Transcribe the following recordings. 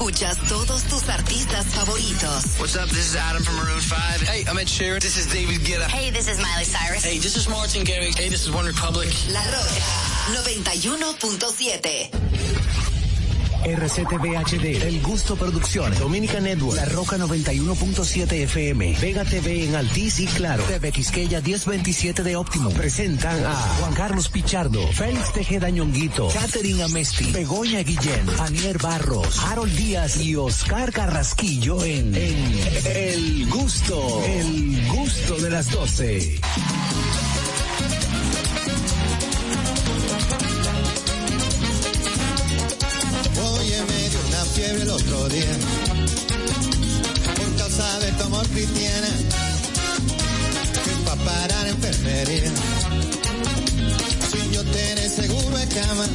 escuchas todos tus artistas favoritos. What's up? This is Adam from Maroon 5. Hey, I'm Ed Sheeran. This is David Guetta. Hey, this is Miley Cyrus. Hey, this is Martin Garrix. Hey, this is One Republic. La Roca 91.7. RCTV HD, El Gusto Producciones, Dominica Network, La Roca 91.7 FM, Vega TV en Altiz y Claro, TV Quisqueya 1027 de Óptimo. Presentan a Juan Carlos Pichardo, Félix Tejeda Ñonguito, Catherine Amesti, Begoña Guillén, Anier Barros, Harold Díaz y Oscar Carrasquillo en, en El Gusto, El Gusto de las 12. Oye, me dio una fiebre el otro día Por causa de tu amor cristiana Fui pa' parar en enfermería Sin yo tener seguro en cama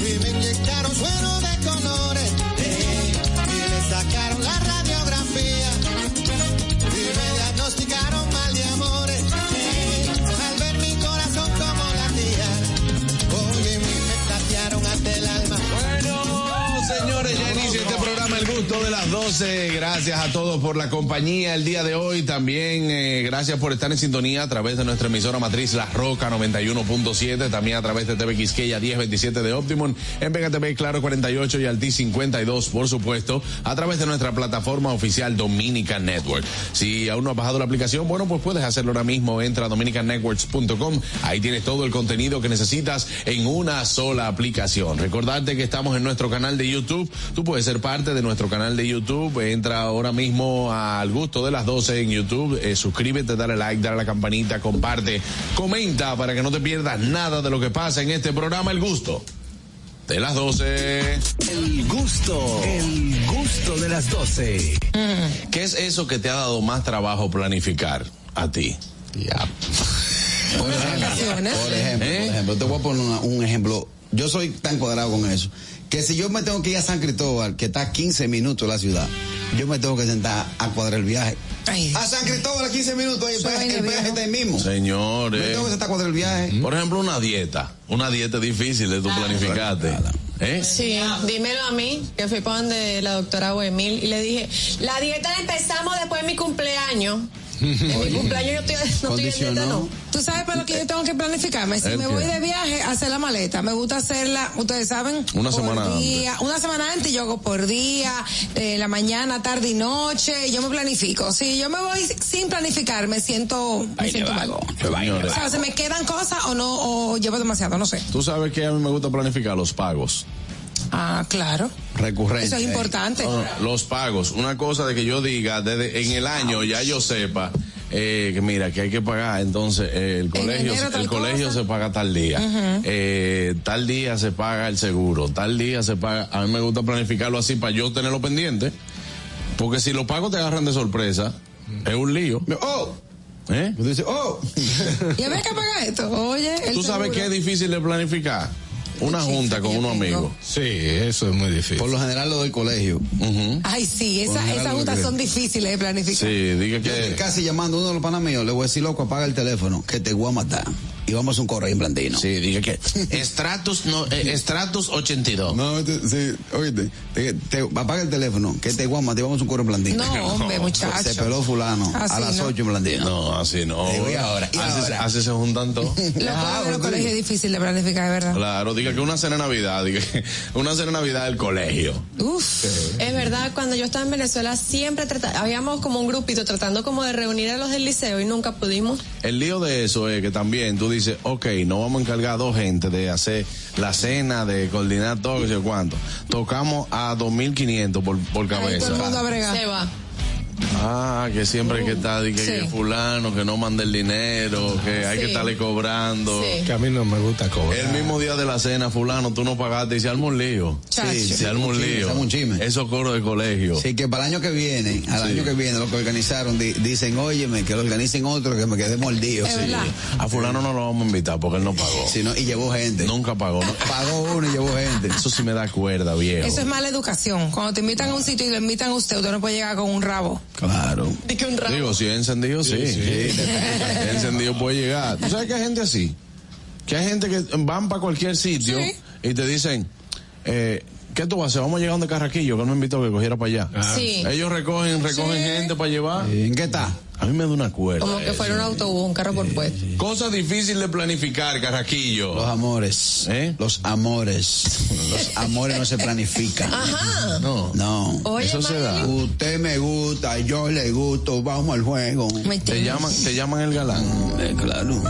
Y me inyectaron suero de colores eh, Y me sacaron la radiografía Y me diagnosticaron mal de amores eh, Al ver mi corazón como latía Oye, me tatearon hasta el alma Bueno, señores, ya inicia este programa El Gusto de las 12. Gracias a todos por la compañía el día de hoy. También eh, gracias por estar en sintonía a través de nuestra emisora matriz La Roca 91.7, también a través de TV Quisqueya 1027 de Optimum, en Vega TV Claro 48 y Altis 52, por supuesto, a través de nuestra plataforma oficial Dominica Network. Si aún no has bajado la aplicación, bueno, pues puedes hacerlo ahora mismo. Entra a dominicanetworks.com. Ahí tienes todo el contenido que necesitas en una sola aplicación. Recordarte que estamos en nuestro canal de YouTube. Tú puedes ser parte de nuestro canal de YouTube. Entra ahora mismo al gusto de las 12 en YouTube. Eh, suscríbete, dale like, dale a la campanita, comparte, comenta para que no te pierdas nada de lo que pasa en este programa El Gusto. De las 12. El Gusto, El Gusto de las 12. ¿Qué es eso que te ha dado más trabajo planificar a ti? Por ejemplo, por ejemplo, por ejemplo, te voy a poner una- un ejemplo. Yo soy tan cuadrado con eso. Que si yo me tengo que ir a San Cristóbal, que está a 15 minutos de la ciudad, yo me tengo que sentar a cuadrar el viaje. A San Cristóbal a 15 minutos, ahí el peaje, Pues, el peaje está ahí mismo. Señores. Mm. Me tengo que sentar a cuadrar el viaje. Por ejemplo, una dieta. Una dieta difícil de tú planificarte. ¿Eh? Sí, dímelo a mí, que fui con donde la doctora Boemil y le dije, la dieta la empezamos después de mi cumpleaños. En mi cumpleaños yo estoy, no estoy en dieta, no. Condicionó. Tú sabes para lo que yo tengo que planificarme. Si ¿El me qué? voy de viaje, hacer la maleta. Me gusta hacerla, ustedes saben. Una por semana día. Una semana antes yo hago por día, eh, la mañana, tarde y noche. Yo me planifico. Si yo me voy sin planificar, me siento, me siento mal. Señores, O sea, se me quedan cosas o no, o llevo demasiado, no sé. Tú sabes que a mí me gusta planificar los pagos. Ah, claro. Recurrente. Eso es importante. eh. No, no, los pagos. Una cosa de que yo diga desde en el año ya yo sepa eh, que mira que hay que pagar. Entonces eh, el colegio enero tal el colegio cosa. se paga tal día, Eh, tal día se paga el seguro, tal día se paga. A mí me gusta planificarlo así para yo tenerlo pendiente, porque si los pagos te agarran de sorpresa es un lío. Oh, ¿eh? tú dices, oh. ¿Y a ver qué paga esto? Oye, el Tú sabes seguro. que es difícil de planificar una Sí, junta sí, con yo unos tengo. amigos. Sí, eso es muy difícil. Por lo general lo del colegio. Ay, sí, esa- Ojalá esas lo juntas creo. son difíciles de planificar. Sí, diga Yo estoy que casi llamando a uno de los panas míos, le voy a decir, loco, apaga el teléfono, que te voy a matar. Y vamos a un correo en blandino. Sí, dije que Stratus no, eh, Stratus 82. No, te- sí, oíste, te, te- apaga el teléfono, que te guama, te vamos a un coro en blandino. No, hombre, muchacho. Se peló fulano a Así las no. 8 en blandino. No, así no. Digo, ¿y ahora? ¿y así, ahora? así se juntan todos. Los Ah, colegios- los ok. colegios es difícil de planificar, de verdad. Claro, diga que una cena de Navidad, diga que una cena de Navidad del colegio. Uf. Es verdad, cuando yo estaba en Venezuela siempre trata- habíamos como un grupito tratando como de reunir a los del liceo y nunca pudimos. El lío de eso es que también tú dices, ok, no vamos a encargar a dos gente de hacer la cena, de coordinar todo, que sé cuánto. Tocamos a 2.500 por, por Ahí todo el mundo a cabeza. bregar. Se va. Ah, que siempre hay que está, di que, Sí. que fulano, que no mande el dinero, que hay que Sí. estarle cobrando. Sí. que a mí no me gusta cobrar. El mismo día de la cena, fulano, tú no pagaste y se arma un lío. Chacho. Sí, se arma un Sí, se lío. arma un chisme. Esos coros de colegio. Sí, que para el año que viene, al Sí. año que viene, lo que organizaron, di- dicen, óyeme, que lo organicen otro, que me quedé mordido. Es Sí. verdad. A fulano no lo vamos a invitar porque él no pagó. Sí, no, y llevó gente. Nunca pagó. ¿no? Pagó uno y llevó gente. Eso sí me da cuerda, viejo. Eso es mala educación. Cuando te invitan a un sitio y lo invitan a usted, usted no puede llegar con un rabo. Claro. Di que un rato. Digo, si es encendido, sí. Si es encendido puede llegar. ¿Tú sabes que hay gente así? Que hay gente que van para cualquier sitio Sí. y te dicen, eh, ¿Qué tú vas a hacer? Vamos llegando a Carraquillo, que él me invitó a que cogiera para allá. Ah. Sí. Ellos recogen, recogen Sí. gente para llevar. ¿En qué está? A mí me da una cuerda. Como que eso. fuera un autobús, un carro por puesto. Cosa difícil de planificar, Carraquillo. Los amores. ¿Eh? Los amores. Los amores no se planifican. Ajá. No. No. Oye, Eso se da. Usted me gusta, yo le gusto, vamos al juego. Me Te tienes. llaman, te llaman el galán. Eh, claro.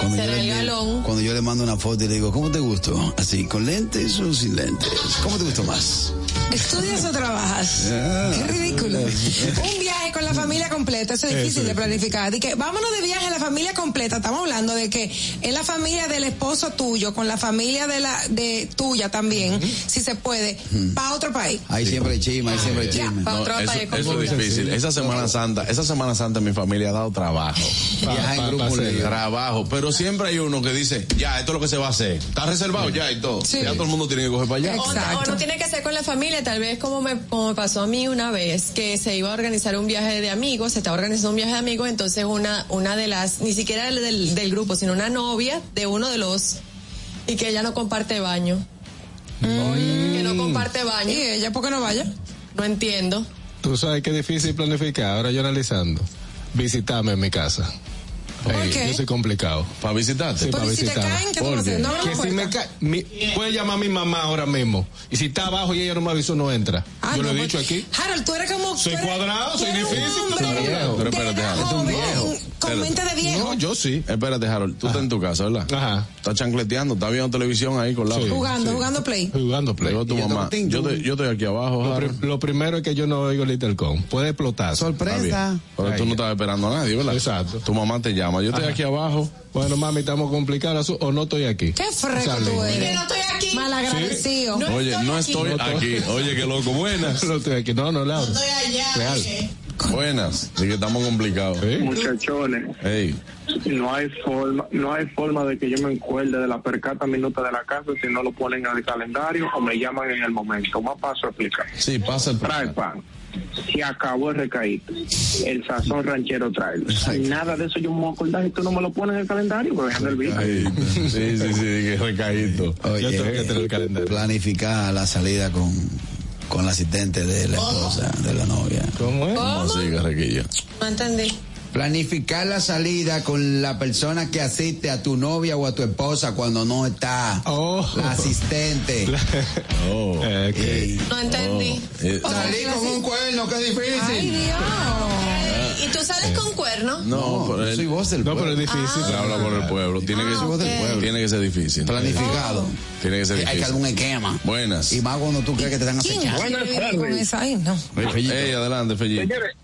Cuando Será el le- galón. cuando yo le mando una foto y le digo, ¿cómo te gustó? Así, con lentes o sin lentes. ¿Cómo te gustó más? ¿Estudias o trabajas? Qué ridículo. Un viaje con la familia completa, eso es difícil de planificar. De que vámonos de viaje a la familia completa. Estamos hablando de que es la familia del esposo tuyo, con la familia de la de tuya también, si se puede, para otro país. Ahí siempre hay chisme, ahí siempre hay chisme. Pa' No, otro eso, país, eso como es difícil. Esa Semana Santa, esa Semana Santa en mi familia ha dado trabajo. Viaja en pa- grupo. paseo. libre. Trabajo. Pero siempre hay uno que dice, ya, esto es lo que se va a hacer. Está reservado ya y todo. Sí. Ya todo el mundo tiene que coger para allá. O, o Exacto. no tiene que ser con la familia, tal vez como me, como me pasó a mí una vez, que se iba a organizar un viaje de amigos, se estaba organizando un viaje de amigos, entonces una, una de las, ni siquiera del, del- del grupo, sino una novia de uno de los, y que ella no comparte baño. Oye, que no Mm. comparte Mm. ¿Y baño. ella por qué no vaya? No entiendo. Tú sabes que es difícil planificar. Ahora yo analizando. Visitarme en mi casa. Ey, qué? Yo soy complicado. Para visitarte. Sí, Pero para si te visitarme. caen, ¿qué tú vas a Porque hacer? No abres la que si puerta. me cae, mi- puede llamar a mi mamá ahora mismo. Y si está abajo y ella no me avisó, no entra. yo lo he no, dicho pues, aquí. Harold, tú eres como. Soy tú eres- cuadrado, tú soy eres un difícil, hombre soy viejo. Pero de espérate, edad Harold, tú joven, viejo. Con mente de viejo. No, yo sí. Espérate, Harold. Tú estás en tu casa, ¿verdad? Ajá. Estás chancleteando, estás viendo televisión ahí con la. Sí. jugando, jugando play. Jugando play. Llegó tu Y yo mamá. toco ting, Yo, tum. te- yo estoy aquí abajo, Lo, Harold. pri- lo primero es que yo no oigo Little Con. Puede explotar. Está bien. Sorpresa. Pero tú no estabas esperando a nadie, ¿verdad? Exacto. Tu mamá te llama. Yo estoy Ajá. aquí abajo. Bueno, mami, estamos complicados o no estoy aquí. Qué fresco Sale. tú Que eres. no estoy aquí. Malagradecido. No Oye, estoy no aquí. estoy No aquí. estoy- Oye, qué loco. Buenas. No estoy aquí. No, no, Laura. Estoy allá. Real. oye. Buenas. Así que estamos complicados. Sí. Muchachones, Ey. no hay forma, no hay forma de que yo me encuerde de la percata minuta de la casa si no lo ponen en el calendario o me llaman en el momento. Más paso a explicar. Sí, pasa el Trae pan. Se acabó el recaído. El sazón ranchero trae. Nada de eso yo me voy a acordar si tú no me lo pones en el calendario, me dejan el visto. Ahí. Sí, sí, sí, que recaído. Yo tengo que tener el calendario. Planificar la salida con, con la asistente de Oh. la esposa, de la novia. ¿Cómo es? ¿Cómo así, Carraquillo? No entendí. Planificar la salida con la persona que asiste a tu novia o a tu esposa cuando no está. Oh. La asistente. Oh. Eh, ok. Ey. No entendí. Eh, Oh. Salir con un cuerno, qué difícil. Ay, Dios. ¿Y tú sales con cuernos? no, pero yo soy voz del No, pero pueblo. es difícil. Se habla por el pueblo. Tiene que, Ah, ok. tiene que ser difícil. Planificado. Tiene que ser Hay que difícil. algún esquema. Buenas. Y más cuando tú crees que te están ¿Quién acechando. quiere vivir tardes. con esa? Ay, no. Ey, adelante, Fellito. Señores,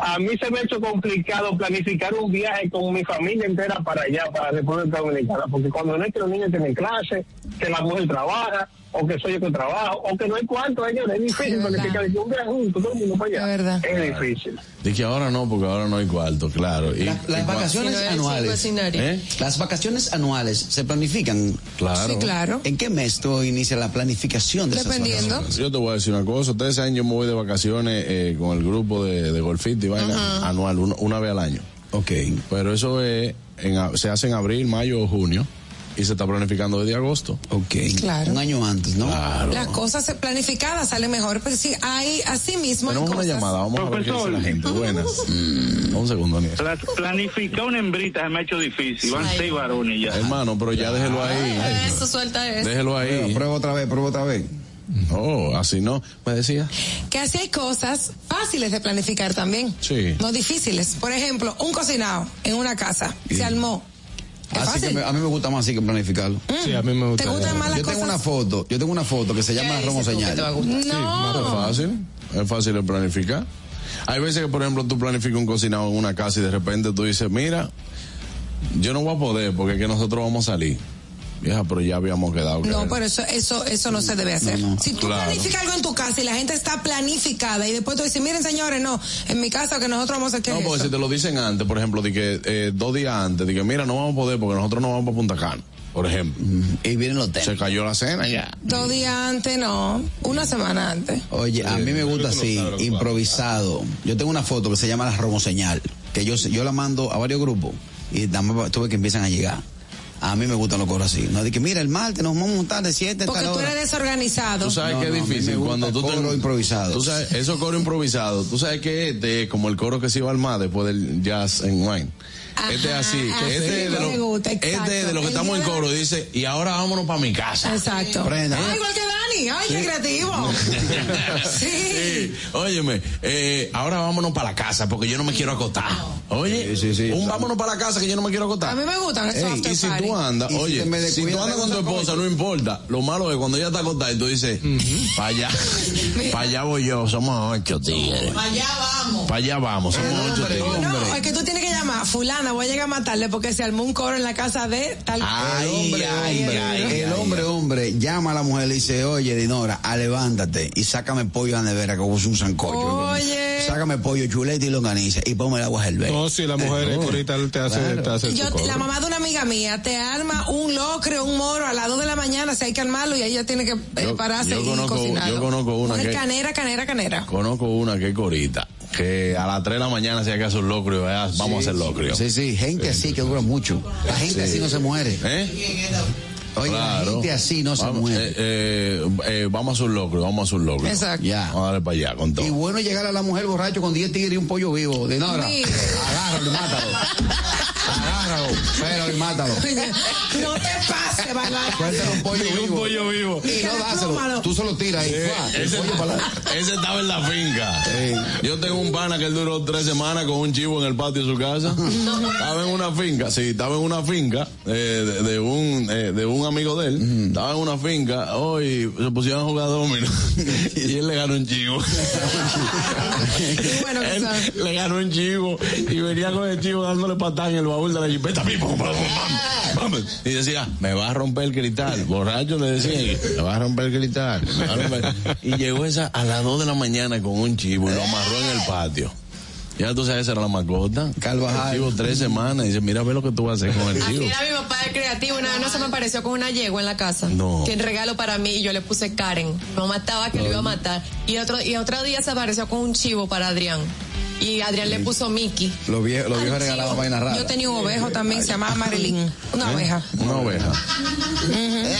a mí se me ha hecho complicado planificar un viaje con mi familia entera para allá, para República Dominicana, porque cuando no es que los niños tienen clase, que la mujer trabaja, o que soy yo que trabajo, o que no hay cuánto, señores, es difícil Es verdad. planificar que un viaje junto, todo el mundo para allá. Es verdad. Es difícil. De que ahora no, porque ahora no hay cuarto, claro. Y, Las, y las cua- vacaciones Si no es anuales. sin cocinar. ¿Eh? Las vacaciones anuales se planifican. Claro. Sí, claro. ¿En qué mes tú inicia la planificación de esas Dependiendo. vacaciones? Yo te voy a decir una cosa. Ustedes saben, yo me voy de vacaciones eh, con el grupo de, de golfistas y vaina anual, uno- una vez al año. Ok. Pero eso es en a- se hace en abril, mayo o junio y se está planificando desde agosto. Ok. Claro. Un año antes, ¿no? Claro. Las cosas planificadas salen mejor, pero sí hay así mismo. hay Tenemos una cosas- llamada, vamos a ver qué dice la Profesor. gente. Buenas. Mm, un segundo, Aniel. Planificar una hembrita se me ha hecho difícil, van seis varones ya. Hermano, pero ya déjelo ahí. Eso, suelta eso. Pues, Déjelo ahí. Prueba otra vez, prueba otra vez. Oh, así no. ¿Me decía? Que así hay cosas fáciles de planificar también. Sí. No difíciles. Por ejemplo, un cocinado en una casa se armó. Es Así que fácil. me- a mí me gusta más así que planificarlo. Sí, a mí me gusta. ¿Te gustan más las yo tengo cosas? una foto, yo tengo una foto que se llama la Romo Señal. Claro, es No. fácil. Es fácil de planificar. Hay veces que, por ejemplo, tú planificas un cocinado en una casa y de repente tú dices, mira, yo no voy a poder porque es que nosotros vamos a salir. Vieja, pero ya habíamos quedado. que No, era. pero eso, eso, eso no se debe hacer. si tú Claro. planificas algo en tu casa y la gente está planificada y después tú dices, miren señores, no, en mi casa que nosotros vamos a hacer ¿qué No, es porque eso?". si te lo dicen antes, por ejemplo, de que eh, dos días antes, de que mira, no vamos a poder porque nosotros no vamos para Punta Cana, por ejemplo. Y vienen los temas. Se cayó la cena ya. Dos días antes, no, una semana antes. Oye, a mí me gusta así, improvisado. Yo tengo una foto que se llama la Romo Señal, que yo, yo la mando a varios grupos y nada más tuve que empiezan a llegar. A mí me gustan los coros así. No, de que mira, el martes nos vamos a montar de 7 Porque tú eres desorganizado. Tú sabes No, que no, a es mí difícil me gusta cuando tú el te- coro improvisado. Tú sabes, eso coro improvisado. Tú sabes que este es como el coro que se iba al mar después del jazz en wine. este es así. así este, es de me lo, gusta, este es de exacto. lo que El estamos en día de- coro. Dice, y ahora vámonos para mi casa. ¿Eh? Exacto. Prenda. Ah, igual que Dani. Ay, qué creativo. sí. Sí. Óyeme, eh, ahora vámonos para la casa porque yo no me quiero acotar. Oye, Sí, sí, sí. un vámonos para la casa que yo no me quiero acotar. A mí me gustan esos Ey, after Y si party. tú andas, Y si oye, te me si tú descuidas, andas con cosa tu esposa, no importa. Lo malo es cuando ella está acostada y tú dices, para allá, para allá voy yo, somos ocho tigres. Para allá vamos. Para allá vamos, somos ocho tigres. No, es que tú tienes que llamar. Fulana, voy a llegar a matarle porque se armó un coro en la casa de tal. Ay, ay, ay, ay, el ay. hombre, hombre, llama a la mujer y le dice, oye, Dinora, ah, levántate y sácame pollo a la nevera que hubo un sancocho. Oye. Sácame pollo, chuleta y longaniza y ponme el agua hervera. No, si Oh, la mujer ahorita te hace, te hace Yo, tu coro. la mamá de una amiga mía te arma un locre, un moro a las 2 de la mañana, si hay que armarlo y ella tiene que eh, Yo- pararse yo y conozco- cocinarlo. yo conozco una Mujer que- canera, canera, canera. Conozco una que es corita, que a las 3 de la mañana se hace un locrio, ¿verdad? vamos a Eh, hacer locrio. Sí, sí, gente así que dura mucho. La gente así no se muere. ¿Eh? Oye, la gente así no se vamos, muere. eh, eh, eh, vamos a hacer un locrio, vamos a hacer un locrio. Exacto. Ya. Vamos a darle para allá con todo. Y bueno llegar a la mujer borracho con 10 tigres y un pollo vivo. Dinora, Sí. agárralo y mátalo. Agárralo, pero y mátalo. no te pases, Bárbara. Cuéntale un pollo Digo, vivo. un pollo vivo. Y no dáselo. Desplúmalo. Tú solo tiras ahí. ¡fua! El Ese, pollo para la- ese estaba en la finca. Sí. Yo tengo un pana que él duró tres semanas con un chivo en el patio de su casa. Estaba en una finca, sí, estaba en una finca eh, de, de un, eh, de un amigo de él. Estaba en una finca, hoy se pusieron a jugar domino y él le ganó un chivo. Qué bueno que Él sabe. le ganó un chivo y venía con el chivo dándole patada en el baúl de la jipeta. pim, pum, pum, pum, pam, pam. Y decía, me va a romper el cristal. Borracho le decía, me va a romper el cristal. me va a romper". Y llegó esa a las 2 de la mañana con un chivo y lo amarró en el patio. Ya tú sabes, esa era la mascota. Carvajal. El Chivo tres semanas. Y dice, mira, ve lo que tú vas a hacer con el Así chivo. era mi papá de creativo. Una vez no se me apareció con una yegua en la casa. No. Que en regalo para mí y yo le puse Karen. Mi mamá estaba que lo iba a matar. Y otro, y otro día se apareció con un chivo para Adrián. Y Adrián le puso Mickey. Los viejos los viejos Al regalaban chivo. vainas raras. Yo tenía un ovejo también, se llamaba Marilyn. Una oveja. ¿Eh? Una oveja. ¿Eh?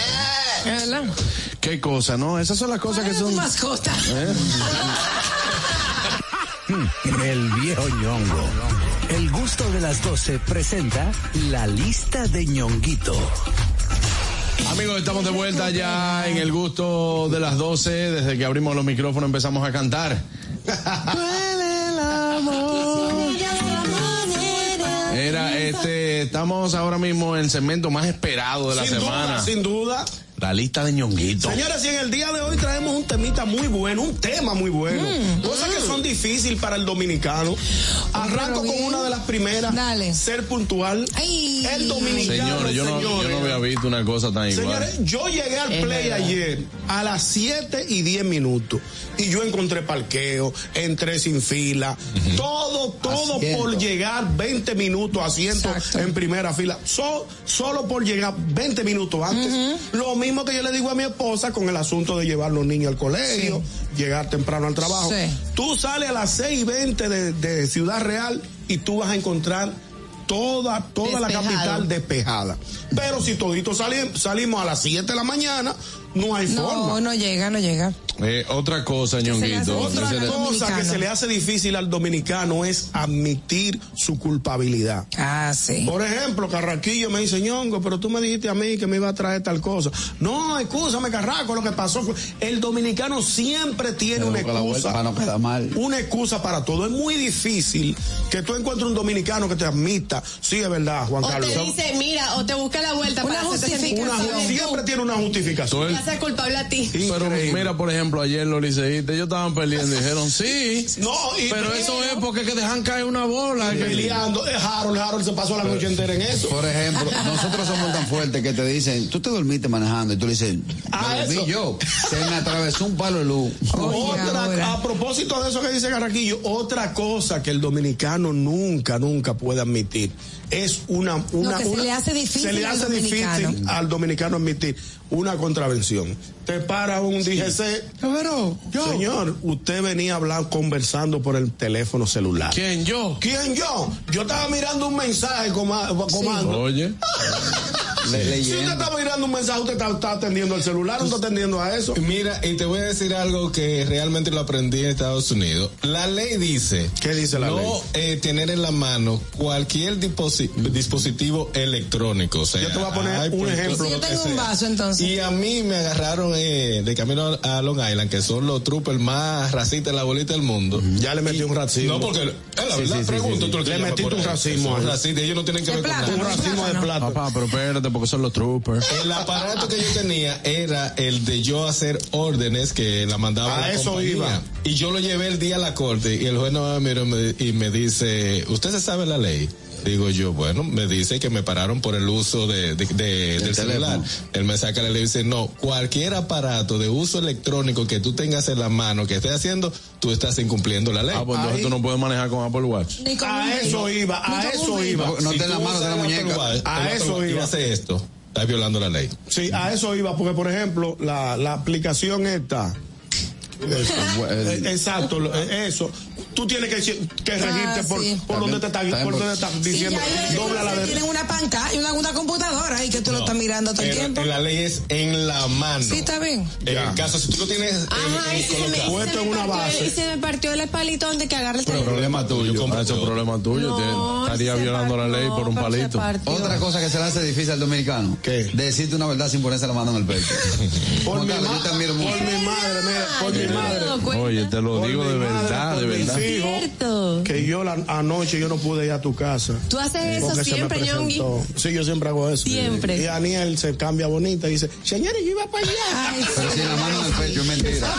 ¿Verdad? Qué cosa, ¿no? Esas son las cosas que Era tu son... mascota. ¿Eh? El viejo ñongo. El gusto de las 12 presenta la lista de ñonguito. Amigos, estamos de vuelta ya en el gusto de las 12. Desde que abrimos los micrófonos empezamos a cantar. Era este, estamos ahora mismo en el segmento más esperado de la Sin semana. duda, sin duda. La lista de ñonguito. Señores, y en el día de hoy traemos un temita muy bueno, un tema muy bueno. Mm. cosas que son difíciles para el dominicano. Arranco con bien. una de las primeras. Dale. Ser puntual. Ay. El dominicano. Señores, yo no, yo no señores. había visto una cosa tan igual. Señores, yo llegué al Es play verdad. ayer a las 7 y 10 minutos y yo encontré parqueo, entré sin fila, todo, todo Asiento. por llegar 20 minutos, asiento Exacto. en primera fila, So- solo por llegar 20 minutos antes. Lo mismo que yo le digo a mi esposa con el asunto de llevar los niños al colegio, llegar temprano al trabajo. Sí. Tú sales a las 6 y 20 de, de Ciudad Real y tú vas a encontrar toda, toda la Despejado. capital despejada. Pero si toditos sali- salimos a las 7 de la mañana, no hay No, forma. no llega, no llega. Eh, otra cosa, ñonguito. hace Otra Entonces, el cosa que dominicano. se le hace difícil al dominicano es admitir su culpabilidad. Ah, sí. Por ejemplo, Carraquillo me dice, ñongo, pero tú me dijiste a mí que me iba a traer tal cosa. No, excúsame, Carraco, lo que pasó fue... El dominicano siempre tiene Pero una busca la vuelta excusa. para no quedar mal. Una excusa para todo. Es muy difícil que tú encuentres un dominicano que te admita. Sí, es verdad, Juan O Carlos. te dice, mira, o te busca la vuelta Una para hacerte sentir justificación. Una ju- culpable tú. siempre tiene una Todo justificación. el- Te hace culpable a ti. Pero Increíble. mira, por ejemplo, ayer los liceístas, ellos estaban peleando y dijeron, sí, No, y pero eso es porque que dejan caer una bola. que- peleando. Eh, Harold, Harold se pasó la noche entera en eso. Por ejemplo, nosotros somos tan fuertes que te dicen, tú te dormiste manejando y tú le dices, me Ah, dormí eso. yo, se me atravesó un palo de luz. Oye, Otra- ahora. a propósito de eso que dice Carraquillo, otra cosa que el dominicano nunca, nunca puede admitir es una. una que se una- le hace difícil se le al hace dominicano. difícil al dominicano admitir una contravención. Te para un DGC. Señor, usted venía hablando, conversando por el teléfono celular. ¿Quién? ¿Yo? ¿Quién yo? Yo estaba mirando un mensaje, coma- comando. Oye. Si usted está mirando un mensaje, usted está, está atendiendo el celular, no está atendiendo a eso. Mira, y te voy a decir algo que realmente lo aprendí en Estados Unidos. La ley dice. ¿Qué dice la no, ley? eh, tener en la mano cualquier disposi- dispositivo electrónico. o sea, pues, Yo te voy a poner un iPod, ejemplo. lo Si pues, yo que tengo un sea. vaso, entonces. Y a mí me agarraron eh, de camino a Long Island, que son los troopers más racistas de la bolita del mundo. Ya le metí un racismo. No, porque. es la Sí, verdad, sí, sí, pregunto. sí. tú el que Le llama metiste por un ahí. racismo Son ahí. racistas, ellos no tienen que De ver con plátano, un nada. de racismo de plátano. plata. Papá, pero espérate, porque son los troopers. El aparato que yo tenía era el de yo hacer órdenes que la mandaba A la eso compañía. iba. Y yo lo llevé el día a la corte y el juez no me miró y me- y me dice, ¿usted se sabe la ley? Digo yo, bueno, me dice que me pararon por el uso de, de- de- del celular. Él me saca la ley y dice, no, cualquier aparato de uso electrónico que tú tengas en la mano que estés haciendo, tú estás incumpliendo la ley. Ah, pues entonces Ahí. tú no puedes manejar con Apple Watch. Ni con un A eso dedo. iba, Ni a con eso un dedo. iba. No Si te la tú mano, usas te la el Apple muñeca. Watch, A el Apple eso Watch y iba. haces esto, estás violando la ley. Sí, a eso iba, porque por ejemplo, la, la aplicación esta. Eh, Exacto, lo- eh, eso. Tú tienes que, decir- que Ah, regirte por, sí. por donde te está, También por por- donde te está Sí, diciendo. ya hay veces dobla la que derecha. Tienen una panca y una, una computadora y que tú lo No, estás mirando todo el pero tiempo. La ley es en la mano. Sí, está bien. Ah. En el caso, si tú lo tienes Ajá, eh, y se me, y colocado, Puesto se en me una partió, base. el- y se me partió el palito donde que agarra el teléfono. Problema tuyo. Ah, Eso es problema tuyo. No, tiene- estaría se violando la partió, ley por un pero se palito. partió. Otra cosa que se le hace difícil al dominicano. ¿Qué? Decirte una verdad sin ponerse la mano en el pecho. Por Juan mi, Carlos, ma- yo te admiro mucho. por mi madre, mira, por mi Yo no me madre. he dado cuenta. Oye, te lo Por digo mi de madre, verdad, de por mis verdad. hijos, Cierto. Que yo la, anoche yo no pude ir a tu casa. Tú haces eso porque se me siempre, Ñongui. presentó. Sí, yo siempre hago eso. Siempre. Y Aniel se cambia bonita y dice, señores, yo iba para allá. Ay, Pero sin la mano en el pecho es mentira.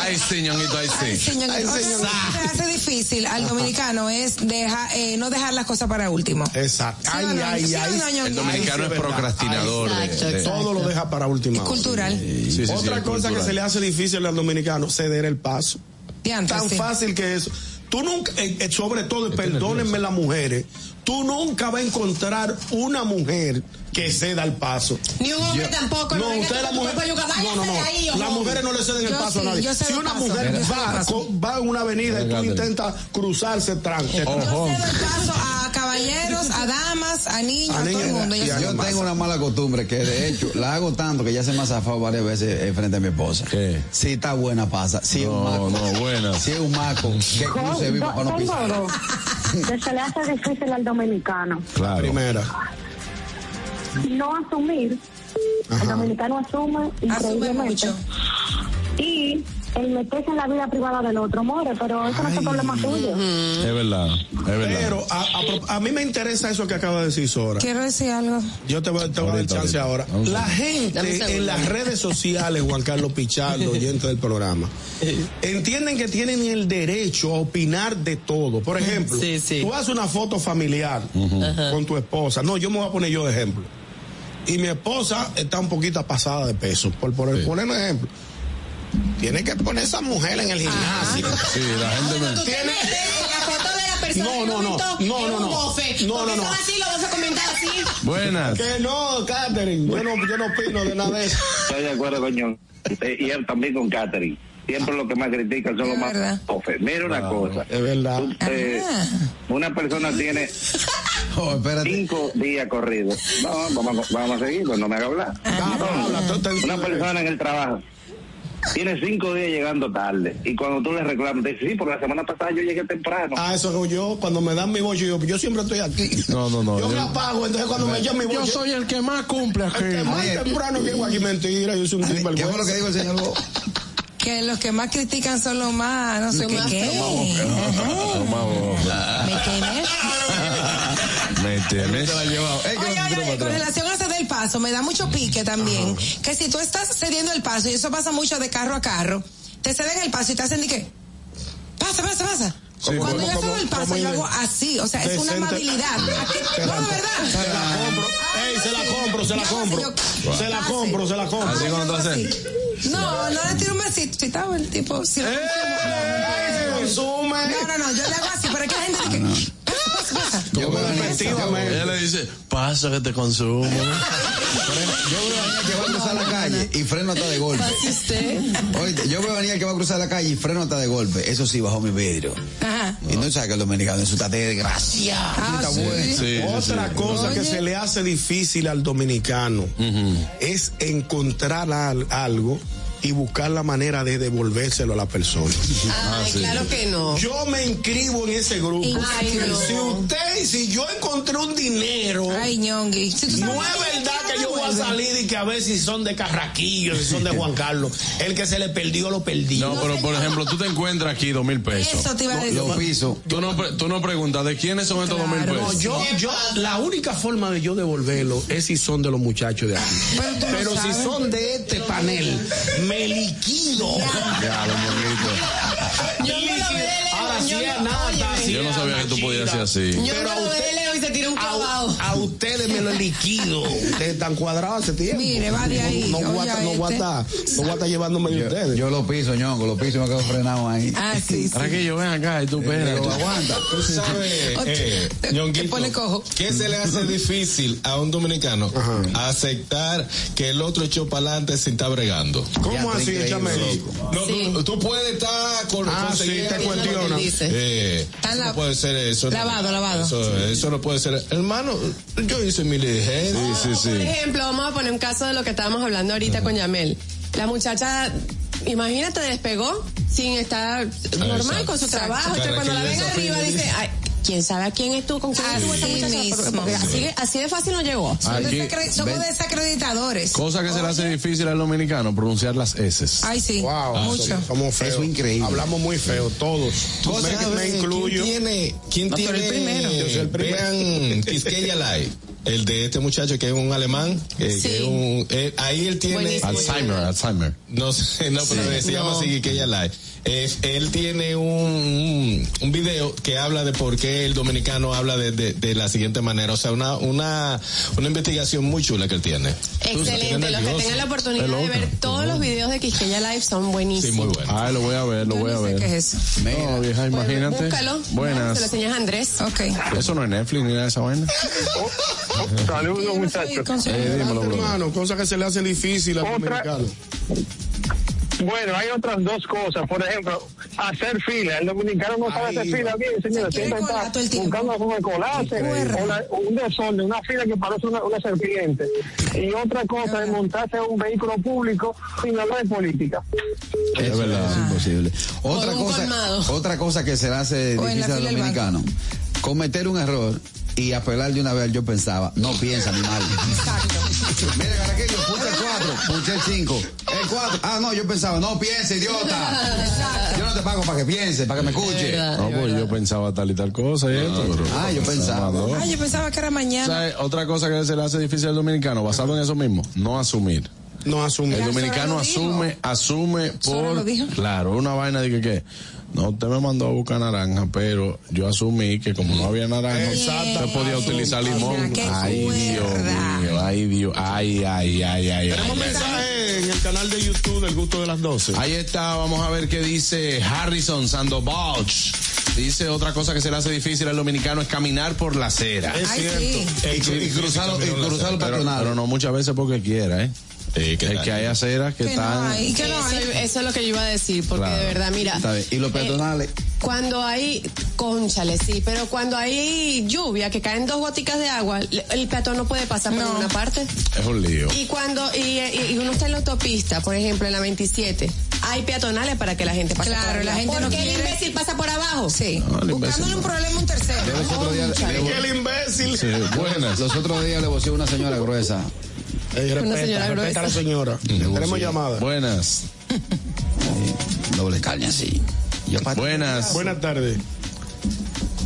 Ay, sí, ñonguito, ay, Ay, sí. señor, Ay, otra señor. cosa que se hace difícil al dominicano es deja- eh, no dejar las cosas para último. Exacto. Sí, Ay, no, no, ay, sí, ay. no, no, no, El no. dominicano Ay, es sí, verdad. procrastinador. de- Exacto, de- exacto. Todo lo deja para última hora. Cultural. Sí, sí, sí, Otra es cosa que cultural. se le hace difícil al dominicano, ceder el paso. Diantre, Tan sí. fácil que es. Tú nunca, eh, eh, sobre todo, Este y perdónenme las mujeres, tú nunca vas a encontrar una mujer que ceda el paso. Ni un hombre tampoco. No, venga usted tú la con tu mujer. cuerpo de yuca, No, no, váyase no. de ahí, ojo. Las mujeres no le ceden el Yo paso a sí, nadie. yo cedo Si el una paso. mujer Yo cedo el va, paso. co- va en una avenida y tú Catherine. intentas cruzarse, tran- te- Yo Ojo. cedo el paso a caballeros, a damas, a niños, A a, todo el niños, mundo. y Yo a- cedo Yo el tengo paso. una mala costumbre que de hecho la hago tanto que ya se me ha zafado varias veces eh, frente a mi esposa. ¿Qué? Si está buena pasa, si es un No, maco. no, buena. Si es un maco, que cruce vivo para no pisar. Perdón, que se le hace difícil al dominicano Claro. Primera. no asumir. El dominicano asume Asume increíblemente. mucho. Y el meterse en la vida privada del otro, more, pero eso no es problema tuyo. Es verdad, es verdad. Pero a, a pro- a mí me interesa eso que acaba de decir Sora. Quiero decir algo. Yo te voy, te voy a dar Ahorita, chance ahorita. ahora. Vamos La gente en las redes sociales, Juan Carlos Pichardo, oyente del programa, entienden que tienen el derecho a opinar de todo. Por ejemplo, Sí, sí. tú haces una foto familiar con tu esposa. No, yo me voy a poner yo de ejemplo. Y mi esposa está un poquito pasada de peso, por, por poner un ejemplo. Tiene que poner esa mujer en el Ah. gimnasio. Sí, la gente me. Tú tienes la foto de la persona No, no, que no. comentó No, en no, un no. bofe. No, Porque no, no. son así, lo vas a comentar así. Buenas. Que no, Catherine. Yo no, yo no opino de nada de eso. Estoy de acuerdo con John. Eh, Y él también con Catherine. Siempre lo que más critican son Es los verdad. más ofes. Mira una cosa. Es verdad. Tú, eh, Ah. Ajá. una persona tiene Oh, espérate. cinco días corridos. No, vamos, a- vamos a seguir, pues no me haga hablar. Ah, Habla, habla, tú te- Una persona en el trabajo tiene cinco días llegando tarde. Y cuando tú le reclamas, te dice, sí, porque la semana pasada yo llegué temprano. Ah, eso hago yo. Cuando me dan mi boche, yo, yo siempre estoy aquí. No, no, no, Yo, yo- me apago, entonces cuando me echan mi boche. Yo soy el que más cumple aquí. El que más Ay, temprano llego aquí. Mentira, yo soy un ¿Qué fue lo que sinvergüenza. dijo el señor? Bo? Que los que más critican son los más, no sé qué. qué. Ah, Ajá. Eh, Me quemé. ¿Me Él entiendes? se la llevaba. Ey, que no Oye, se oye, tire oye, con para atrás. relación a ceder el paso, me da mucho pique también. Que si tú estás cediendo el paso, y eso pasa mucho de carro a carro, te ceden el paso y te hacen de que. Pasa, pasa, pasa. Sí, Cuando como- yo cedo como- el paso, como yo inven- hago así. O sea, es una Decente. amabilidad. Aquí- no, de Se verdad. la compro. Ey, se la compro, se la Yo compro. así, yo- Se la así. compro, se la compro. Así Ay, cuando yo tú hago haces- así. No, no le tiro un besito. Si estaba el tipo. si- Ey, se consume. No, no, no, yo le hago así, pero es que la gente dice que. Pasa, pasa, pasa. Yo veo a Aniel- Efectivamente. Ella le dice, dice, pasa que te consumo. Yo veo a Daniel que va a cruzar la calle y freno está de golpe. Pase usted. Oíste, yo veo a Daniel que va a cruzar la calle y freno está de golpe. Eso sí, bajó mi vidrio. Ajá. Y no sabe que el dominicano eso está de gracia. Ah, Eso está sí. bueno. Otra cosa que Oye. se le hace difícil al dominicano es encontrar al- algo y buscar la manera de devolvérselo a la persona. Ay, claro que no. Ah, Yo me inscribo en ese grupo. Ay, no. Si usted, si yo encontré un dinero, Ay, ñongui. Si tú sabes no es que- verdad que yo voy a Vuelve. salir y que a ver si son de Carraquillo, si son de Juan Carlos. El que se le perdió, lo perdí. No, pero por ejemplo, tú te encuentras aquí dos mil pesos. Eso te iba a decir. Los pisos. Tú no, pre- tú no preguntas de quiénes son estos dos mil No, pesos. yo, yo, la única forma de yo devolverlo es si son de los muchachos de aquí. Pero tú lo Pero si sabes. son de este panel, me liquido. Ya, lo morrito. Yo no lo veo de lejos, Ahora sí yo es no- nada. óyeme. sí Yo no es sabía que tú Nachira. podías ser así. Yo Pero no a lo veo de usted- lejos y se tira un A, clavado. a ustedes me lo liquido. Ustedes están cuadrados hace tiempo. Mire, va de ahí, No, no voy oye a a estar- no voy a este. estar no voy a estar llevándome de Yo, ustedes. yo lo piso, ñongo, lo piso y me quedo frenado ahí. Ah, sí, sí. Raquillo, ven acá y tú espera. Pero aguanta. Tú sabes, eh, te- te Ñonguito, pone cojo. ¿Qué se le hace difícil a un dominicano? Aceptar que el otro echó para adelante sin estar bregando. ¿Cómo Ya, así? increíble. Échame Sí. No, Sí. tú, tú puedes estar con Ah, consiguiendo- sí, te cuestiona. Lo que dice. Eh, Tan eso la- no puede ser eso. no. Lavado, lavado. Eso, eso no puede ser. Hermano, yo hice mi diligencia. Sí, sí, Por sí. ejemplo, vamos a poner un caso de lo que estábamos hablando ahorita con Yamel. La muchacha, imagínate, despegó sin estar normal Ah, exacto. con su trabajo. Exacto. Entonces, cuando la ven Carraquillo, arriba, Sofía, dice, ay, ¿quién sabe a quién es tú? ¿Con quién estuvo esa Así muchacha? Porque- mismo. porque Así, así de fácil no llegó. Somos Aquí, desacre- Somos ven. desacreditadores. Cosa que se le hace difícil al dominicano, pronunciar las S. Ay, sí. Wow, Ah, Mucho. somos feos. Eso es increíble. Hablamos muy feo, todos. Cosa Me- que me incluyo. ¿Quién tiene? ¿Quién No, pero tiene? el primero. Yo soy el primero. Vean Quisqueya Live. El de este muchacho que es un alemán. eh, Sí. que es un- eh, ahí él tiene. Buenísimo. Alzheimer, Alzheimer. No sé, no, pero se llama así Quisqueya Live. Eh, él tiene un, un, un video que habla de por qué el dominicano habla de, de, de la siguiente manera. O sea, una, una, una investigación muy chula que él tiene. Excelente. Los que tengan la oportunidad de ver todos los videos de Quisqueya Live son Sí, muy buenísimos. bueno. Ay, lo voy a ver, lo Yo voy a no sé qué ver. es eso. No, vieja, Pues, imagínate. Búscalo. Se lo Buenas. enseñas a Andrés. Ok. Eso no es Netflix ni nada de esa vaina. Saludos, muchachos. Eh, dímelo, bro. Hermano, cosa que se le hace difícil al Otra- dominicano. Bueno, hay otras dos cosas. Por ejemplo, hacer fila. El dominicano no sabe Ahí hacer va. fila bien, Se señores. quiere Siempre colar está todo el tiempo. buscando cómo colarse. Increíble. o la- o Un desorden, una fila que parece una, una serpiente. Y otra cosa es montarse en un vehículo público y no hablar de política. Es verdad. Es imposible. Otra Por un colmado. cosa, otra cosa que se le hace O en la difícil al fila del dominicano. Cometer un error y apelar de una vez, yo pensaba, no piensa, animal. Exacto. Mira, Caraquillo, puse el 4, puse el 5, el 4. Ah, no, yo pensaba, no piense, idiota. Yo no te pago para que piense, para que me escuche. verdad. No, pues yo pensaba tal y tal cosa ¿eh? y esto, pero- Ah, yo pensaba. Ay, yo pensaba que era mañana. ¿Sabes? Otra cosa que se le hace difícil al dominicano, basado en eso mismo, no asumir. No asume. El Sora dominicano lo dijo. asume, asume Sora por, lo dijo. claro, una vaina de que, que, no, usted me mandó a buscar naranja, pero yo asumí que como no había naranja, Exacto. usted podía utilizar limón. Mira, qué Ay, Dios cuerda. mío, ay, Dios, ay, ay, ay, ay, ay. Tenemos mensaje en el canal de YouTube del gusto de las 12. Ahí está, vamos a ver qué dice Harrison Sandoval. Dice otra cosa que se le hace difícil al dominicano es caminar por la acera. Es Ay, cierto. sí. El Y, que- y cruzar y cruzar el Pero, patronal. pero no muchas veces porque quiera, ¿eh? Eh, ¿qué Es tal? que hay aceras que, Que no están... hay, que no Eso, hay. eso es lo que yo iba a decir, porque Claro. de verdad, mira. Está bien. Y los eh, peatonales. cuando hay, conchale, sí, pero cuando hay lluvia, que caen dos goticas de agua, le- el peatón no puede pasar por No. ninguna parte. Es un lío. Y cuando, y, y- y uno está en la autopista, por ejemplo, en la 27, hay peatonales para que la gente pase Claro, por arriba. la gente no Porque el quiere- imbécil pasa por abajo. Sí. No, el imbécil Buscándole un no. problema a un tercero. Yo los otros días- Es que el imbécil. Sí, buenas. Los otros días le vocé a una señora gruesa. Ey, respeta, señora respeta a la gruesa. señora. Tenemos llamada. Buenas. Doble caña, sí. Yo pa- Buenas. Buenas tardes.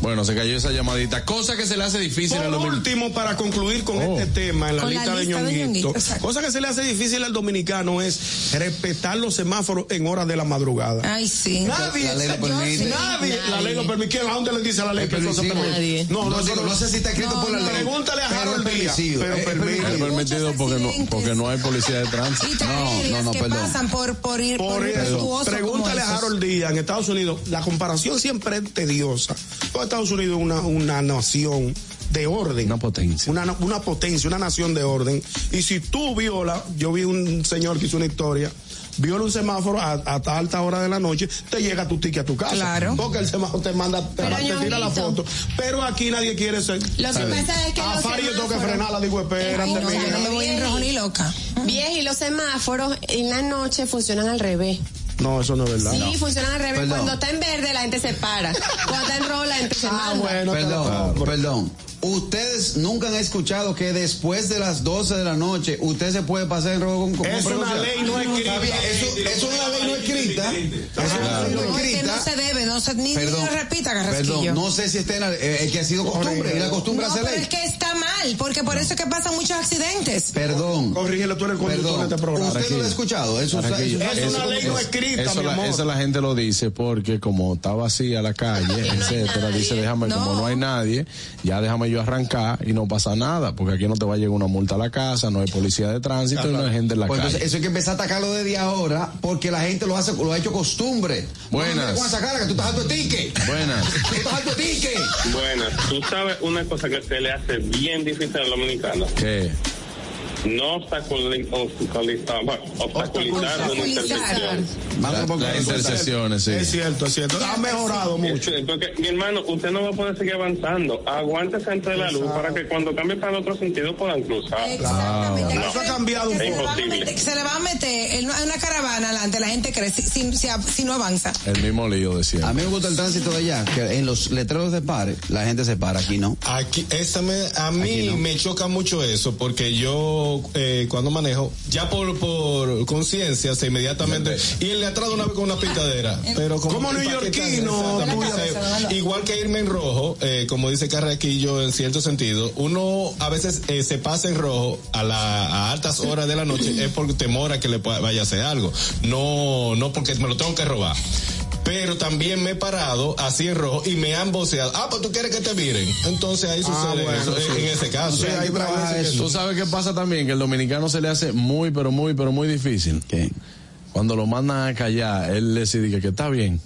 Bueno, se cayó esa llamadita. Cosa que se le hace difícil al Por dominicano. último, para concluir con Oh. este tema en la Con la lista de lista de ñonguito, Ñonguito, exacto. cosa que se le hace difícil al dominicano es respetar los semáforos en horas de la madrugada. Ay, sí. Nadie, La ley lo yo permite. sí, nadie, la ley lo permite. ¿A dónde le dice la ley Es que eso se permisivo. permite? Nadie. No, no, No, digo, no, no sé si está escrito No, por la no. ley. Pregúntale a pero Harold es Díaz, permisivo, pero es- es permite. Es permitido. permitido Muchos porque no, accidentes. porque no hay policía de tránsito. Y No, tragedias no, no, que perdón. pasan por, por ir Por por eso, irrespetuosos pregúntale como a esos. Harold Díaz en Estados Unidos. La comparación siempre es tediosa. Todo Estados Unidos es una, una nación de orden. Una potencia. Una, una potencia, una nación de orden. Y si tú violas, yo vi un señor que hizo una historia, viola un semáforo a, a tal alta hora de la noche, te llega tu ticket a tu casa. Claro. Porque el semáforo te manda, te, Pero, ma- te tira la Ñonguito. foto. Pero aquí nadie quiere ser. Lo que pasa es que A los Fari yo tengo que semáforos- frenarla, digo, espérate, Ay, no, mira. no me voy en rojo ni loca. Bien, y los semáforos en la noche funcionan al revés. No, eso no es verdad. Sí, No. funcionan al revés. Perdón. Cuando está en verde, la gente se para. Cuando está en rojo, la gente se Ah, manda. perdón, perdón. Ustedes nunca han escuchado que después de las 12 de la noche usted se puede pasar en rojo con, con Es con una precocidad. ley no escrita. Está bien, eso- Es una ley no escrita. Es una ley No, no es que escrita. no se debe, no se ni, ni Perdón, lo repita, Carrasquillo. perdón, no sé si está en la- eh, eh, que ha sido costumbre y la costumbre No, hace pero ley. es que está mal, porque por eso es que pasan muchos accidentes. Perdón. Corrígelo, tú eres el conductor Perdón. de este programa. Usted no lo ha escuchado. Eso está- Carraquillo. eso está- Eso- eso- eso- eso la- Eso la gente lo dice porque como está vacía la calle, etcétera, dice déjame, como no hay nadie, ya déjame yo arrancar y no pasa nada, porque aquí no te va a llegar una multa a la casa, no hay policía de tránsito y no hay gente en la Pues calle. entonces, eso hay que empezar a atacarlo desde ahora porque la gente lo hace, lo ha hecho costumbre. Buenas. No me con esa cara que tú estás alto de ticket. Buenas. Tú estás alto de ticket. Bueno, tú sabes una cosa que se le hace bien difícil al dominicano. ¿Qué? No obstaculi- obstaculizar, bueno, obstaculizar una intervención. Las intersecciones, sí. Es cierto, es cierto. Ha mejorado mucho. Porque, mi hermano, usted no va a poder seguir avanzando. Aguántese entre la luz para que cuando cambie para el otro sentido puedan cruzar. Exactamente. No, Eso ha cambiado Es Que imposible. Se le va a meter en una- en una caravana adelante, la gente crece si, si, si no avanza. El mismo lío de siempre. A mí me gusta el tránsito de allá, que en los letreros de pares la gente se para, aquí no. Aquí, esa me, a mí me choca mucho eso, porque yo eh, cuando manejo, ya por, por conciencia, se inmediatamente. Y el de atrás de una vez con una pitadera. Pero como, Como neoyorquino, Exactamente, tú ya- o sea, Igual que irme en rojo, eh, como dice Carraquillo, en cierto sentido, uno a veces eh, se pasa en rojo a, la, a altas horas de la noche, es por temor a que le pueda- vaya a hacer algo. No, no porque me lo tengo que robar. Pero también me he parado así en rojo y me han voceado. Ah, pues tú quieres que te miren. Entonces ahí sucede eso, en- en ese caso. Tú sabes qué pasa también, que el dominicano se le hace muy, pero muy, pero muy difícil. Cuando lo mandan a callar, él le dice que, que está bien.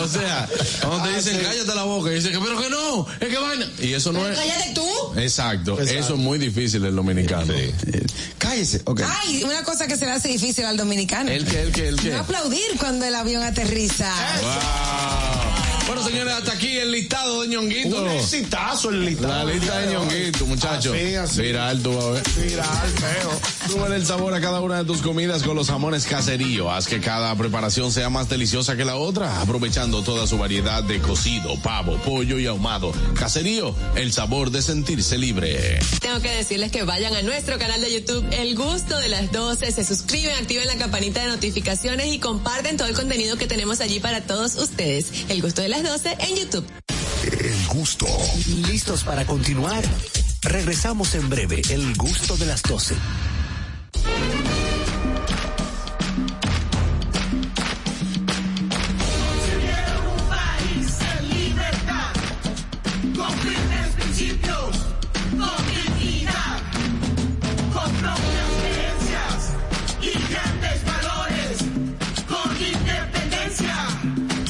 o sea, cuando te dicen cállate la boca, y dice que pero que no, es que vaina. Y eso no es. Cállate tú. Exacto, Exacto. eso es muy difícil el dominicano. Cállese, ok. Ay, una cosa que se le hace difícil al dominicano. ¿El qué, el qué, el qué? Eh. No aplaudir cuando el avión aterriza. Bueno, señores, hasta aquí el listado de ñonguito. Un exitazo el listado. La lista de ñonguito, muchachos. Así, así. Viral, tú vas a ver. Viral, feo. Súbele el sabor a cada una de tus comidas con los jamones caserío. Haz que cada preparación sea más deliciosa que la otra, aprovechando toda su variedad de cocido, pavo, pollo y ahumado. Caserío, el sabor de sentirse libre. Tengo que decirles que vayan a nuestro canal de YouTube El Gusto de las 12, se suscriben, activen la campanita de notificaciones y comparten todo el contenido que tenemos allí para todos ustedes. El Gusto de las 12 en YouTube. El gusto. ¿Listos para continuar? Regresamos en breve. El gusto de las 12. un país en libertad, con firmes principios, con dignidad, con propias creencias y grandes valores, con independencia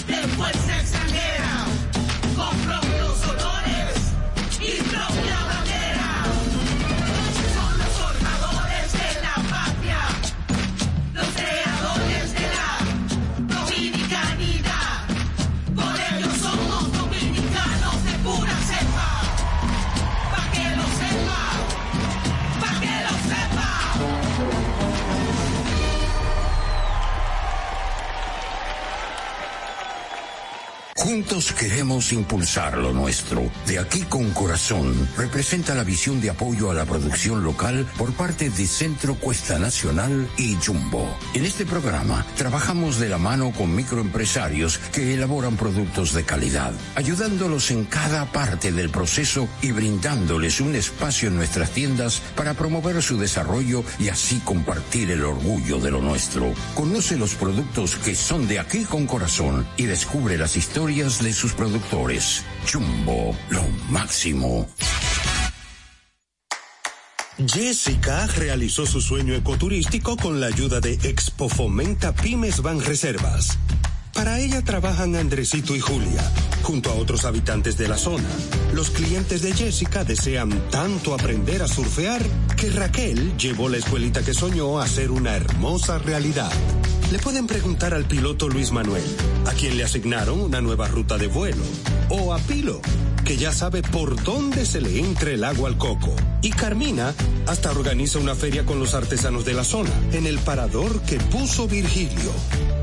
de fuerza extranjera, con propios honores y propia bandera. Son los formadores de la patria, los creadores de la dominicanidad. Por ello somos dominicanos de pura cepa. Pa' que lo sepa. Pa' que lo sepa. Juntos queremos impulsar lo nuestro. De aquí con corazón representa la visión de apoyo a la producción local por parte de Centro Cuesta Nacional y Jumbo. En este programa trabajamos de la mano con microempresarios que elaboran productos de calidad, ayudándolos en cada parte del proceso y brindándoles un espacio en nuestras tiendas para promover su desarrollo y así compartir el orgullo de lo nuestro. Conoce los productos que son de aquí con corazón y descubre las historias de sus productores. Chumbo, lo máximo. Jessica realizó su sueño ecoturístico con la ayuda de Expo Fomenta Pymes Van Reservas. Para ella trabajan Andresito y Julia, junto a otros habitantes de la zona. Los clientes de Jessica desean tanto aprender a surfear que Raquel llevó la escuelita que soñó a ser una hermosa realidad. Le pueden preguntar al piloto Luis Manuel, a quien le asignaron una nueva ruta de vuelo, o a Pilo, que ya sabe por dónde se le entre el agua al coco. Y Carmina hasta organiza una feria con los artesanos de la zona, en el parador que puso Virgilio.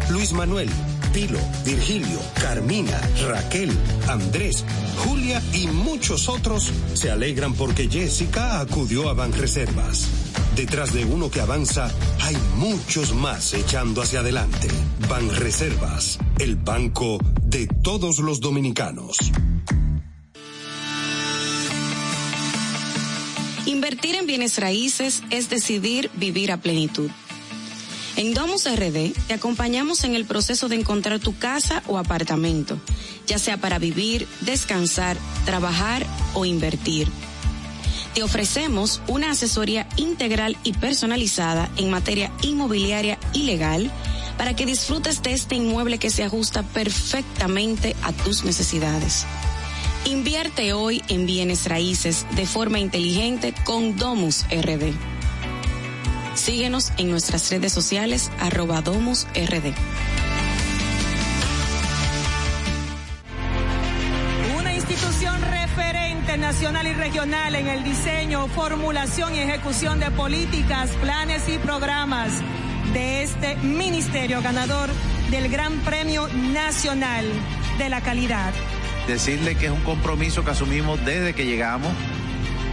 Luis Manuel, Pilo, Virgilio, Carmina, Raquel, Andrés, Julia y muchos otros se alegran porque Jessica acudió a Banreservas. Detrás de uno que avanza, hay muchos más echando hacia adelante. Banreservas, el banco de todos los dominicanos. Invertir en bienes raíces es decidir vivir a plenitud. En Domus RD te acompañamos en el proceso de encontrar tu casa o apartamento, ya sea para vivir, descansar, trabajar o invertir. Te ofrecemos una asesoría integral y personalizada en materia inmobiliaria y legal para que disfrutes de este inmueble que se ajusta perfectamente a tus necesidades. Invierte hoy en bienes raíces de forma inteligente con Domus RD. Síguenos en nuestras redes sociales arroba Domus RD. Una institución referente nacional y regional en el diseño, formulación y ejecución de políticas, planes y programas de este ministerio ganador del Gran Premio Nacional de la Calidad. decirle que es un compromiso que asumimos desde que llegamos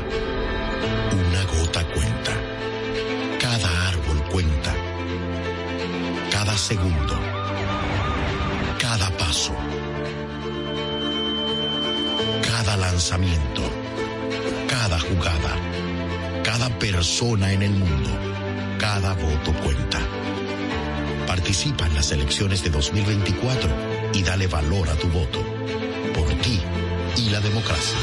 una gota cuenta. Cada árbol cuenta. Cada segundo. Cada paso. Cada lanzamiento. Cada jugada. Cada persona en el mundo. Cada voto cuenta. Participa en las elecciones de 2024 y dale valor a tu voto. Por ti y la democracia.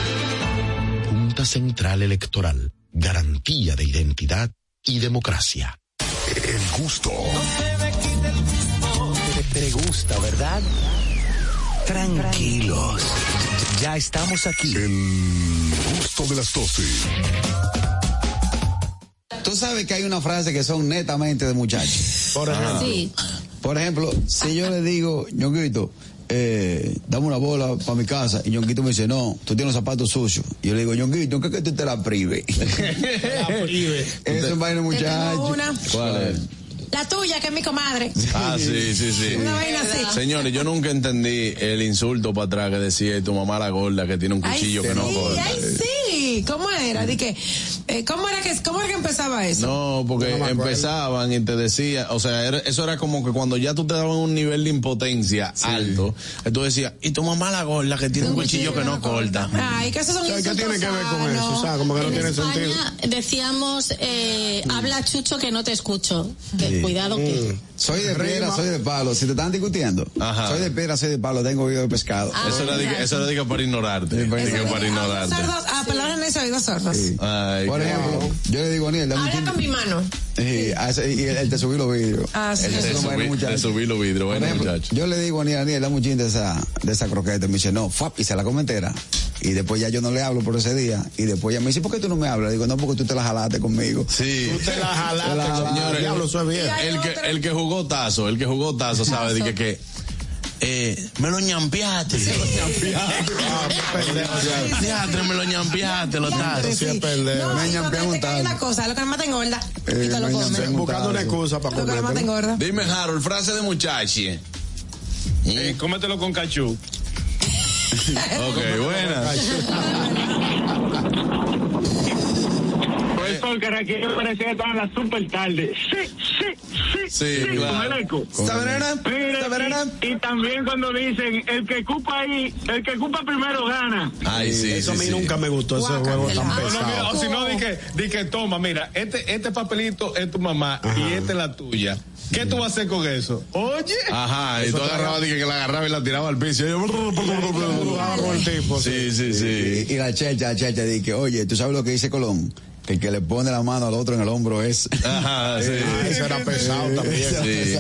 Junta Central Electoral. Garantía de identidad y democracia. El gusto. Te, te gusta, ¿verdad? Tranquilos. Ya estamos aquí. El gusto de las 12. Tú sabes que hay una frase que son netamente de muchachos. Por ejemplo. Sí. Por ejemplo, si yo le digo, Ñonguito, eh, dame una bola para mi casa, y Ñonguito me dice, no, tú tienes los zapatos sucios. Y yo le digo, Ñonguito, ¿qué que tú te la prive? Eso es vaina, muchachos. una. La tuya, que es mi comadre. Ah, sí, sí, sí. Una vaina así. Señores, yo nunca entendí el insulto para atrás que decía "Y tu mamá la gorda que tiene un Ay, cuchillo que sí, no Eh. corta. ay, sí. ¿Cómo era? Di que, eh, ¿cómo, era que, ¿Cómo era que empezaba eso? No, porque empezaban y te decía, o sea, era- eso era como que cuando ya tú te daban un nivel de impotencia alto, eh, tú decías, y tu mamá la gorda que tiene un cuchillo que no corta. Ay, que esos son ¿Qué insultos tiene que ver con sanos. eso? O sea, como que no En tiene España sentido. Mm. decíamos, eh, habla Chucho que no te escucho. Que Sí. Cuidado que... Mm. Soy de piedra, soy de palo. Si te están discutiendo, soy de piedra, soy de palo, tengo oído de pescado. Eso era, de- eso era de que para ignorarte. de que para ignorarte. Sordos, ah, a palabras en ese oído sordos. Ay, Por qué- ejemplo, yo le digo a Aniel, dame un Habla chin- con mi mano. Sí, a ese- y el, el te subí los vidrios. Ah, sí. El te Te subí los subí, vidrios, te muchacho. subí los vidrios, bueno, muchacho. Yo le digo a Aniel, Aniel, dame un chin de esa, de esa croqueta. Y Me dice, no, fap, y se la come entera. Y después ya yo no le hablo por ese día. Y después ya me dice, ¿por qué tú no me hablas? Digo, no, porque tú te la jalaste conmigo. Sí. Tú te la jalaste, Señores, diablo, eso es bien. Y hay El que, otra. el que jugó tazo, el que jugó tazo, sabe, de que, que, eh, me lo ñampeaste. Me lo ñampeaste. Ah, Diatre, me lo ñampeaste, los tazos. Sí, es pendejo. Me un Hay una cosa, lo que más te engorda y te lo comes. Buscando una excusa para Lo que más comer. te engorda. Dime, Harold, frase de muchachi. Eh, cómetelo con cachú. ok, buenas. Pues porque aquí me parecía que estaban las super tarde. Sí, sí, sí. Sí, Con claro. el eco. Con el eco. Sabrana, Mira, sabrana. Y, y también cuando dicen, el que ocupa ahí, el que ocupa primero gana. Ay, sí, Eso a sí, mí sí. nunca me gustó ese juego Ah, tan Guácatela. pesado. No, no, Mira, o si no, di que, di que toma, mira, este, este papelito es tu mamá y esta es la tuya. ¿Qué tú vas a hacer con eso? Oye. Ajá, y Eso tú te- agarrabas dije que la agarraba y la tiraba al piso. Y yo- Sí, sí, sí. Y, y la checha, la checha, dije, oye, ¿tú sabes lo que dice Colón? Que el que le pone la mano al otro en el hombro es... Ajá, sí. Ah, eso era pesado también. Sí.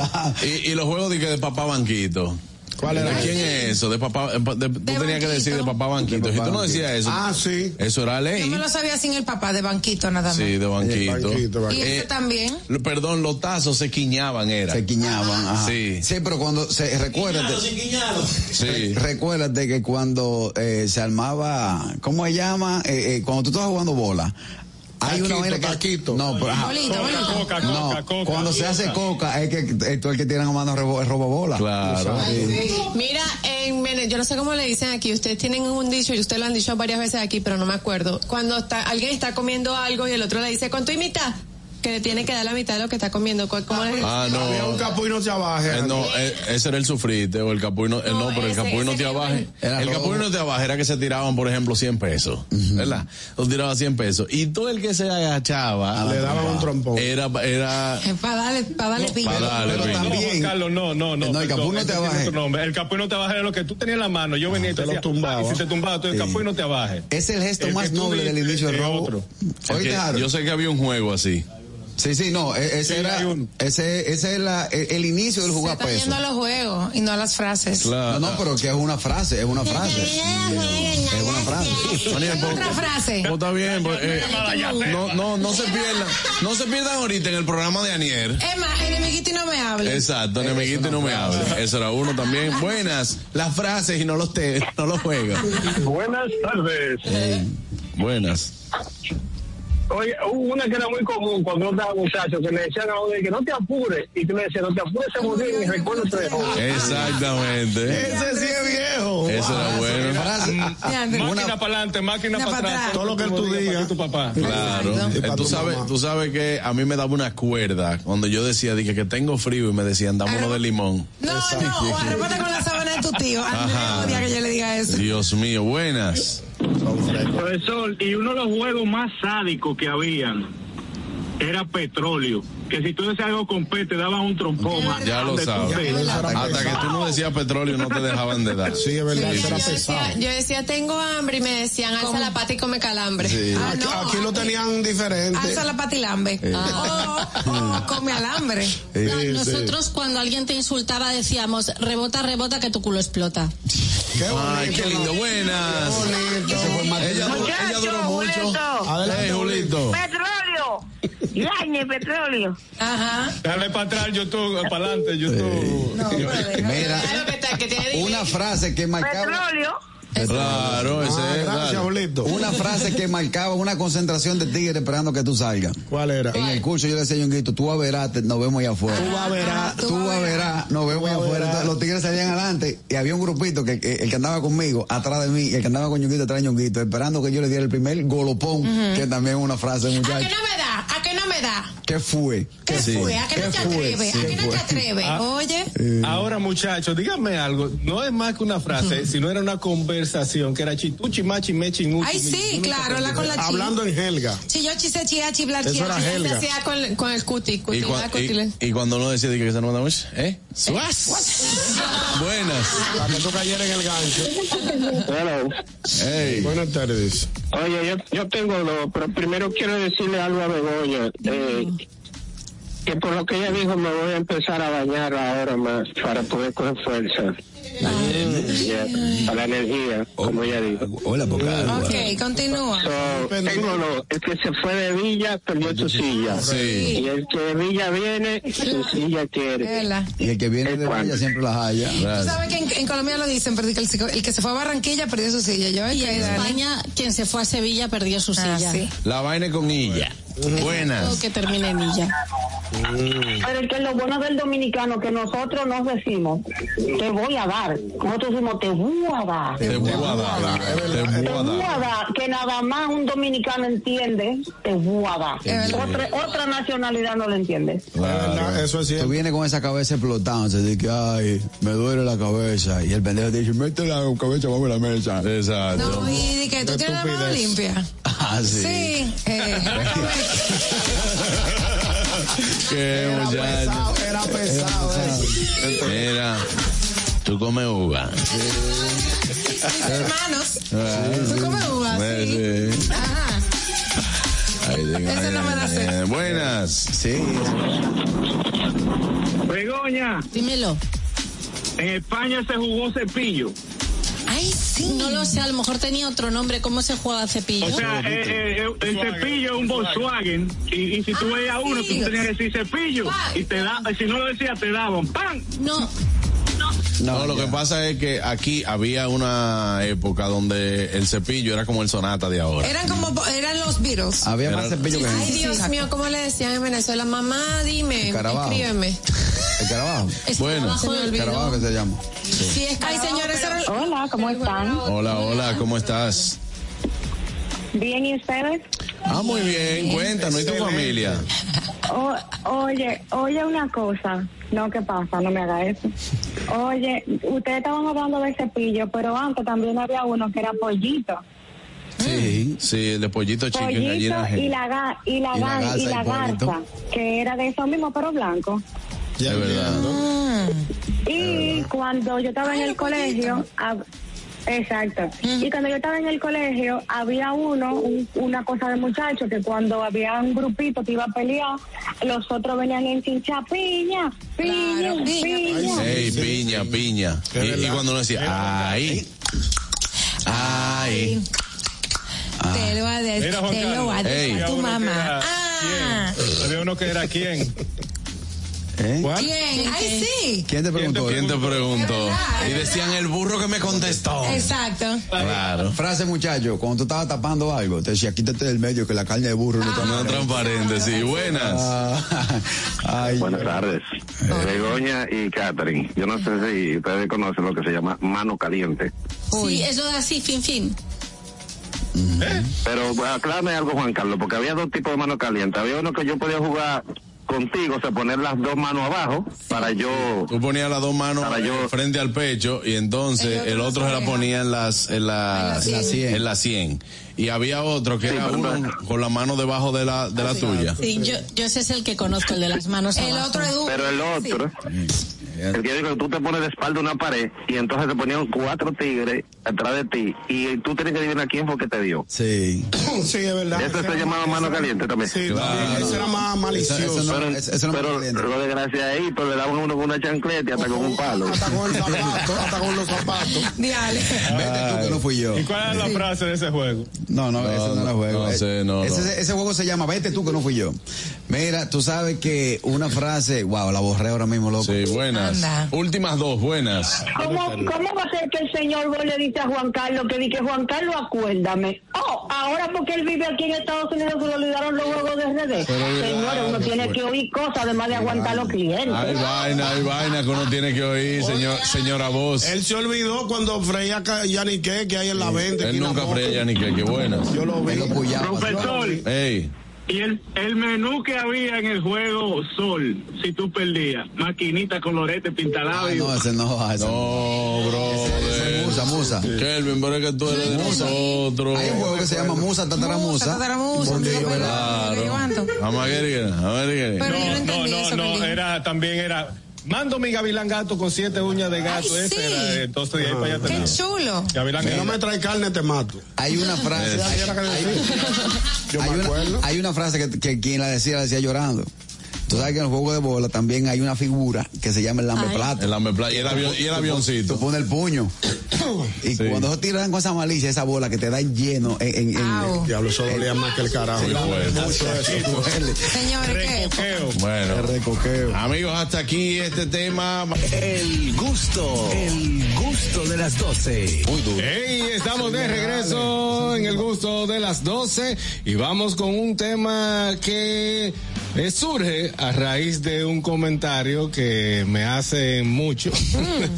Y, y los juegos de, que de papá banquito. ¿Cuál era? ¿Quién es eso? De papá, eh, de- tú tenías que decir de papá banquito. si tú no decías eso. Ah, sí. Eso era Yo ley. me lo sabía sin el papá de banquito nada más. Sí, de banquito. Y Eh, eso también. lo- perdón, los tazos se quiñaban, era. Se quiñaban, ajá. Sí. Sí, pero cuando se recuérdate, Sí. recuérdate que cuando eh, se armaba, ¿cómo se llama? Eh, eh, cuando tú estabas jugando bola. Hay una vaina que No, pero, ajá. Bolito, bolito. Coca, No, coca, coca. cuando se hace coca es que es tú el que tiene la mano roba, roba bola. Claro. Mira, en Vene- yo no sé cómo le dicen aquí, ustedes tienen un dicho y ustedes lo han dicho varias veces aquí, pero no me acuerdo. Cuando está, alguien está comiendo algo y el otro le dice, ¿cuánto y mitad? Que le tiene que dar la mitad de lo que está comiendo. ¿Cu- ¿Cómo le Ah, no. Había un capú y no se Eh, abaje. no, eh, ese era el sufrite o el capuy no, eh, no, pero el ese- capuy no ese te era abaje. Era El rojo. capuy no te abaje era que se tiraban, por ejemplo, 100 pesos, ¿verdad? Los tiraba 100 pesos. Y todo el que se agachaba. Le daban un trompón. Era, era, Es para darle, para darle piña. para darle, pero Luis. también- No, Juan Carlos, no, no, no. No, el perdón, capú no ese te tiene abaje. otro nombre. El capú no te abaje, lo que tú tenías en la mano. Yo venía y te, te lo decía, tumbaba. "Ah", Y si te tumbaba, tú el Sí. capú y no te abaje. Es el gesto El que más tú noble del dices inicio del es robo. otro. Es Oíste, que Harold? yo sé que había un juego así. Sí, sí, no, e- ese Sí, era hay uno. ese ese es la- e-, el, el inicio del Se jugar está peso. yendo a los juegos y no a las frases. No, no, pero que es una frase, es una frase. Es una frase. Daniel, pues, Otra frase. pues, está bien, pues, eh, no, no, no se pierdan, no se pierdan ahorita en el programa de Anier. Emma, enemiguito y no me Eh, hable. Exacto, enemiguito y no me hable. Eso era uno también. Buenas, las frases y no los te, no los juegas. Buenas tardes. Buenas. Oye, hubo una que era muy común cuando uno estaba muchacho, que le decían a uno de que no te apures, y tú le decías, no te apures, se murió, y recuerdo tres Exactamente. Ese sí es viejo. Eso era bueno. Frase. Máquina para adelante, máquina Una para pa' atrás. atrás. Todo lo que tú digas. Tu papá. Claro. Eh, Tú sabes, tú sabes que a mí me daba una cuerda cuando yo decía dije, que tengo frío y me decían, Ah. dámonos de limón. No, no, o arrépate con la sábana de tu tío. A mí Ajá. me odia que yo le diga eso. Dios mío, buenas. Profesor, y uno de los juegos más sádicos que habían era petróleo. Que si tú decías algo con P, te daban un trompón. Ya lo sabes. Hasta que tú no decías petróleo no te dejaban de dar. Sí, es verdad, eso era yo, decía, pesado. yo decía, tengo hambre y me decían, alza la pata y come calambre. Ah, Aquí, no, Eh, aquí lo tenían diferente. Alza la patilambe. Ah, O o come alambre. No, Ah, Nosotros cuando alguien te insultaba decíamos, rebota, rebota, que tu culo explota. Ay, qué lindo, buenas. Ella, du- ella duró mucho. Eh, Hey, Julito. Petróleo. Yañe, petróleo. Ajá. Dale para atrás, YouTube, para adelante, YouTube. Mira, Claro, que te- que tiene una frase que marcaba Petróleo. Claro, ese Este, Ah, es. gracias, dale. abuelito. una frase que marcaba una concentración de tigres esperando que tú salgas. ¿Cuál era? En el curso yo le decía a Yonguito, tú a verás, te- nos vemos allá afuera. Tú vas a verás. Tú a verás, nos vemos allá afuera. Entonces, los tigres salían adelante y había un grupito que que- el que andaba conmigo atrás de mí y el que andaba con Yonguito atrás de Yonguito, esperando que yo le diera el primer golopón, que también es una frase, ¿A qué muchacho. Ah, no me da? ¿A qué no me da? ¿Qué fue? ¿Qué Sí. fue? ¿A qué no ¿Qué te fue? atreves? Sí, ¿A qué no fue. te atreves? Ah. Oye. Eh. Ahora, muchachos, díganme algo. No es más que una frase, sino era una conversación que era chituchi, machi, mechi, muchi. Ay, sí, claro, la con la chi. Hablando en Helga. Oh, Chillo, chise, chia, chiblar, Eso chia. era chise, Helga. chia, Con, con el cuti, cuti, Y, cua- ah, y- cutile. y cuando uno decía dije, que se no manda mucho, ¿eh? Suaz. Buenas. Para que tú cayeras en el gancho. Hey. Buenas tardes. Oye, yo, yo tengo dos, pero primero quiero decirle algo a Begoña. eh, que por lo que ella dijo, me voy a empezar a bañar ahora más para poder coger fuerza. Yeah, Para la energía, como ella dijo. Hola, Ah. poca. Ok, continúa. So, tengo lo- el que se fue de Villa perdió su silla. Sí. Y el que de Villa viene, su silla quiere. Vela. Y el que viene de Villa siempre las haya. Tú sabes que en, en Colombia lo dicen, pero que el, psico- el que se fue a Barranquilla perdió su silla. Yo, Ah, Y en España, quien se fue a Sevilla perdió su silla. La vaina con ella. Buenas. Todo que termine en illa. Pero es que lo bueno del dominicano que nosotros nos decimos, te voy a dar. Nosotros decimos, te voy a dar. Te voy a dar. Te voy a Te voy dar. a dar, que nada más un dominicano entiende, te voy a dar. Es verdad. Otra, otra nacionalidad no lo entiende. eso es Tú vienes con esa cabeza explotando, de que, ay, me duele la cabeza. Y el pendejo te dice, mete la cabeza bajo la mesa. Exacto. No, y de que tú tienes la mano limpia. Ah, sí. Sí. eh, Qué muchacho. Era pesado, eh. Mira, tú comes uva. Ah. hermanos. Tú comes uva, Sí, sí. Ajá. Ay, digo, Esa no me la sé. eh, Buenas. Sí. Begoña, Dímelo. en España se jugó cepillo. Ay, sí. No lo sé, a lo mejor tenía otro nombre. ¿Cómo se juega cepillo? O sea, eh, eh, eh, el cepillo es un Volkswagen. Y, y si tú Ah, veías a uno, tú sí. tenías que decir cepillo. Y te da, si no lo decías, te daban ¡pam! No. No, lo que pasa es que aquí había una época donde el cepillo era como el sonata de ahora. Eran como, eran los Beatles. Había más cepillo que Ay, gente. Dios mío, ¿cómo le decían en Venezuela? Mamá, dime, Escarabajo. escríbeme. El carabajo. Bueno, Se me olvidó. carabajo que se llama. Sí, es Ay, señores, Hola, ¿cómo están? Hola, hola, ¿cómo estás? Bien, ¿y ustedes? Ah, muy bien, cuéntanos, ¿y tu familia? O- oye, oye una cosa. No, ¿qué pasa? No me haga eso. Oye, ustedes estaban hablando de cepillo, pero antes también había uno que era pollito. Sí. Sí, el de pollito chico en Pollito gallina. y la, ga- y la, Y la gar- garza y la y pollito. garza, que era de eso mismo, pero blanco. De verdad. Mm. Y cuando yo estaba en el colegio, hab- exacto. Y cuando yo estaba en el colegio, había uno, un- una cosa de muchachos, que cuando había un grupito que iba a pelear, los otros venían en chincha, piña, piña, piña. Ey, piña, piña. Y- Y, cuando uno decía, ay, ay. Te lo va a decir, Mira, Juan te lo Carlos. va a decir Ey. a tu Uno que mamá. era Ah, Había uno que era quién. ¿Cuál? bien, ay sí. ¿Quién te preguntó? ¿Eh? ¿Quién te preguntó? Y decían el burro que me contestó. Exacto. Claro. Frase, muchacho, cuando tú estabas tapando algo, te decía, quítate del medio que la carne de burro no está Ah, No transparente, sí. Buenas. Ah, Buenas tardes. Begoña y Catherine. Yo no sé si ustedes conocen lo que se llama mano caliente. Sí, eso da así, fin, fin. ¿Eh? Pero pues, aclárame algo, Juan Carlos, porque había dos tipos de mano caliente. Había uno que yo podía jugar contigo, o sea, poner las dos manos abajo para yo... Tú ponías las dos manos frente al pecho y entonces el otro se la ponía en las en la, En la sien. en la sien. Y había otro que era uno con la mano debajo de la de la tuya. Sí, yo, yo ese es el que conozco, el de las manos El otro es Pero el otro, el que digo, tú te pones de espalda a una pared y entonces te ponían cuatro tigres atrás de ti y tú tienes que adivinar quién fue que te dio. Sí. Sí, es verdad. Eso se llamaba mano caliente también. Sí, también. Eso era más malicioso. Eso- eso no- pero eso- eso no pero lo desgracia ahí, pero le daban uno con una chancleta y hasta con un palo. Hasta con los zapatos. Diale. Vete tú que no fui yo. ¿Y cuál era la frase de ese juego? No, no, ese no era juego. Eh, no sé, no, ese, no. ese juego se llama Vete tú que no fui yo. Mira, tú sabes que una frase, wow, la borré ahora mismo, loco. Sí, buenas. Últimas dos, buenas. ¿Cómo, ¿Cómo va a ser que el señor vos le dice a Juan Carlos que dije, Juan Carlos, acuérdame? Oh, ahora porque él vive aquí en Estados Unidos se lo olvidaron los juegos de RD. Señores, uno tiene que oír cosas además de aguantar los clientes. Hay vaina, hay vaina que uno tiene que oír, señor, señora voz. Él se olvidó cuando freía ca- Yanique, que hay en la venta. Él aquí en la nunca boca. freía ni que, que buenas. Yo lo vi. Profesor, Ey, y el, el menú que había en el juego Sol, si tú perdías, maquinita, colorete, pintalabios. Ah, No, ese no, ese no. bro. Musa, musa. Kelvin, pero es que tú eres de nosotros. Hay un juego que se llama Musa Tataramusa. Tataramusa, Porque yo Levanto. Amagueriguera, amagueriguera. Pero yo no No, entendí no, eso. no, Carlín. era también era. Mando mi gavilán gato con siete uñas de gato. Ay, ese sí. era, eh, entonces de ahí para allá Qué tenemos. chulo. Gavilán Si no gato. me trae carne, te mato. Hay una frase. hay, hay una, hay una frase que, que quien la decía la decía llorando. Tú sabes que en los juegos de bola también hay una figura que se llama el lameplata. El lameplata. Y el avión- y el avioncito. Tú pones el puño. y cuando ellos tiran con esa malicia, esa bola que te dan lleno en. en, en Au. Diablo, eso dolía más que el carajo. Sí, bueno. Mucho eso, duele. Señores, ¿qué? Bueno. Amigos, hasta aquí este tema. El gusto. El gusto de las 12. Muy duro. Hey, estamos de regreso en el gusto de las 12 y vamos con un tema que eh, surge a raíz de un comentario que me hacen mucho. Mm.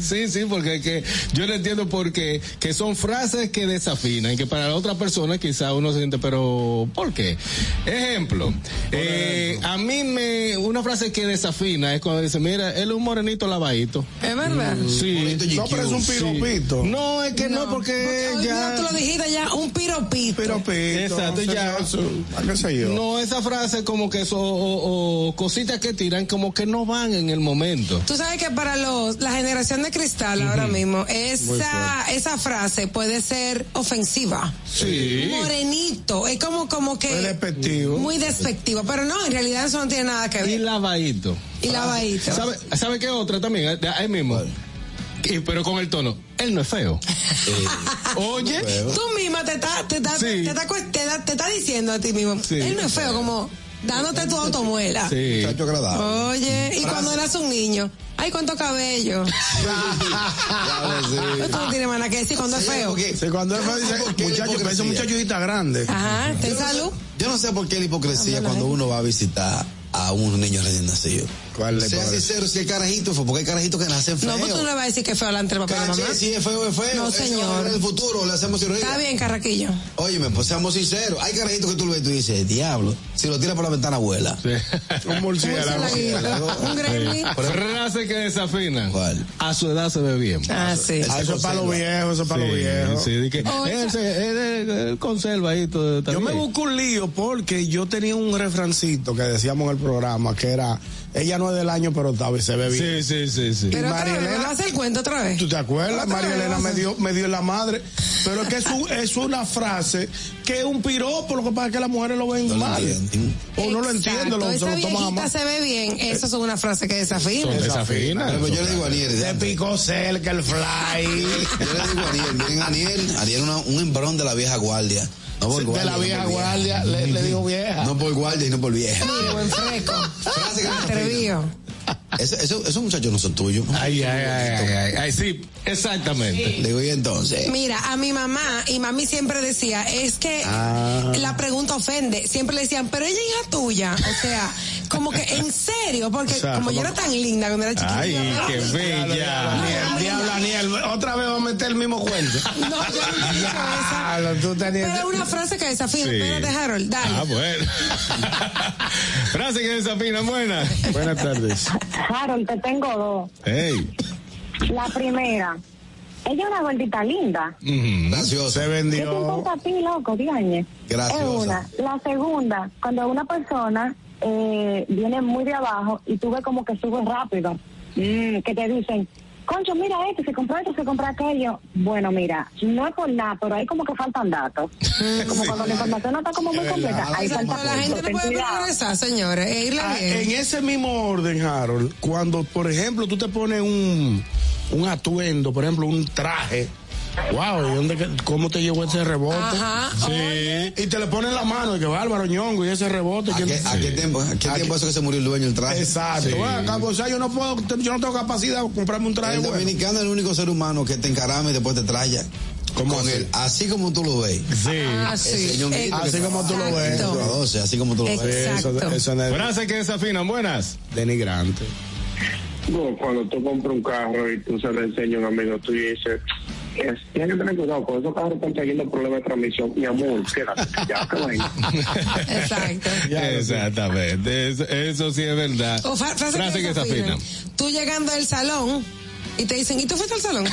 sí, sí, porque que yo no entiendo por qué, que son frases que desafinan, que para la otra persona quizá uno se siente, pero ¿por qué? Ejemplo, eh, a mí me, una frase que desafina es cuando dice, mira, él es un morenito lavadito. Es verdad. Sí. No, pero es un Sí. piropito. No, es que no, porque ya- No, tú lo dijiste ya, un piropito. Exacto, ya. qué sé yo? No, esa frase como que eso, o, o cositas que tiran como que no van en el momento. Tú sabes que para los, la generación de cristal ahora mismo, Muy esa, fuerte. esa frase puede ser ofensiva. Sí. Morenito, es como, como que. Muy despectivo. Muy despectivo, pero no, en realidad eso no tiene nada que ver. Y lavadito. Y lavadito. ¿Sabe, ¿Sabe qué otra también? Eh, Ahí mismo. Y- pero con el tono. Él no es feo. Oye. Tú misma te estás te está, te está cu- te da- te está diciendo a ti mismo. Él no es feo, como dándote tu automuela. Sí. Muchacho agradable. Oye, y cuando eras un niño, ay, cuánto cabello. Tú Ah, no tienes más nada que decir cuando es feo. Sí, cuando él me dice, muchacho, pero ese muchacho está grande. Ajá, ten Yo no sé- salud. Yo no sé por qué la hipocresía cuando uno va a visitar a un niño recién nacido. ¿Cuál sea sincero, si el carajito fue, porque hay carajitos que nacen feos. No, pues tú no le vas a decir que es feo delante del papá y la Caché, mamá. si es feo, es feo. No, Eso señor. va a ver en el futuro le hacemos cirugía. Está bien, Carraquillo. Óyeme, pues seamos sinceros. Hay carajitos que tú lo ves y tú dices, diablo, si lo tiras por la ventana, abuela. Un murciélago. Un Sí. Frase que desafina. A su edad se ve bien. Ah, sí. Ah, eso es para los viejos, eso es para los Sí, viejos. sí, de que- Él se- él- él- él conserva ahí todo. Yo también. me busco un lío porque yo tenía un refrancito que decíamos en el programa que era, ella no es del año, pero tal vez se ve bien. Sí, sí, sí, sí. Pero otra vez, ¿me vas a hacer el cuento otra vez? ¿Tú te acuerdas? Otra María vez, Elena vas a- me dio, me dio en la madre. Pero es que es, un- es una frase que es un piropo, lo que pasa es que las mujeres lo ven mal. O no lo entienden, lo, se Exacto, lo esa toman a viejita mal. se ve bien. Eso es una frase que desafina. Pero yo le digo a Aniel. Se picó cerca el Yo fly. le digo a Aniel, miren, Aniel, Aniel una- un embrón de la vieja guardia. No por De guardia, la no por vieja guardia, le- le digo vieja. No por guardia y no por vieja. Mira, buen fresco. Atrevido. Eso- eso- esos muchachos no son tuyos. Ay, ay, ay, ay, ay, ay, sí, exactamente. Le digo, y entonces. Mira, a mi mamá y mami siempre decía, es que Ah. la pregunta ofende. Siempre le decían, pero ella es hija tuya. O sea, como que en serio, porque O sea, como, yo como- era tan linda cuando era chiquita. Ay, qué bella. Aniel, diablo, Aniel, otra vez va a meter el mismo cuento. No, yo no he dicho esa. Diablo, tú tenías- Pero una frase que desafía. Sí. Espérate, Harold, dale. Ah, bueno. Frase que desafina, buena. Buenas tardes. Harold, te tengo dos. Hey. La primera, ella es una gordita linda. Graciosa. Se ¿Qué te vendió. importa a ti, loco, Diañez? Graciosa. Es una. La segunda, cuando una persona eh, viene muy de abajo y tú ves como que sube rápido, mm, que te dicen, concho, mira esto, se compró esto, se compró aquello. Bueno, mira, no es por nada, pero ahí como que faltan datos. como cuando la información no está como muy Es completa, verdad. ahí Pero falta La gente no puede progresar, señores. E irle Ah, bien. en ese mismo orden, Harold, cuando, por ejemplo, tú te pones un, un atuendo, por ejemplo, un traje. Wow, ¿y dónde, que- ¿cómo te llegó ese rebote? Ajá, Sí. Y te le ponen la mano, y que bárbaro, ñongo, y ese rebote. ¿A ¿quién- qué, a qué tiempo, a qué tiempo eso que se murió el dueño del traje? Exacto. Sí. Ah, cabo, o sea, yo no puedo, yo no tengo capacidad de comprarme un traje El bueno. dominicano es el único ser humano que te encarama y después te traya. con así? él, así como tú lo ves. Sí. Ah, sí. Ese ñonguito que Así está- como tú lo ves. Exacto. A 12, así como tú lo ves. Eso, eso no es Frase que desafina, buenas. denigrante. No, cuando tú compras un carro y tú se lo enseñas a un amigo tuyo y dices, "Es- tienes que tener cuidado, con esos carros están trayendo problemas de transmisión. Mi amor, quédate, ya que vaina. Exacto. Exactamente. Eso, eso sí es verdad. O fra- frase, que desafina. Tú llegando al salón y te dicen, ¿y tú fuiste al salón?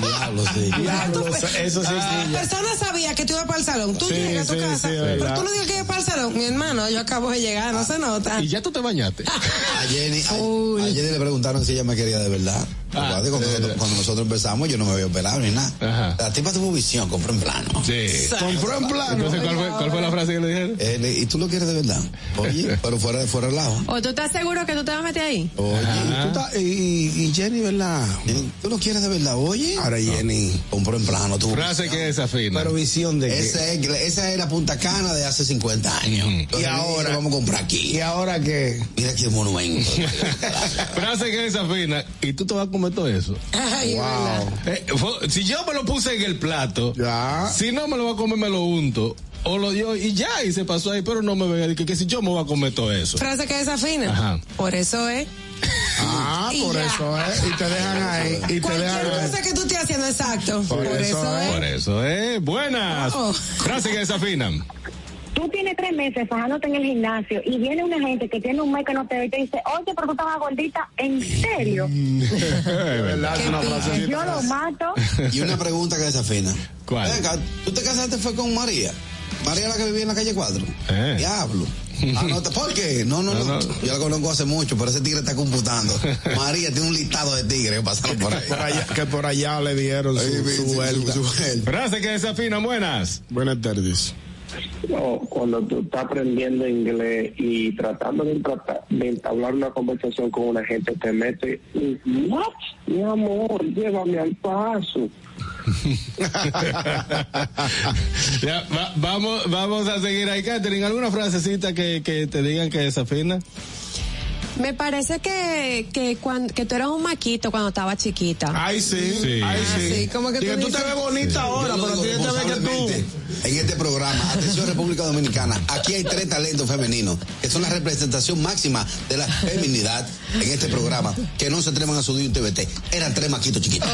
Pues, Diablo, sí. Diablo, eso, eso sí, La sí. ya. persona ah, pues, sabía que tú ibas para el salón. Tú Sí, llegas a tu sí, casa. sí, es pero verdad. tú no digas que ibas para el salón. Mi hermano, yo acabo de llegar, no se nota. Y ya tú te bañaste. A Jenny, a, a Jenny le preguntaron si ella me quería de verdad. Ah, Recuerda que cuando, nosotros, cuando nosotros empezamos, yo no me había operado ni nada. La tipa tuvo visión, compró en plano. Sí. Compró en plano. Entonces, ¿cuál fue, cuál fue la frase que le dijeron? Eh, le- ¿Y tú lo quieres de verdad? Oye, pero fuera, fuera del lado. ¿O tú estás seguro que tú te vas a meter ahí? Oye, ¿tú estás- y, y Jenny, ¿verdad? ¿Tú lo quieres de verdad? Oye. ¿Eh? Ahora Jenny compró en plano. Tuvo Frase que desafina. Pero visión de que- esa es, esa es la Punta Cana de hace 50 años. Entonces, ahora? vamos a comprar aquí. ¿Y ahora qué? Mira qué monumento. Frase que desafina. ¿Y tú te vas a comer todo eso? Ay, es verdad. Eh, fue- si yo me lo puse en el plato, si no me lo va a comer, me lo unto. O lo yo y ya, y se pasó ahí, pero no me venga a decir que, que si yo me voy a comer todo eso. Frase que desafina. Ajá. Por eso es. Ah, Y por ya. eso es. Y te dejan ahí. Y te Cualquier dejan ahí. cosa que tú estés haciendo, exacto. Por, eso, es. Por eso es. Buenas. Oh. Frase que desafinan. Tú tienes tres meses fajándote en el gimnasio y viene una gente que tiene un mes que no te ve y te dice, oye, pero tú estabas gordita, ¿en serio? Mm. verdad, es una frase. Yo lo mato. Y una pregunta que desafina. ¿Cuál? ¿tú te casaste fue con María? María la que vivía en la calle 4. Diablo. Ah, no, te- ¿Por qué? No, Eh. no, no. Yo la conozco hace mucho, pero ese tigre está computando. María tiene un listado de tigres que pasaron por ahí. Por allá- que por allá le dieron su, su vuelta. Frase que desafina. Buenas. Buenas tardes. No, cuando tú estás aprendiendo inglés y tratando de, entrata- de entablar una conversación con una gente, te mete, y, "What? Mi amor, llévame al paso. Ya, va- vamos, vamos a seguir ahí, Katherine. ¿Alguna frasecita que, que te digan que desafina? Me parece que, que, cuan- que tú eras un maquito cuando estaba chiquita. Ay, sí. Ay, sí. como que Dije, tú tú te dices- ves bonita Sí. ahora, Yo pero lo digo tienes que ver que tú. responsablemente En este programa, atención República Dominicana, aquí hay tres talentos femeninos que son la representación máxima de la feminidad en este programa, que no se atrevan a subir un TBT. Eran tres maquitos chiquitos.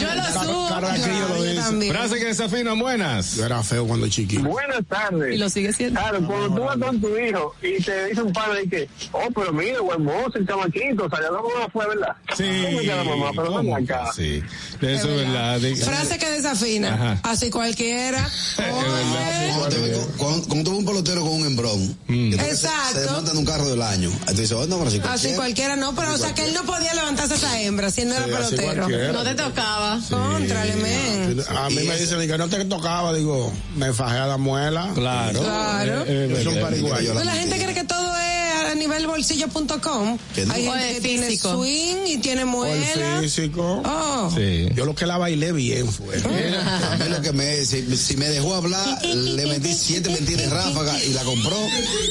Yo lo subo. Carraquillo lo dice. Frase que desafina. Buenas. Yo era feo cuando chiquito. Buenas tardes. Y lo sigue siendo. Claro, cuando tú vas con tu hijo y te dice un padre que, oh, pero mira, buen mozo, el chamaquito, salió la mamá, fue verdad. Sí. ¿Cómo que la mamá? Pero ven ¿Cómo acá. que Sí. Eso es verdad. Diga- Frase que desafina. Ajá. Así cualquiera. Cuando te eh. ve- Cuando cuando tú ves un pelotero con un embrón, que tú ves que se- Exacto. se desmonta en un carro del año. Ahí tú dices, oh, no, pero si Así cualquiera- Ah, cualquiera, no, pero o sea que él no podía levantarse a esa hembra si él no era Sí, así pelotero. cualquiera. No te tocaba. Contrale, men. A mí me dicen que no te tocaba, digo, me fajé a la muela. Claro. Claro. Yo soy un pariguayo. Pues la gente cree que todo es a nivel bolsillo.com. Que no. Hay O gente el que tiene físico. swing y tiene O el muela. físico. Ah. Oh. Yo lo que la bailé bien fue. Ah. A mí lo que me, si, si me dejó hablar, le metí siete mentiras en ráfaga y la compró,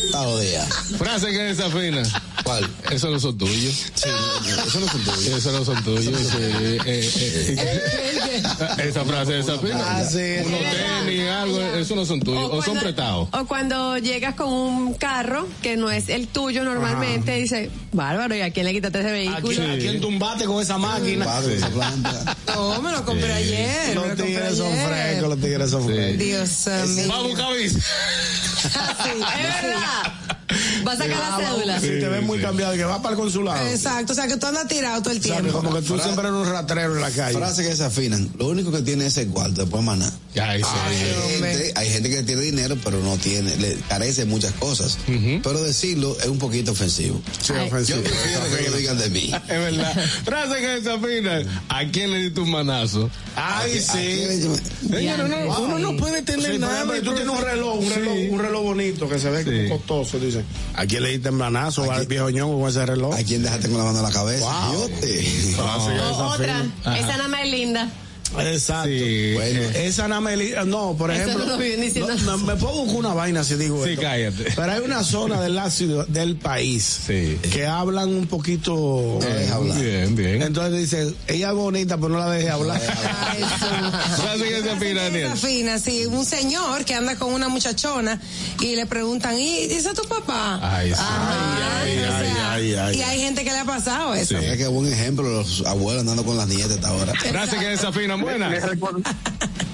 está jodida. Frase que desafina. ¿Cuál? Eso no son tuyos. Sí, eso no son tuyos. Eso no son tuyos. sí. Eh, eh, eh. Esa frase desafina. Ah, sí, es Unos verdad. tenis, algo. Eso no son tuyos. O, son prestados. O cuando llegas con un carro que no es el tuyo normalmente, dice, bárbaro, ¿y a quién le quitaste ese vehículo? ¿A quién tumbaste con esa máquina? No, me lo compré ayer. me Los lo Eh, compré tigres son ayer. frescos, los tigres son frescos. Dios mío. Va a buscar visa. Así, es verdad. Va a sacar la cédula. Si te ves muy cambiado, que va para el consulado. Exacto, o sea que tú andas tirado todo el O sea, que tiempo. como que tú siempre eres un ratrero en la calle. Frase que desafinan. Lo único que tiene es el cuarto, después maná. Ay, hay, gente, hay gente que tiene dinero, pero no tiene, le carece de muchas cosas. Pero decirlo es un poquito ofensivo. Yo prefiero que lo digan de mí. Es verdad. Frase que desafina. ¿A quién le diste un manazo? Ay, sí. Señores, no, uno no puede tener Sí, por nada. ejemplo, y tú tienes un reloj, un Sí. reloj, un reloj bonito que se ve como costoso, dicen. ¿A quién le diste embanazo al viejo ñongo con ese reloj? ¿A quién dejaste con la mano en la cabeza? Wow. Frase que O otra, desafina. esa nada más es linda. Exacto. Bueno, esa no me li- No, por Eso ejemplo. no lo viven diciendo. no, no, me puedo buscar una vaina si digo Sí, esto. cállate. Pero hay una zona de la ciudad, del país que hablan un poquito. Eh, Bien, bien. Entonces dicen, ella es bonita, pero no la deje hablar. Frase que desafina, Daniel. Fina, sí, un señor que anda con una muchachona y le preguntan, ¿y dice tu papá? Ay, sí. Ah, Ay, o sea, ay, ay, ay. Y hay gente que le ha pasado eso. Mira Qué buen ejemplo los abuelos andando con las nietas hasta ahora. Frase que desafina. Me, Buenas. recordé,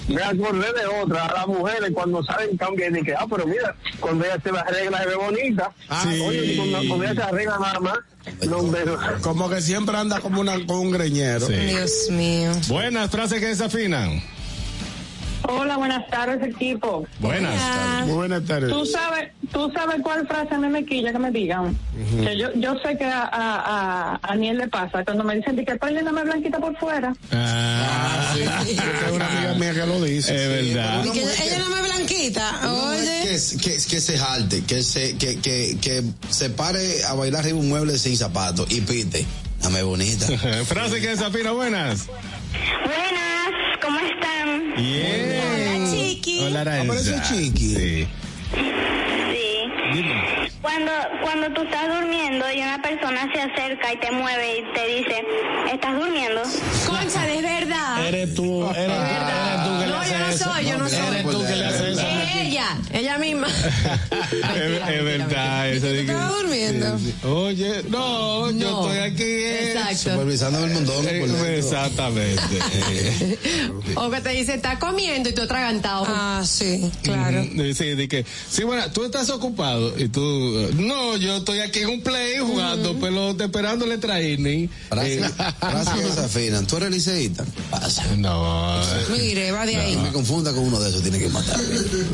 me acordé de otra, a las mujeres cuando salen cambian y que, ah, pero mira, cuando ella se arregla se ve bonita. Oye, cuando, cuando ella se arregla nada más, no me- Como que siempre anda como una, con un greñero. Dios mío. Buenas frases que desafinan. Hola, buenas tardes, equipo. Buenas Hola. tardes. Muy buenas tardes. Tú sabes, tú sabes cuál frase a mí me quilla que me digan. Ujú. Que yo, yo sé que a, a, a Aniel le pasa cuando me dicen de que perdóname blanquita por fuera. Ah, sí. Porque es una amiga mía que lo dice. Es verdad. Y que ella, ella no me blanquita. Oye. Que, que, que se jalte, que se, que, que, que se pare a bailar arriba un mueble sin zapatos y pite. Dame bonita. Frase que desafina, buenas. Buenas, ¿cómo están? Bien. Hola, chiqui. Hola, Aranza. Aparece chiqui. Sí. Sí. Cuando, cuando tú estás durmiendo y una persona se acerca y te mueve y te dice, ¿estás durmiendo? Concha, es verdad. Eres tú, eres, eres tú que le No, haces yo no eso. soy, yo no soy. Eres tú que le haces eso. Es ella, ella misma. es verdad, eso de que. durmiendo? Oye, no, yo estoy aquí. eh, Supervisando el mundo. Eh, Exactamente. Eh, O que te dice, está comiendo y tú atragantado. Ah, sí, claro. eh, Sí, de que, sí, bueno, tú estás ocupado y tú, eh, no, yo estoy aquí en un play jugando pelota, esperando el training. eh, Frase que desafinan. ¿Tú eres liceísta? Pasa. No. Mire, va de ahí. me confunda con uno de esos, tiene que matar.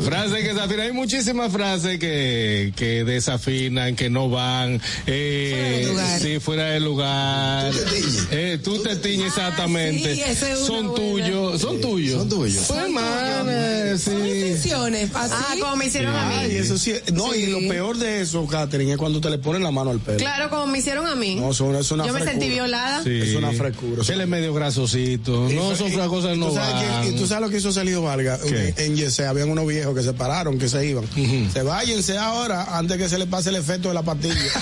Frases que desafinan, hay muchísimas frases que, que desafinan, que no van, eh, sí, fuera de lugar. Tú te tiñes. Eh, tú te tiñes exactamente. sí, esa es una son buena. tuyos, son tuyos. Son tuyos. Pues, eh. manes, sí. Ah, como me hicieron a mí. Ay, eso sí. No, y lo peor de eso, Catherine, es cuando te le ponen la mano al pelo. Claro, como me hicieron a mí. No, eso es una Yo me frescura. sentí violada. Sí. Es una frescura. Él es medio grasosito. Y No, fue- son y- cosas que y no tú sabes van. quién- y tú sabes lo que hizo Salido Valga. ¿Qué? En Yesé habían unos viejos que se pararon, que se iban. Se váyanse ahora antes que se le pase el efecto de la pastilla.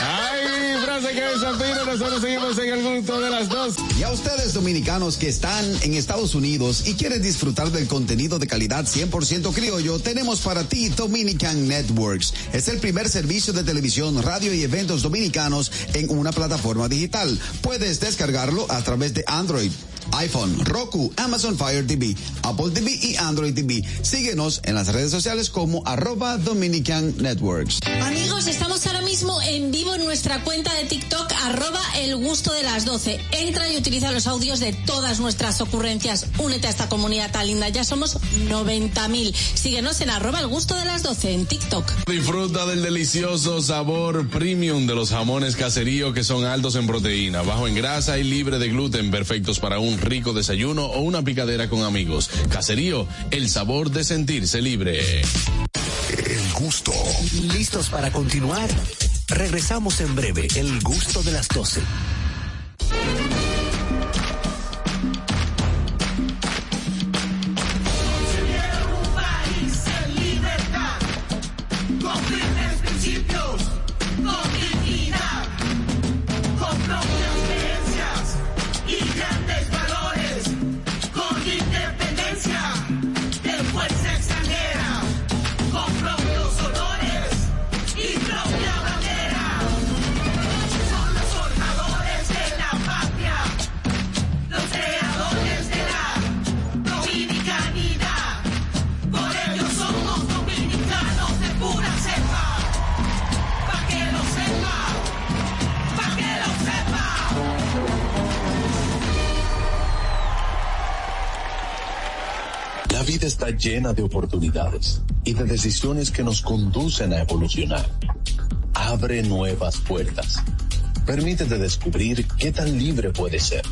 Ay, frase que desafina, nosotros seguimos en el gusto de las dos. Y a ustedes, dominicanos que están en Estados Unidos y quieren disfrutar del contenido de calidad 100% criollo, tenemos para ti Dominican Networks. Es el primer servicio de televisión, radio y eventos dominicanos en una plataforma digital. Puedes descargarlo a través de Android iPhone, Roku, Amazon Fire TV, Apple TV y Android TV. Síguenos en las redes sociales como arroba Dominican Networks. Amigos, estamos ahora mismo en vivo en nuestra cuenta de TikTok, arroba el gusto de las 12. Entra y utiliza los audios de todas nuestras ocurrencias. Únete a esta comunidad tan linda. Ya somos 90.000. Síguenos en arroba el gusto de las 12 en TikTok. Disfruta del delicioso sabor premium de los jamones caserío que son altos en proteína, bajo en grasa y libre de gluten, perfectos para un rico desayuno o una picadera con amigos. Caserío, el sabor de sentirse libre. El gusto. ¿Listos para continuar? Regresamos en breve, el gusto de las 12. un país en libertad, con firmes principios, con dignidad, con propias creencias y grandes valores, con independencia de fuerza extranjera, con propios honores y propia bandera. Son los formadores de la patria, los creadores de la dominicanidad. Por ello somos dominicanos de pura cepa. Pa' que lo sepa. Pa' que lo La vida está llena de oportunidades y de decisiones que nos conducen a evolucionar. Abre nuevas puertas. Permítete descubrir qué tan libre puedes ser.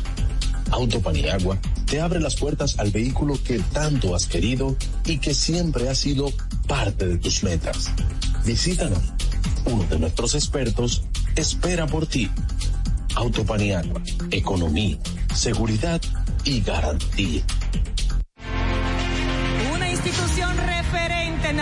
Autopaniagua te abre las puertas al vehículo que tanto has querido y que siempre ha sido parte de tus metas. Visítanos. Uno de nuestros expertos espera por ti. Autopaniagua, economía, seguridad y garantía. Una institución referente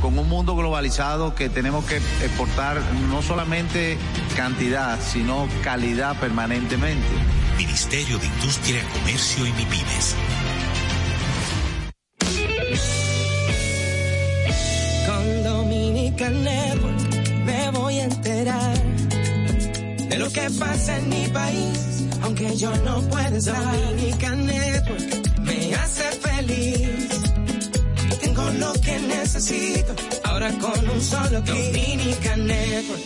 con un mundo globalizado que tenemos que exportar no solamente cantidad, sino calidad permanentemente. Ministerio de Industria, Comercio y MIPIMES. sepa. de lo que pasa en mi país, aunque yo no pueda estar. Dominican Network me hace feliz. Tengo lo que necesito, ahora con un solo clic. Dominican Network.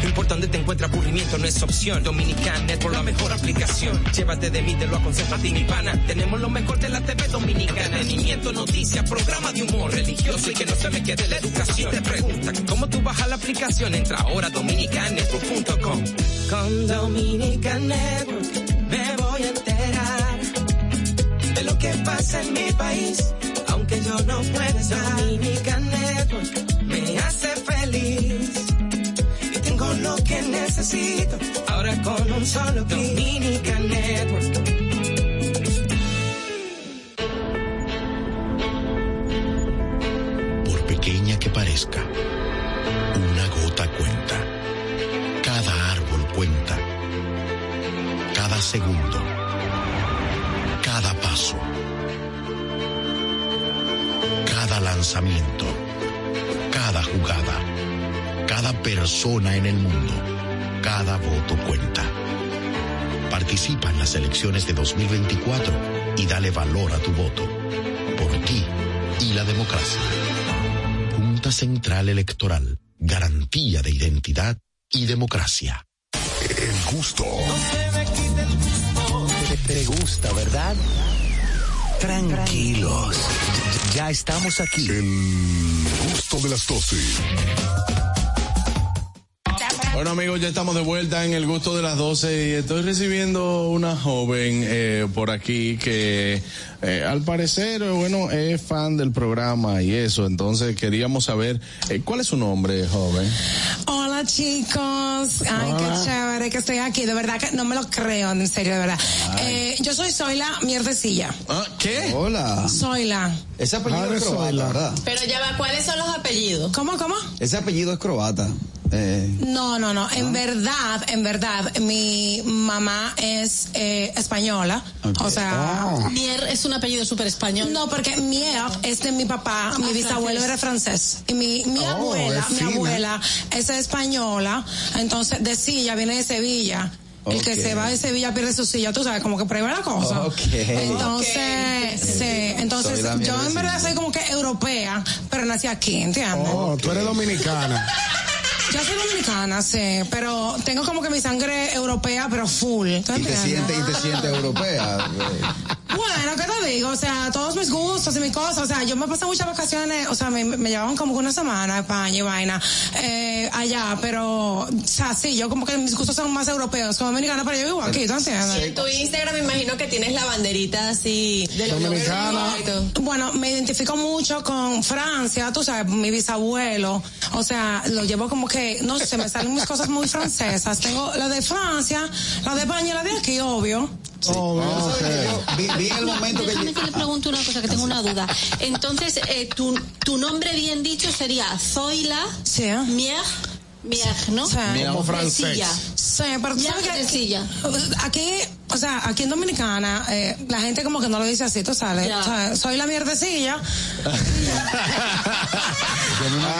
No importa donde te encuentras, aburrimiento no es opción. Dominican Network, la mejor aplicación. Llévate de mí, te lo aconsejo a ti, mi pana. Tenemos lo mejor de la TV dominicana. Entretenimiento, noticias, programa de humor religioso y que no se me quede la educación. Te pregunta, ¿cómo tú bajas la aplicación? Entra ahora a dominicanetwork.com. Con Dominican Network me voy a enterar de lo que pasa en mi país, aunque yo no pueda estar. Dominican Network me hace feliz y tengo lo que necesito ahora con un solo clic. Dominican Network. por pequeña que parezca, una gota cuenta. Cada árbol cuenta. Cada segundo. Cada paso. Cada lanzamiento. Cada jugada. Cada persona en el mundo. Cada voto cuenta. Participa en las elecciones de 2024 y dale valor a tu voto. Por ti y la democracia. Junta Central Electoral. Garantía de identidad y democracia. El gusto. Te, te gusta, ¿verdad? Tranquilos. Ya- Ya estamos aquí. El gusto de las 12. Bueno amigos, ya estamos de vuelta en el gusto de las 12 y estoy recibiendo una joven eh, por aquí que eh, al parecer, eh, bueno, es fan del programa y eso, entonces queríamos saber eh, cuál es su nombre, joven. Hola chicos, ay Hola. qué chévere que estoy aquí, de verdad que no me lo creo, en serio, de verdad. Eh, yo soy Zoila Mierdecilla. ¿Qué? Hola. Zoila. Ese apellido es croata, ¿verdad? Pero ya va, ¿cuáles son los apellidos? ¿Cómo, cómo? Ese apellido es croata. Eh, No, no, no, en verdad, en verdad, mi mamá es eh, española, Ok. o sea... Oh. Ah. Mier es un apellido súper español. Ah, No, porque Mier es de mi papá, mi bisabuelo era francés, y mi, mi Oh, abuela, es mi fina. abuela es española, entonces de Silla, viene de Sevilla. El que Ok. se va de Sevilla pierde su silla, tú sabes, como que prueba la cosa. Ok. Entonces, sí, entonces Soy la yo en mierdecilla. verdad soy como que europea, pero nací aquí, ¿entiendes? Oh, tú eres dominicana. Yo soy dominicana, sí, pero tengo como que mi sangre europea, pero full. ¿Tú y te entiendes? sientes, y te sientes europea. eh. Bueno, ¿qué te digo? O sea, todos mis gustos y mis cosas. O sea, yo me pasé muchas vacaciones, o sea, me, me llevaban como que una semana a España y vaina eh, allá, pero, o sea, sí, yo como que mis gustos son más europeos como dominicana, pero yo vivo aquí, Y ¿tú en entiendes? tu Instagram me imagino que tienes la banderita así de los nombres favoritos. Bueno, me identifico mucho con Francia, tú sabes, mi bisabuelo. O sea, lo llevo como que, no sé, me salen mis cosas muy francesas. Tengo la de Francia, la de España y la de aquí, obvio. Obvio, vi, vi el momento que Déjame que le pregunto una cosa, que tengo una duda. Entonces, eh, tu, tu nombre bien dicho sería Zoila Mier, Mier, ¿no? Mier Como francés. Cecilia. Sí, pero tú Ya sabes no que te silla. aquí, o sea, aquí en Dominicana, eh, la gente como que no lo dice así, tú sabes, Ya. O sea, soy la mierdecilla.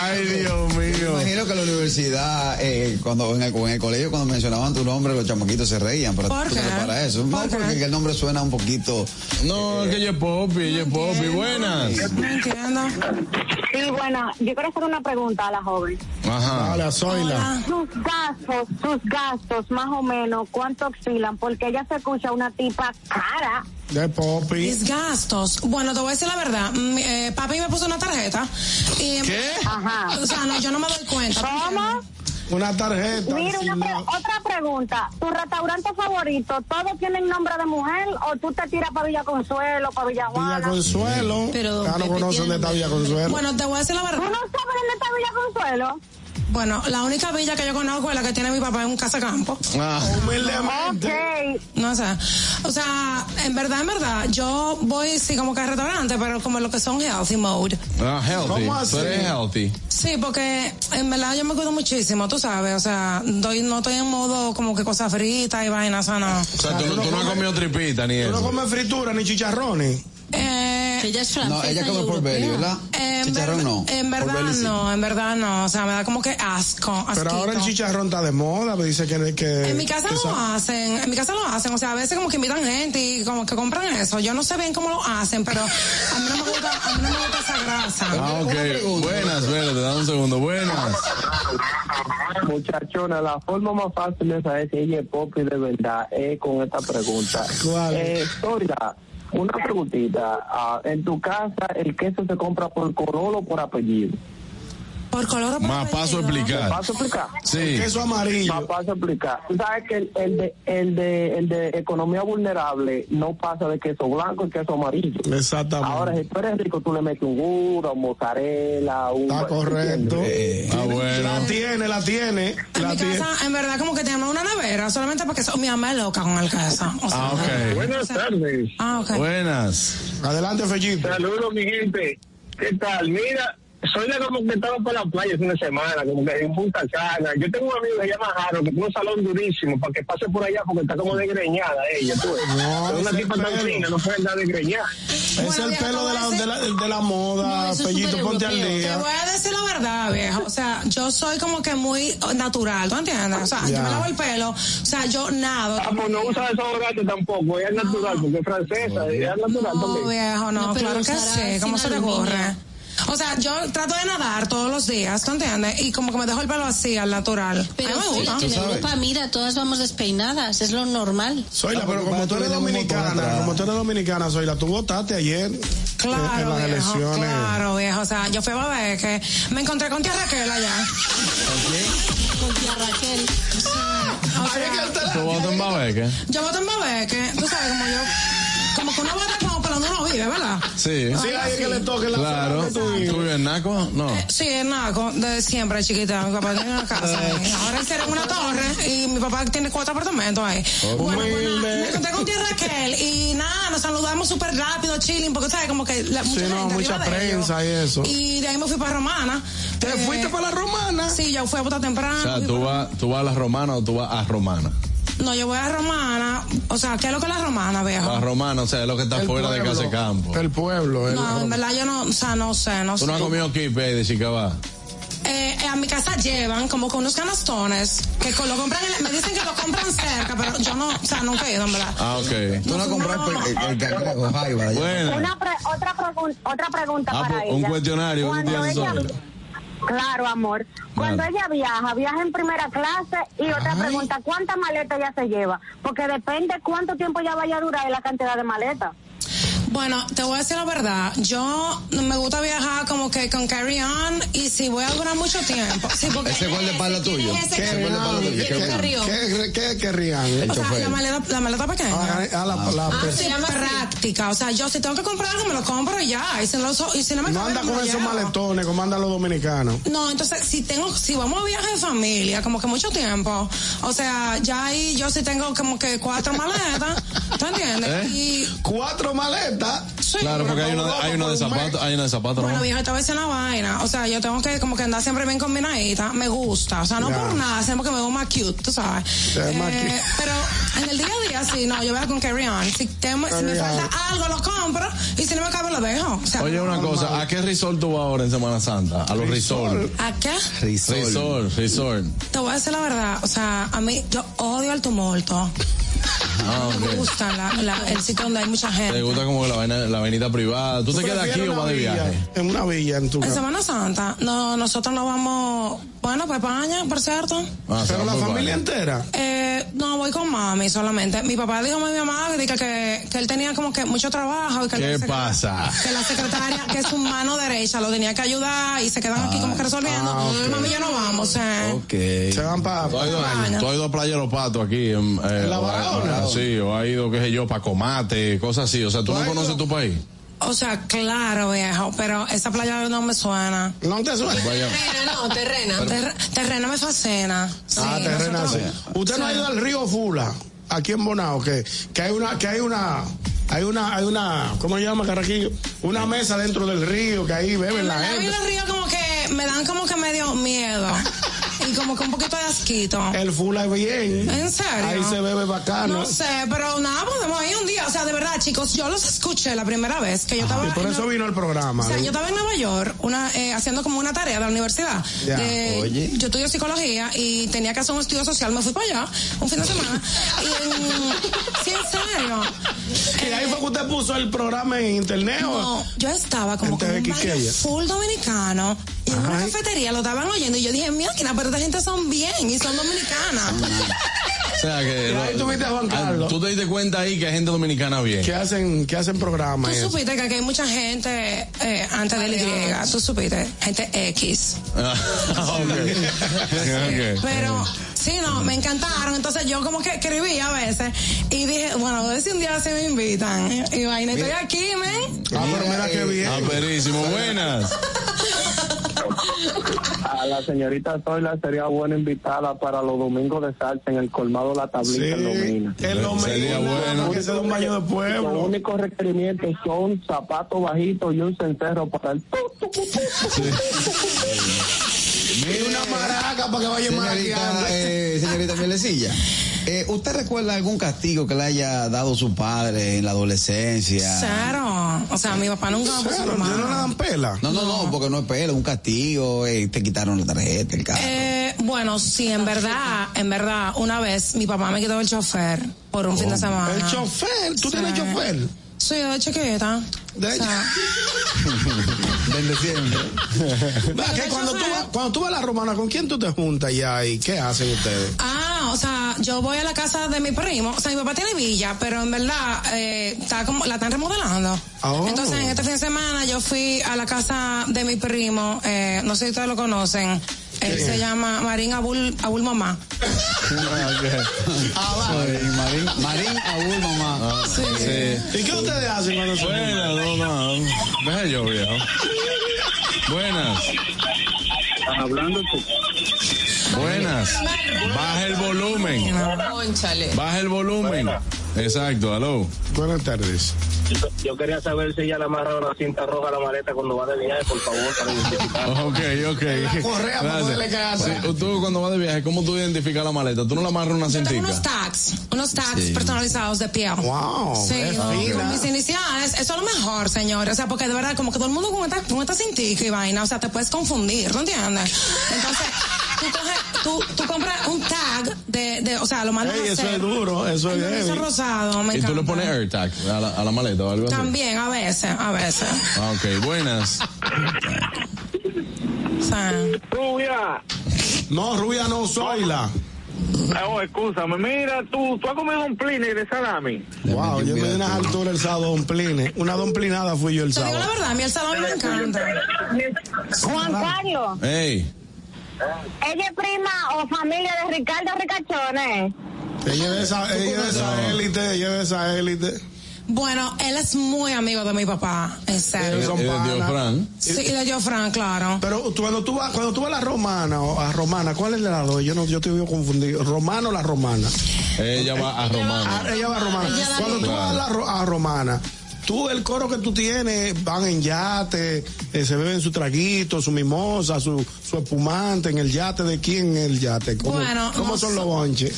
Ay, Dios mío. Me imagino que en la universidad, eh, cuando en el, en el colegio, cuando mencionaban tu nombre, los chamaquitos se reían, pero ¿Por tú qué? no para eso. No, porque el nombre suena un poquito. eh, No, que ella es Poppy, ella es Poppy, buenas. Sí, bueno, yo quiero hacer una pregunta a la joven. Ajá. Hola, Zoila. Sus gastos, sus gastos, más o menos, ¿cuánto oscilan? Porque ella se escucha una tipa cara. De Poppy. Mis gastos. Bueno, te voy a decir la verdad. Mm, eh, papi me puso una tarjeta. Y, ¿Qué? Ajá. O sea, no, yo no me doy cuenta. ¿Cómo? Una tarjeta. Mira, una pre- otra pregunta. ¿Tu restaurante favorito, todos tienen nombre de mujer o tú te tiras para Villa Consuelo, para Villa Juana? Villa Consuelo. Pero, ya no Pepe, conocen tiene- dónde está Villa Consuelo. Bueno, te voy a decir la verdad. ¿Tú no sabes dónde está Villa Consuelo? Bueno, la única villa que yo conozco es la que tiene mi papá en un casacampo. Ah. Humildemente. No, o sea, o sea, en verdad, en verdad, yo voy sí como que a restaurante, pero como lo que son healthy mode. Ah, healthy. ¿Cómo así? Tú eres healthy. Sí, porque en verdad yo me cuido muchísimo, tú sabes, o sea, doy- no estoy en modo como que cosas fritas y vainas, o sea, no. O sea, tú, no- tú no has comido tripita ni ¿Tú no eso. comes fritura ni chicharrones? Eh, que ella es francesa. No, ella come y por belly, europea. ¿verdad? En Chicharrón verdad- no. En Por verdad belly sí. no, en verdad no. O sea, me da como que asco. Pero ahora el eh, asquito. chicharrón está de moda, me dice que... que En mi casa que lo sa- hacen, en mi casa lo hacen, o sea, a veces como que invitan gente y como que compran eso. Yo no sé bien cómo lo hacen, pero a mí no me gusta, a mí no me gusta esa grasa. Ah, ok. Buenas, buenas, te dan un segundo. Buenas. Muchachona, la forma más fácil de saber si ella es popi de verdad es con esta pregunta. ¿Cuál? Eh, Soria, una preguntita. Ah, en tu casa, ¿el queso se compra por color o por apellido? Por color o Más paso a explicar. ¿Paso a explicar? Sí. El queso amarillo. Más paso a explicar. Tú sabes que el, el de, el, de, el de economía vulnerable no pasa de queso blanco y queso amarillo. Exactamente. Ahora, si tú eres rico, tú le metes un gura, un mozzarella, un... Está correcto. Ah, bueno. La tiene, la tiene. En La mi tiene. casa, en verdad, como que tenemos una nevera solamente porque eso- mi mamá es loca con el queso. O sea, Ah, ok. Buenas tardes. Ah, ok. Buenas. Adelante, Fellito. Saludos, mi gente. ¿Qué tal? Mira, soy de como que estaba para la playa hace una semana, como que en Punta Cana. Yo tengo un amigo que se llama Jaro, que tiene un salón durísimo, para que pase por allá porque está como desgreñada ella, tú ves. No, Es una ese tipa tan pelo. fina, no puede andar desgreñada. es el pelo de la, de la, de la moda, Fellito, ponte al Te día. voy a decir la verdad, viejo. O sea, yo soy como que muy natural, ¿tú entiendes? O sea, yo Ya. me lavo el pelo, o sea, yo nado. Ah, pues no usa desodorante tampoco, ella es natural, porque es francesa, ella es natural No, también. viejo, no, No, pero claro que usará sí. sin ¿Cómo se te aluminio. ocurre? O sea, yo trato de nadar todos los días, ¿tú entiendes? Y como que me dejo el pelo así, al natural. A Pero mí me sí, gusta. que en Europa, mira, todas vamos despeinadas, es lo normal. Soy la, pero como tú eres dominicana, como tú eres dominicana, soy la, tú votaste ayer eh, en Claro, las viejo, elecciones. claro, viejo. O sea, yo fui a ver que me encontré con tía Raquel allá. Con tía Raquel. O sea, ¿Tú votas en Babeque? yo voto en Babeque, tú sabes, como yo, como que uno vota como para donde uno vive, ¿verdad? Sí. Sí, Eh, ahí es que le toque la Claro. zona donde tú ¿Tú vives en Naco? No. Sí, es naco, de siempre, chiquita. Mi papá tiene una casa ahí. Ahora hicieron una torre y mi papá tiene cuatro apartamentos ahí. Bueno, pues, nada, me encontré con tía Raquel y nada, nos saludamos súper rápido, chilling, porque sabes, como que la, mucha Sí, no, gente mucha arriba de prensa ellos. y eso. Y de ahí me fui para Romana. ¿Te fuiste para la Romana? Sí, yo fui a votar temprano. O fui sea, ¿tú vas, ¿tú vas a la romana o tú vas a romana? No, yo voy a Romana. O sea, ¿qué es lo que es la Romana, viejo? La romana, o sea, es lo que está El fuera de pueblo, Casa Campo. El pueblo, el No, en verdad yo no, o sea, no sé, no ¿Tú sé. no has comido kipe de Chicabá? Eh, eh, a mi casa llevan como con unos canastones que co- lo compran, en la- me dicen que lo compran cerca, pero yo no, o sea, nunca he ido, en verdad. Ah, ok. eh, Tú no compraste el, el, el cangrejo, jaiba, allá. Buenas. Una pre- otra, pregun- otra pregunta Ah, para pues, ella. un cuestionario que Cuando tú tienes ella- sobre. Claro, amor. Cuando Vale. ella viaja, viaja en primera clase y otra pregunta, ¿cuántas maletas ella se lleva? Porque depende cuánto tiempo ella vaya a durar y la cantidad de maletas. Bueno, te voy a decir la verdad. Yo me gusta viajar como que con carry on y si voy a durar mucho tiempo. Sí, porque Ese gol de pala tuyo. ese Ese que- gol de pala ¿Quién tuyo. es el río? ¿Qué, qué querrían? eh. o sea, la maleta, la maleta pequeña. Ah, la- la- Ah, pues- sí, práctica. O sea, yo si tengo que comprar algo, me lo compro y ya. Y si no, so- y si no me No cabe, anda me con lo esos llevo. maletones, como andan los dominicanos. No, entonces si tengo, si vamos a viaje de familia, como que mucho tiempo, o sea, ya ahí yo sí tengo como que cuatro maletas, ¿tú entiendes? ¿Eh? Y cuatro maletas. Claro, porque hay una, hay una de zapatos, hay una de zapatos. bueno, ¿no? viejo, te voy a decir una vaina, o sea, yo tengo que como que andar siempre bien combinadita, me gusta, o sea, no Ya. por nada, sino porque me veo más cute, tú sabes. Te ves más Eh, cute. pero en el día a día sí, no, yo voy con carry on, si, tengo- si me Carry on. falta algo lo compro y si no me cabe lo dejo. O sea, Oye, una normal. cosa, ¿a qué resort tú vas ahora en Semana Santa? A los resort. ¿A qué? Resort. Resort, Te voy a decir la verdad, o sea, a mí yo odio el tumulto. Ah, Me ok. gusta la- la- el sitio donde hay mucha ¿Te gente. gusta como la, vaina, la vainita privada? Ah, ¿Tú te quedas aquí prefieres o una vas de villa? viaje? En una villa, en tu En casa. Semana Santa, no, nosotros nos vamos, bueno, para España, por cierto. Ah, se Pero va la por familia España. entera. Eh, no, voy con mami solamente. Mi papá dijo a mi mamá que, que, que él tenía como que mucho trabajo y que, ¿Qué la secre- pasa? que la secretaria, que es su mano derecha, lo tenía que ayudar y se quedan aquí como que resolviendo. ah, ok. Mami, yo no vamos, eh. Se van para. Tú has ido, España. tú has ido a Playa de los Patos aquí. En, eh, ¿En La o ha- Barahona? Sí, o ha ido, qué sé yo, para Comate, cosas así. O sea, ¿tú no conoces tu país? O sea, claro, viejo, pero esa playa no me suena. No te suena. Vaya. Terrena, no, terrena. Ter- terrena me fascina. ah, Sí, terreno así. nosotros- Usted no ha ido al río Fula, aquí en Bonao, que, que hay una, que hay una, hay una, hay una, ¿cómo se llama, Carraquillo? Una mesa dentro del río que ahí beben la A mí gente. los ríos como que me dan como que medio miedo. y como que un poquito de asquito. El fula es bien. ¿En serio? Ahí se bebe bacano. No sé, pero nada, podemos ir un día. O sea, de verdad, chicos, yo los escuché la primera vez que yo estaba. Y por en- eso vino el programa. O sea, yo estaba en Nueva York una, eh, haciendo como una tarea de la universidad. Ya, De- oye. Yo estudio psicología y tenía que hacer un estudio social. Me fui para allá un fin de semana. Y en, sí, en serio. Y ahí fue que usted puso el programa en internet. ¿o? No, yo estaba como En que en un TVXQ. barrio full dominicano y en una cafetería lo estaban oyendo y yo dije, mira, pero esta gente son bien y son Ah, dominicanas. O sea que. Y ahí lo- tú viste a Juan ah, Carlos. Tú te diste cuenta ahí que hay gente dominicana bien. Que hacen, que hacen programas. Tú supiste que aquí hay mucha gente eh, antes del Y, tú supiste, gente X. Ah, ok. Pero sí, no, me encantaron. Entonces yo como que escribí a veces y dije, bueno, voy a ver si un día se me invitan. Y vaina, estoy Mira. aquí, men. Ah, pero mira qué bien. Ah, perísimo. Buenas. A la señorita Zoila sería buena invitada para los domingos de salsa en el colmado La Tablita Sí, en Lomina. en Lomina, Sería bueno. que se dé un baño de pueblo. Los únicos requerimientos son zapatos bajitos y un cencerro para el... Y una maraca para que vaya Señorita, maraqueando. eh, señorita Mielecilla, eh, ¿usted recuerda algún castigo que le haya dado su padre en la adolescencia? Claro. O sea, mi papá nunca me puso la mano. pela? No, no, no, porque no es pela, es un castigo, eh, te quitaron la tarjeta, el carro. Eh, bueno, sí, en verdad, en verdad, una vez mi papá me quitó el chofer por un fin de semana. Oh, ¿El chofer? ¿Tú tienes chofer? Sí, de chiquita. O sea, Desde siempre. que cuando tú, vas- cuando tú vas a la romana, ¿con quién tú te juntas ya y qué hacen ustedes? Ah, o sea, yo voy a la casa de mi primo. O sea, mi papá tiene villa, pero en verdad eh, está como, la están remodelando. Oh. Entonces, en este fin de semana yo fui a la casa de mi primo. eh, no sé si ustedes lo conocen. Él Sí. se llama Marín Abul, Abul Mamá. Soy Marín, Marín Abul, mamá. Sí. Ah, Sí. ¿Y qué ustedes hacen cuando se Buenas, no, no. Deja yo, viejo. Buenas. Hablando Buenas. Baja el volumen. Cónchale. Baja el volumen. Exacto, aló. Buenas tardes. Yo quería saber si ella le amarra una cinta roja a la maleta cuando va de viaje, por favor, para identificar. Ok, ok. La correa para Gracias. poderle cagar. Sí, tú cuando vas de viaje, ¿cómo tú identificas la maleta? ¿Tú no la amarras una Unos cintica? tags, unos tags Sí. personalizados de piel. Wow, Sí, qué con fina. mis iniciales, eso es lo mejor, señores. O sea, porque de verdad, como que todo el mundo con esta, con esta cintica y vaina, o sea, te puedes confundir, ¿no entiendes? Entonces, tú, coges- tú, tú compras un tag de, de o sea, lo mandas Ey, a eso hacer. es duro, eso es Entonces, heavy. eso es rosado, me Y tú le encanta. pones AirTag a la, a la maleta o algo así. También, a veces, a veces. Ah, ok, buenas. O sea, Rubia. No, Rubia no, Zoila. Oh, escúchame, mira, tú, tú has comido un pline de salami. Wow, yo me di unas alturas el sábado dompline. Una domplinada fui yo el te digo la sábado. verdad, a mí el salón me encanta. Juan Carlos, Ey, ella es prima o familia de Ricardo Ricachones. Ella es de esa, ella es de esa élite, ella es de esa élite. Bueno, él es muy amigo de mi papá, en serio. Ellos son panas. Sí, y de Jofran, claro. Pero tú- cuando tú vas, cuando tú vas a la romana o a romana, ¿cuál es de las dos? Yo no, yo te veo confundido. ¿Romana o la romana? ella va a Romana. Ah, ella va a romana. Ella va a Cuando tú vas a, la ro- a romana, tú el coro que tú tienes, van en yate, eh, se beben su traguito, su mimosa, su, su espumante, en el yate de quién es el yate. ¿Cómo, Bueno, cómo no son los bonches?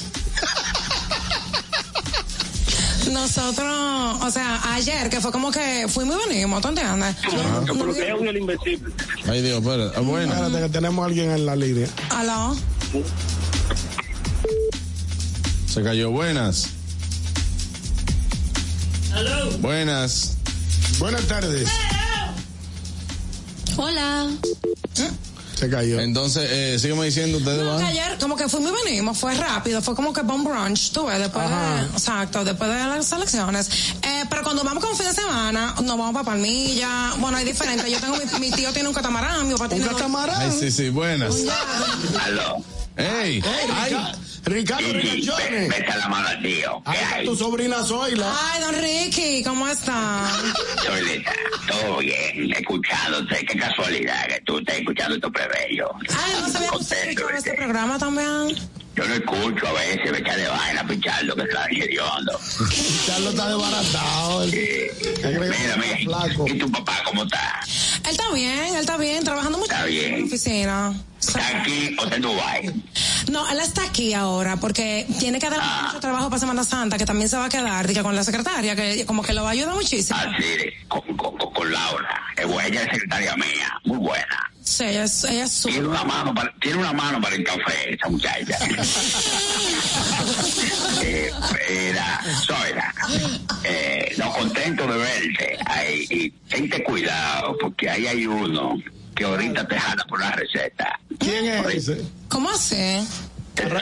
Nosotros, o sea, ayer, que fue como que fuimos y venimos, ¿tú entiendes? Pero que es un el invencible. Ay, Dios, espera. Ah, Bueno. Espérate, que tenemos a alguien en la línea. Aló. Se cayó. Buenas. Buenas. Buenas tardes. Hola. Se cayó. Entonces, eh, sígueme diciendo, ustedes Como que van. ayer, como que fuimos y venimos, fue rápido, fue como que bon brunch, tú ves, después Ajá. de, exacto, después de las elecciones. Eh, pero cuando vamos con fin de semana, nos vamos para Palmilla, bueno, hay diferentes, yo tengo, mi, mi tío tiene un catamarán, mi papá tiene dos- Ay, sí, sí, buenas. Aló. Ey, ay, Ricardo Ricachones. Vete a la mano al tío. ¿Qué Ay, hay? tu sobrina Zoila. Ay, don Ricky, ¿cómo está? Soy Lisa. Todo bien. Escuchándote. Qué casualidad que tú estés escuchando tu prebello. Ay, no sabía que usted escuchaba este programa también. Yo lo escucho a veces. Me echa de vaina pichando que está hediondo. Carlos está desbaratado. Mira, mira. ¿Y tu papá cómo está? Él está bien, él está bien, trabajando mucho Está bien. en la oficina. ¿Está aquí o está en Dubái? No, él está aquí ahora porque tiene que dar mucho trabajo para Semana Santa, que también se va a quedar dije, con la secretaria, que como que lo va a ayudar muchísimo. Así, con, con, con, con Laura. Es buena, Ella es secretaria mía, muy buena. Sí, ella es, ella es Tiene una mano para, tiene una mano para el café, esa muchacha. eh, era, Zoila, eh, no contento de verte. Ay, y tente cuidado, porque ahí hay uno que ahorita te jala por una receta. eh, ¿Quién es ese? ¿Cómo hace?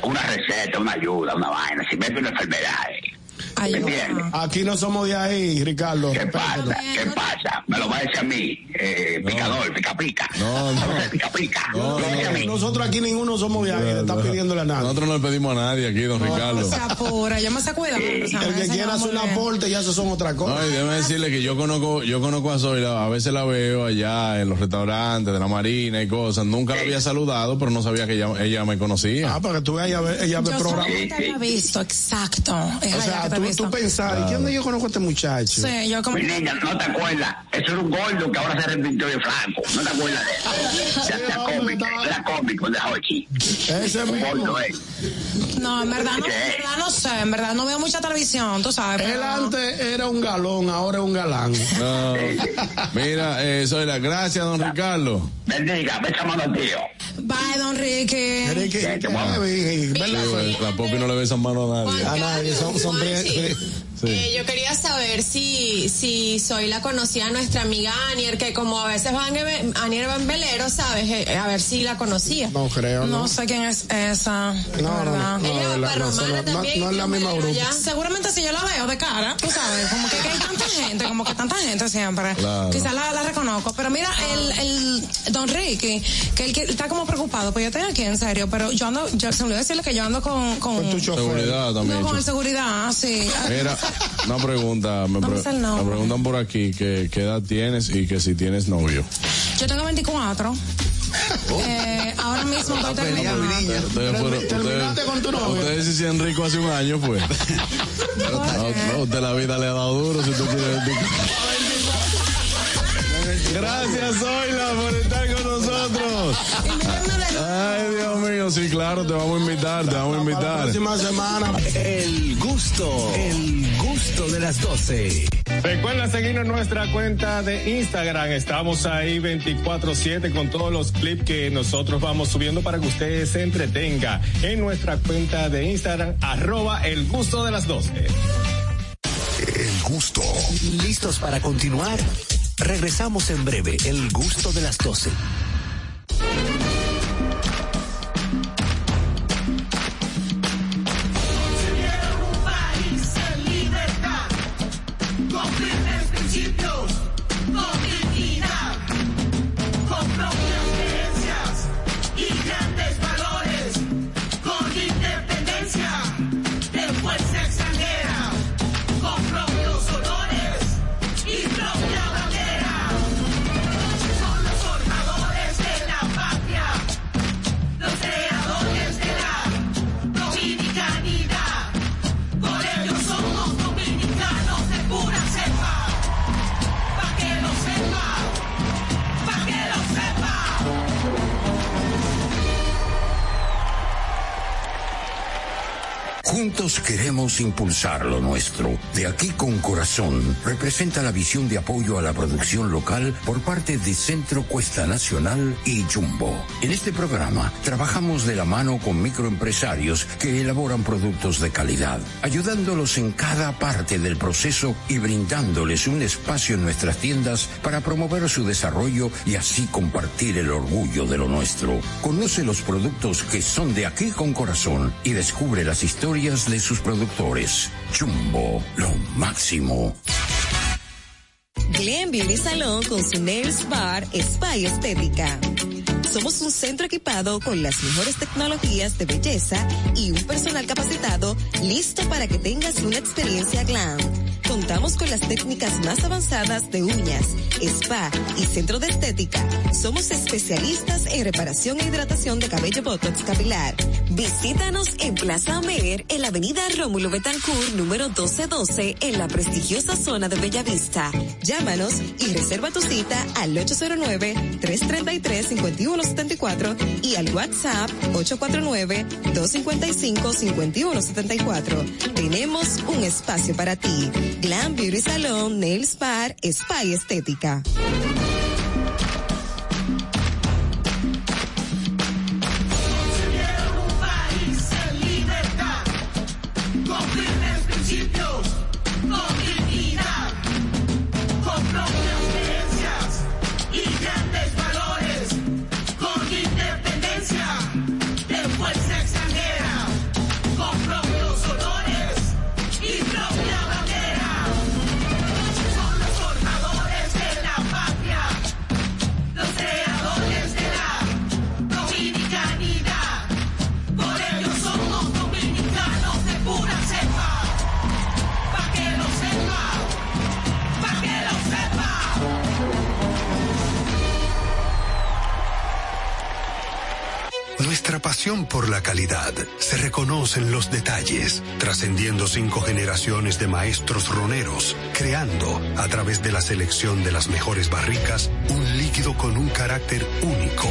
Una receta, una ayuda, una vaina. Si ves una enfermedad, eh, Ay, ¿me entiendes? Aquí no somos de ahí, Ricardo. ¿Qué pasa? ¿Qué pasa? Me lo va a decir a mí, eh, picador, pica pica. No, no. Pica pica. No, Lo dice a no, mí. Nosotros aquí ninguno somos de ahí, le está pidiéndole a nadie. Nosotros no le pedimos a nadie aquí, don Ricardo. Se apura, ya me se acuerda. El que quiera hacer un aporte, ya eso son otra cosa. No, y déjame decirle que yo conozco, yo conozco a Zoila, a veces la veo allá en los restaurantes de la marina y cosas. Nunca la había saludado, pero no sabía que ella, ella me conocía. Ah, para que tú veas, ella ve, ella ve Yo programa. solamente había visto, exacto. Es O allá que sea, te tú, he visto. tú pensar, ¿y Claro. dónde yo conozco a este muchacho? Sí, yo como... Mi niña, no te acuerdas. Eso era un gordo que ahora se arrepintió de flanco. No te acuerdas de eso. Era- Era cómico, era cómico de Hochi. Ese Gordo, eh. No, en verdad no, en verdad no sé, en verdad no veo mucha televisión, tú sabes. Él pero- antes era un galón, ahora es un galán. No. Mira, eh, Zoila, gracias, don Ricardo. Bendiga, becha mano tío. Bye, don Ricky. Ricky, eh, Sí, la Popi no le besan mano a nadie. A nadie, son, son Juan, sí. pri- pri- sí. Eh, yo quería saber si, si soy la conocía nuestra amiga Anier, que como a veces van en- Anier va en velero, ¿sabes? Eh, a ver si la conocía. No creo, No ¿no? No sé quién es esa. No, no, no, ¿verdad? no, de la- no, son- no, no es la misma grupo. Seguramente si yo la veo de cara, tú sabes, como que, que hay tanta gente, como que tanta gente siempre. Claro. Quizás la, la reconozco. Pero mira, el, el Don Ricky, que él que- está como preocupado, pues yo estoy aquí, en serio, pero yo ando, yo se me olvidó decirle que yo ando con... Con, Seguridad también. No, con el seguridad, sí. Mira, una pregunta. Me, pre- Vamos al nombre. me preguntan por aquí que qué edad tienes y que si tienes novio. Yo tengo 24. Eh, ahora mismo estoy terminando. Ustedes fueron- ustedes- Ustedes se hicieron ricos hace un año, pues. No, no, usted la vida le ha dado duro si tú quieres. Gracias, Zoila, por estar con nosotros. Ay, Dios mío, sí, claro, te vamos a invitar, te vamos a invitar. próxima semana. El gusto, el gusto de las 12. Recuerda seguirnos en nuestra cuenta de Instagram. Estamos ahí 24-7 con todos los clips que nosotros vamos subiendo para que usted se entretenga. En nuestra cuenta de Instagram, arroba el gusto de las 12. El gusto. ¿Listos para continuar? Regresamos en breve. El gusto de las 12. un país en libertad, con firmes principios, con dignidad, con propias creencias y grandes valores, con independencia de fuerza extranjera, con propios honores y propia bandera. Son los formadores de la patria, los creadores de la dominicanidad. Por ello somos dominicanos de pura cepa. Pa' que lo sepa. Pa' que lo sepa. Juntos queremos impulsar lo nuestro. De aquí con corazón representa la visión de apoyo a la producción local por parte de Centro Cuesta Nacional y Jumbo. En este programa trabajamos de la mano con microempresarios que elaboran productos de calidad, ayudándolos en cada parte del proceso y brindándoles un espacio en nuestras tiendas para promover su desarrollo y así compartir el orgullo de lo nuestro. Conoce los productos que son de aquí con corazón y descubre las historias de sus productores. Chumbo, lo máximo. Glen Beauty Salon con su Nails Bar Spa y Estética. Somos un centro equipado con las mejores tecnologías de belleza y un personal capacitado listo para que tengas una experiencia glam. Contamos con las técnicas más avanzadas de uñas, spa y centro de estética. Somos especialistas en reparación e hidratación de cabello botox capilar. Visítanos en Plaza Amer, en la avenida Rómulo Betancourt, número 1212, en la prestigiosa zona de Bellavista. Llámanos y reserva tu cita al 809-333-5174 y al WhatsApp 849-255-5174. Tenemos un espacio para ti. Glam Beauty Salon, Nails Bar, Spa y Estética. un país en libertad, con firmes principios, con dignidad, con propias creencias y grandes valores, con independencia de fuerza extranjera, con propios honores y propia bandera. Son los formadores de la patria, los creadores de la dominicanidad. Por ello somos dominicanos de pura cepa. Pa' que lo sepa. Pa' que lo Nuestra pasión por la calidad se reconoce en los detalles, trascendiendo cinco generaciones de maestros roneros, creando, a través de la selección de las mejores barricas, un líquido con un carácter único,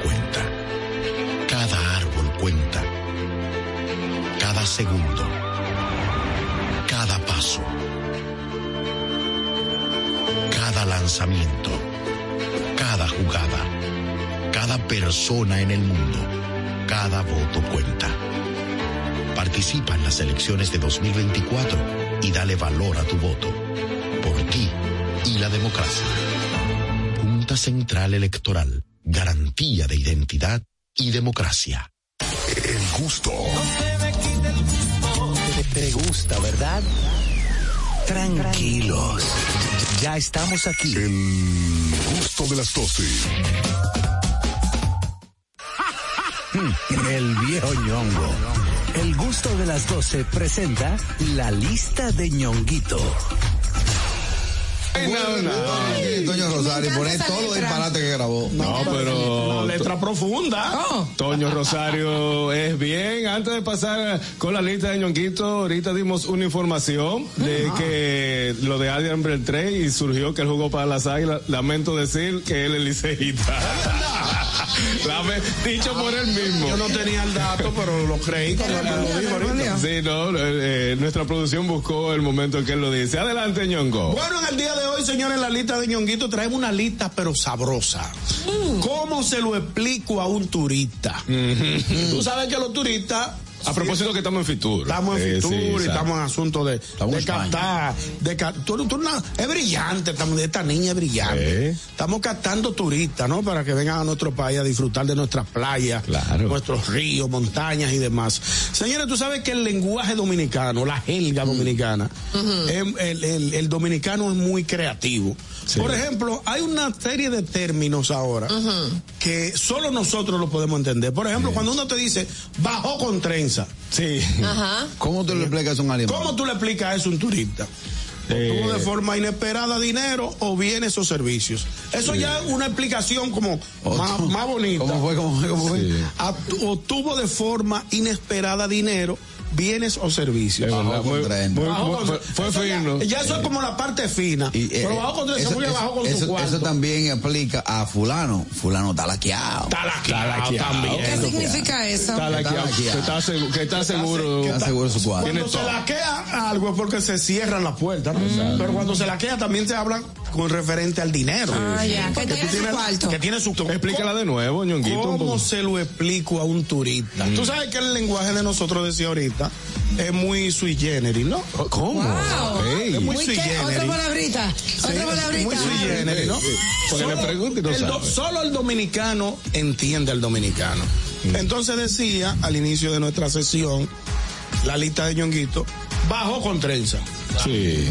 cuenta. Cada árbol cuenta. Cada segundo. Cada paso. Cada lanzamiento. Cada jugada. Cada persona en el mundo. Cada voto cuenta. Participa en las elecciones de 2024 y dale valor a tu voto. Por ti y la democracia. Junta Central Electoral. Garantía de identidad y democracia. El gusto. Te, te gusta, ¿verdad? Tranquilos. Ya- Ya estamos aquí. El gusto de las 12. El viejo ñongo. El gusto de las 12 presenta la lista de ñonguito. No, no. Toño Rosario, Me poné encanta esa todo el letra. disparate que grabó. No, pero. letra profunda. Toño Rosario es bien. Antes de pasar con la lista de ñonquito, ahorita dimos una información de Ah. que lo de Adrian Beltré y surgió que él jugó para las águilas. Lamento decir que él es liceísta. Lame- dicho por él mismo. Yo no tenía el dato, pero lo creí cuando lo dijo ahorita. Sí, no, eh, eh, nuestra producción buscó el momento en que él lo dice. Adelante, ñongo. Bueno, en el día de hoy, señores, en la lista de ñonguito traemos una lista, pero sabrosa. ¿Cómo se lo explico a un turista? Tú sabes que los turistas. A propósito que estamos en Fitur. Estamos en Eh, Fitur sí, y exacto. estamos en asunto de, de en captar. De, ca- tú, tú na- es brillante, estamos, esta niña es brillante. Estamos captando turistas, ¿no? Para que vengan a nuestro país a disfrutar de nuestras playas, nuestros ríos, montañas y demás. Señores, tú sabes que el lenguaje dominicano, la jerga dominicana, em- el, el- el dominicano es muy creativo. Por ejemplo, hay una serie de términos ahora que solo nosotros lo podemos entender. Por ejemplo, cuando uno te dice, bajó con trenza. Sí. Ah, Ajá. ¿Cómo tú le explicas eso a un animal? ¿Cómo tú le explicas eso a un turista? O Eh, tuvo de forma inesperada dinero o bienes o servicios. Eso Sí. ya es una explicación como más, más bonita. ¿Cómo fue? ¿Cómo fue? ¿Cómo fue? At- Obtuvo de forma inesperada dinero, bienes o servicios. Es verdad, Bajó muy- con tren. muy- Bajó con- fue- fue eso ya- fino. Ya eso es como la parte fina. Y, eh, Pero bajó con tres, eso, muy eso- bajó con eso- su cuarto. eso también aplica a fulano. Fulano está laqueado. Está también. ¿Qué significa eso? Está laqueado. Que está segu- que está seguro. Está seguro su cuarto. Cuando se laquea algo es porque se cierran las puertas, ¿no? Pero cuando se laquea también se hablan con referente al dinero. Ah, ya. Que Porque tiene su cuarto. Que tiene su Explícala de nuevo, ñonguito. un ¿Cómo poco. se lo explico a un turista? Mm. Tú sabes que el lenguaje de nosotros decía ahorita es muy sui generis, ¿no? ¿Cómo? Es muy Uy, sui ¿qué? Otra generis. palabrita. Otra palabrita. Muy sui generis, ¿no? Sí, sí. Porque le pregunta y no el do- sabe. solo el dominicano entiende al dominicano. Mm. Entonces decía al inicio de nuestra sesión, la lista de ñonguito bajó con trenza. Sí.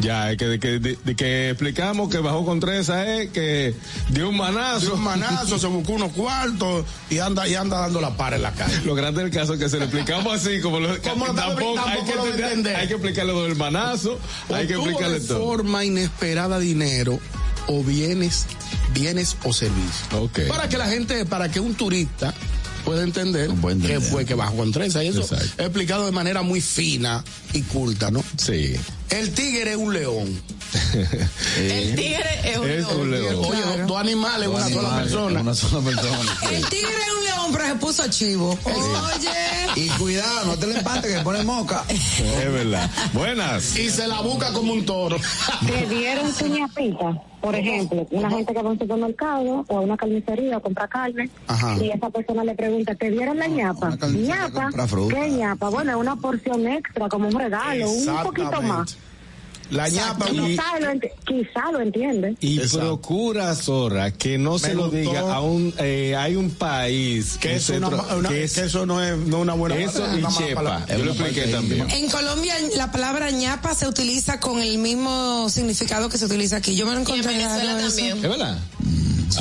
Ya, es que, de, que, de- de que explicamos que bajó con trenza es que dio un manazo. Dio un manazo, se buscó unos cuartos y anda, y anda dando la para en la calle. Lo grande del caso es que se lo explicamos así, como lo, Como lo estamos tampoco hay tampoco que, lo entender- entender. hay que explicarle lo del manazo, hay que Obtuvo explicarle de todo. forma inesperada dinero o bienes, bienes o servicios. Para que la gente, para que un turista pueda entender qué fue que bajó con trenza. Y eso Exacto. explicado de manera muy fina y culta, ¿no? Sí. El tigre es un león. Eh. El tigre eh, es un Es un león. Oye, dos- dos animales, Dos una sola animales, persona. Una sola persona. El tigre es un león, pero se puso chivo. Y cuidado, no te le empates que pone moca. Es verdad. Buenas. Y se la busca como un toro. Te dieron puñapita, por ejemplo, una gente que va a un supermercado o a una carnicería a comprar carne Ajá. Ah, y esa persona le pregunta, ¿te dieron la ñapa? ¿Ñapa? compra fruta. ¿Qué ñapa? Bueno, es una porción extra, como un regalo, un poquito más. La ñapa y- Quizá lo, ent- quizá lo entiende. Y procura, Zorra, que no se Me lo gustó. diga a un. eh, hay un país que, es una, otro- una- que es- que eso no es, no es una buena Eso palabra, y una mala chepa. palabra. Yo lo expliqué también. En Colombia la palabra ñapa se utiliza con el mismo significado que se utiliza aquí. Yo me lo encontré Venezuela raro eso. también. ¿Es verdad?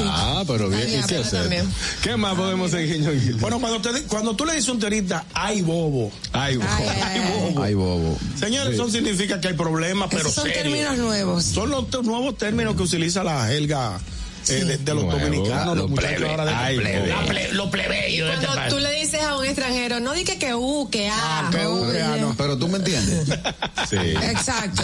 Ah, pero bien, Ay, ¿y qué pero hacer? también. ¿Qué más podemos seguir, ñonguito? Bueno, cuando, te, di- cuando tú le dices a un turista, ay bobo. Ay, bobo. Ay, bobo. Señores, eso significa que hay problemas, pero Esos son serios. términos nuevos. Son los te- nuevos términos que utiliza la jerga eh, de, de los Nuevo. dominicanos, Los Ah, los muchachos plebe. ahora de Ay, bobo. La ple- los plebeyos de este Cuando país. tú le dices a un extranjero, no di que que u, que a. Que ubre, ah, no. Pero tú me entiendes. Sí. Exacto.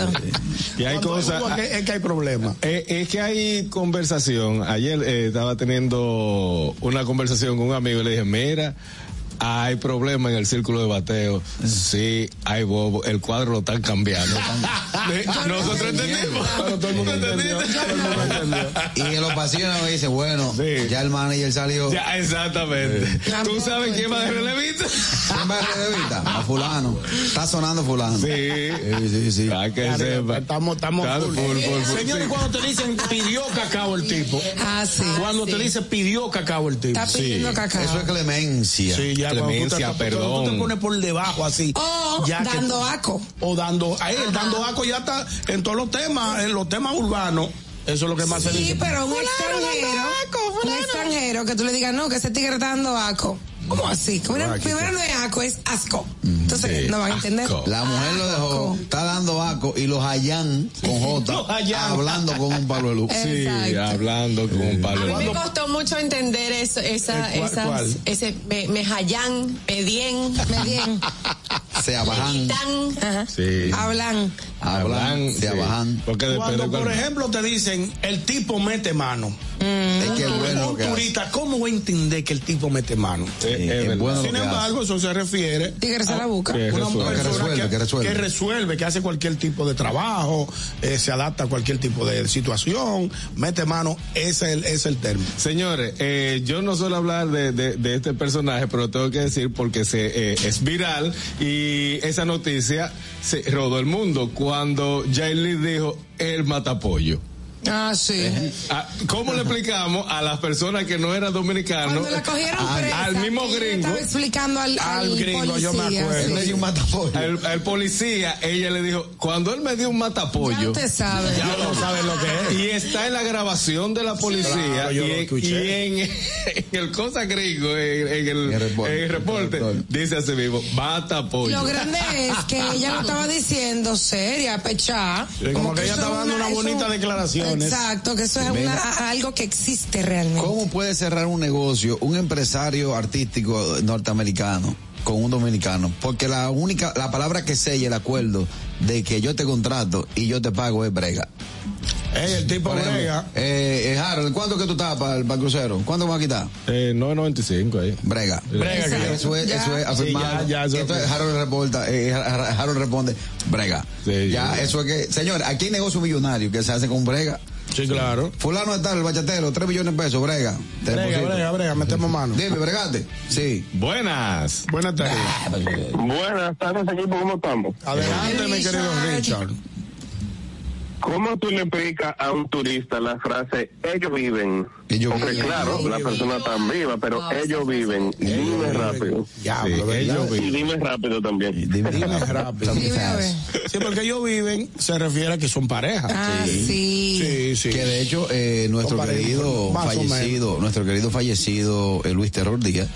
Y hay Cuando cosas. hubo que- es que hay problemas. Eh, es que hay conversación. Ayer eh, estaba teniendo una conversación con un amigo y le dije, mira, hay problema en el círculo de bateo. Sí, hay bobo. El cuadro lo están cambiando. Eh, Nosotros entendimos. Todo el mundo entendió. Todo el mundo entendió. Y en los pasillos me dice, bueno, Sí. ya el manager salió. Ya, exactamente. ¿Tú sabes quién va de relevista? ¿Quién va a relevista? A fulano. Está sonando fulano. Sí. Sí, sí, sí. Para que sepa. Estamos, estamos Claro, full. full, full, full, Señores, sí. cuando te dicen pidió cacao el tipo. Ah, sí. Cuando te dice pidió cacao el tipo. Está pidiendo cacao. Eso es clemencia. Sí, ya cuando tú te- Clemencia, cuando tú te perdón. pones por debajo así. O ya que dando tú- aco. O dando. Ahí, el dando aco ya está en todos los temas, en los temas urbanos. Eso es lo que más se dice. Sí, pero un extranjero, un extranjero que tú le digas, no, que ese tigre está dando aco. ¿Cómo así? Como una- primero no es aco, es asco. Entonces no van a entender. La mujer lo dejó, está dando aco y los hayan con Los J hayan. hablando con un palo de luz. Sí, Exacto. hablando con un A palo. mí me Cuando- costó mucho entender eso, esa, ¿El cuál- esas, cuál? ese me, me jayán, me dien, Me bien, Se abajan, tan. Sí. hablan. hablan, se abajan. Porque depende Cuando, por cuál- ejemplo, te dicen, el tipo mete mano. Mm. Es que es bueno lo Un que hace. turista, ¿cómo va a entender que el tipo mete mano? Sí, es es verdad. bueno lo Eh, Sin que hace. embargo, eso se refiere Tigre se la busca. Que Una resuelve. persona Que resuelve, que resuelve. que resuelve, que hace cualquier tipo de trabajo, eh, se adapta a cualquier tipo de situación, mete mano, ese es el, ese es el término. Señores, eh, yo no suelo hablar de, de- de este personaje, pero tengo que decir porque se, eh, es viral y esa noticia se rodó el mundo cuando Jailin dijo el matapollo. Ah, sí. Ah, ¿Cómo le explicamos a las personas que no eran dominicanos? Cuando la cogieron al- presa, al mismo ella le gringo. Estaba explicando al, al, Al gringo, policía. yo me acuerdo. Él sí. le dio un matapollo. Al, al policía, ella le dijo, cuando él me dio un Ya matapollo. usted sabe. Ya no saben lo que es. Y está en la grabación de la policía Claro, yo y, lo en, escuché. y en- en el cosa gringo, en, en el, El reporte. en el reporte, El reporte. dice así mismo, mata pollo. Lo grande es que ella lo estaba diciendo seria, pechá. Sí, como que ella eso estaba es dando unas eso- bonitas ¿eh? declaraciones. Exacto, que eso es Venga. una- algo que existe realmente. ¿Cómo puede cerrar un negocio un empresario artístico norteamericano con un dominicano? Porque la única, la palabra que sella el acuerdo de que yo te contrato y yo te pago es brega. Ey, el tipo Por ejemplo, brega. eh, eh, Harold, ¿cuánto que tú estás para el, para el crucero? ¿Cuánto me vas a quitar? Eh, 9.95 ahí. Brega. Brega, Eso que- es- Eso es, eso es afirmado. ya, ya, eso- Entonces Harold, reporta, eh, Har- Harold responde, brega. Sí, ya, ya. eso es que, señor, aquí hay negocio millonario que se hace con brega. Sí, claro. Fulano de tal, el bachatero, 3 billones de pesos, brega. Te Brega, deposito. brega, brega, metemos mano. Dime, bregate. Sí. Ah, pues, eh. Buenas. Buenas tardes. Buenas tardes, equipo, ¿cómo estamos? Adelante, mi querido Richard. ¿Cómo tú le explicas a un turista la frase ellos viven? Porque viven. claro, la persona está viva, pero ellos viven. Dime rápido. Diablo, ¿verdad? ellos Y dime rápido también. Dime, rápido. Sí, porque ellos viven, se refiere a que son pareja. Ah, sí. Sí, sí. Que de hecho, eh, nuestro Comparé, querido más o menos. fallecido, nuestro querido fallecido eh, Luis Terror Díaz,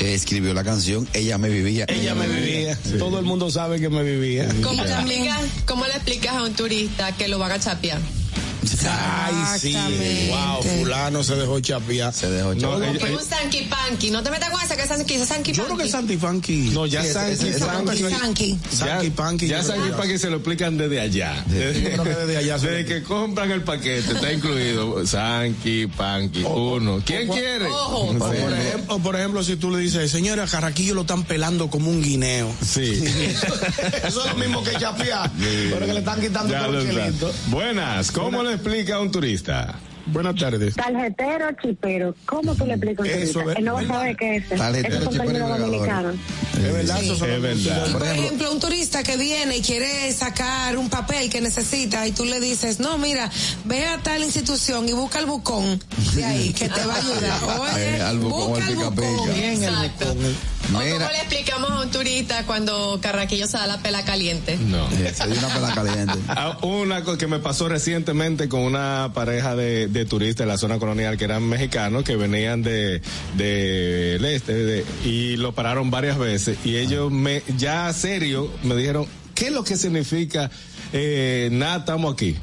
eh, escribió la canción Ella me vivía. Ella me vivía. Todo el mundo sabe que me vivía. ¿Cómo le, explicas, ¿Cómo le explicas a un turista que lo van a chapear? Ay, sí. Wow, fulano se dejó chapear. Se dejó Como que un sanky panky. No te metas con esa que es sanky, esa es sanky eh, Yo creo que es Santi Funky. No, ya Santi Funky. Sanky. Ya, Panky, ya yo Sanky creo. Panky se lo explican desde allá. Desde, Yo creo que desde allá se desde que compran el paquete, está incluido Sanky Panky, uno. ¿Quién O por- quiere? O por, ejemplo, o por ejemplo, si tú le dices, señora, Carraquillo lo están pelando como un guineo. Sí. Eso es lo mismo que chapear, pero que le están quitando Ya todo lo el está. chelito. Buenas, ¿cómo le explica a un turista? Buenas tardes. Tarjetero, chipero. ¿Cómo tú le explicas a un Eso turista? es Él no va a saber qué es. eso. Tarjetero, Eso es un chipero y término bregador. dominicano. Es verdad, eso son- es verdad. Por ejemplo, un turista que viene y quiere sacar un papel que necesita y tú le dices, no, mira, ve a tal institución y busca el bucón de ahí que te va a ayudar. Oye, Eh, al bucón, busca al el pica-pica. bucón. Exacto. ¿O Mira. cómo le explicamos a un turista cuando Carraquillo se da la pela caliente? No. Hay una pela caliente. Ah, Una cosa que me pasó recientemente con una pareja de, de turistas de la zona colonial que eran mexicanos que venían de del este de- y lo pararon varias veces y ellos Ah. me ya serio me dijeron qué es lo que significa eh, nada estamos aquí.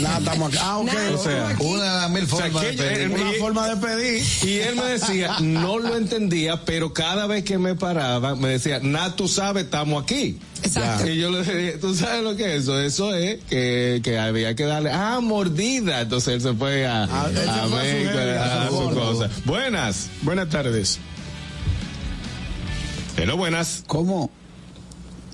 Nada, estamos acá. Ah, ok. O sea, una de las mil o sea, formas que de yo- pedir. él- Una y- forma de pedir. Y él me decía, no lo entendía, pero cada vez que me paraba, me decía, nah, tú sabes, estamos aquí. Exacto. Y yo le dije, ¿tú sabes lo que es eso? Eso es que, que había que darle, ah, mordida. Entonces él se fue a, a, Ah, él se fue a su México, área, a a su su gordo. cosa. Buenas. Buenas tardes. Hello, buenas. ¿Cómo?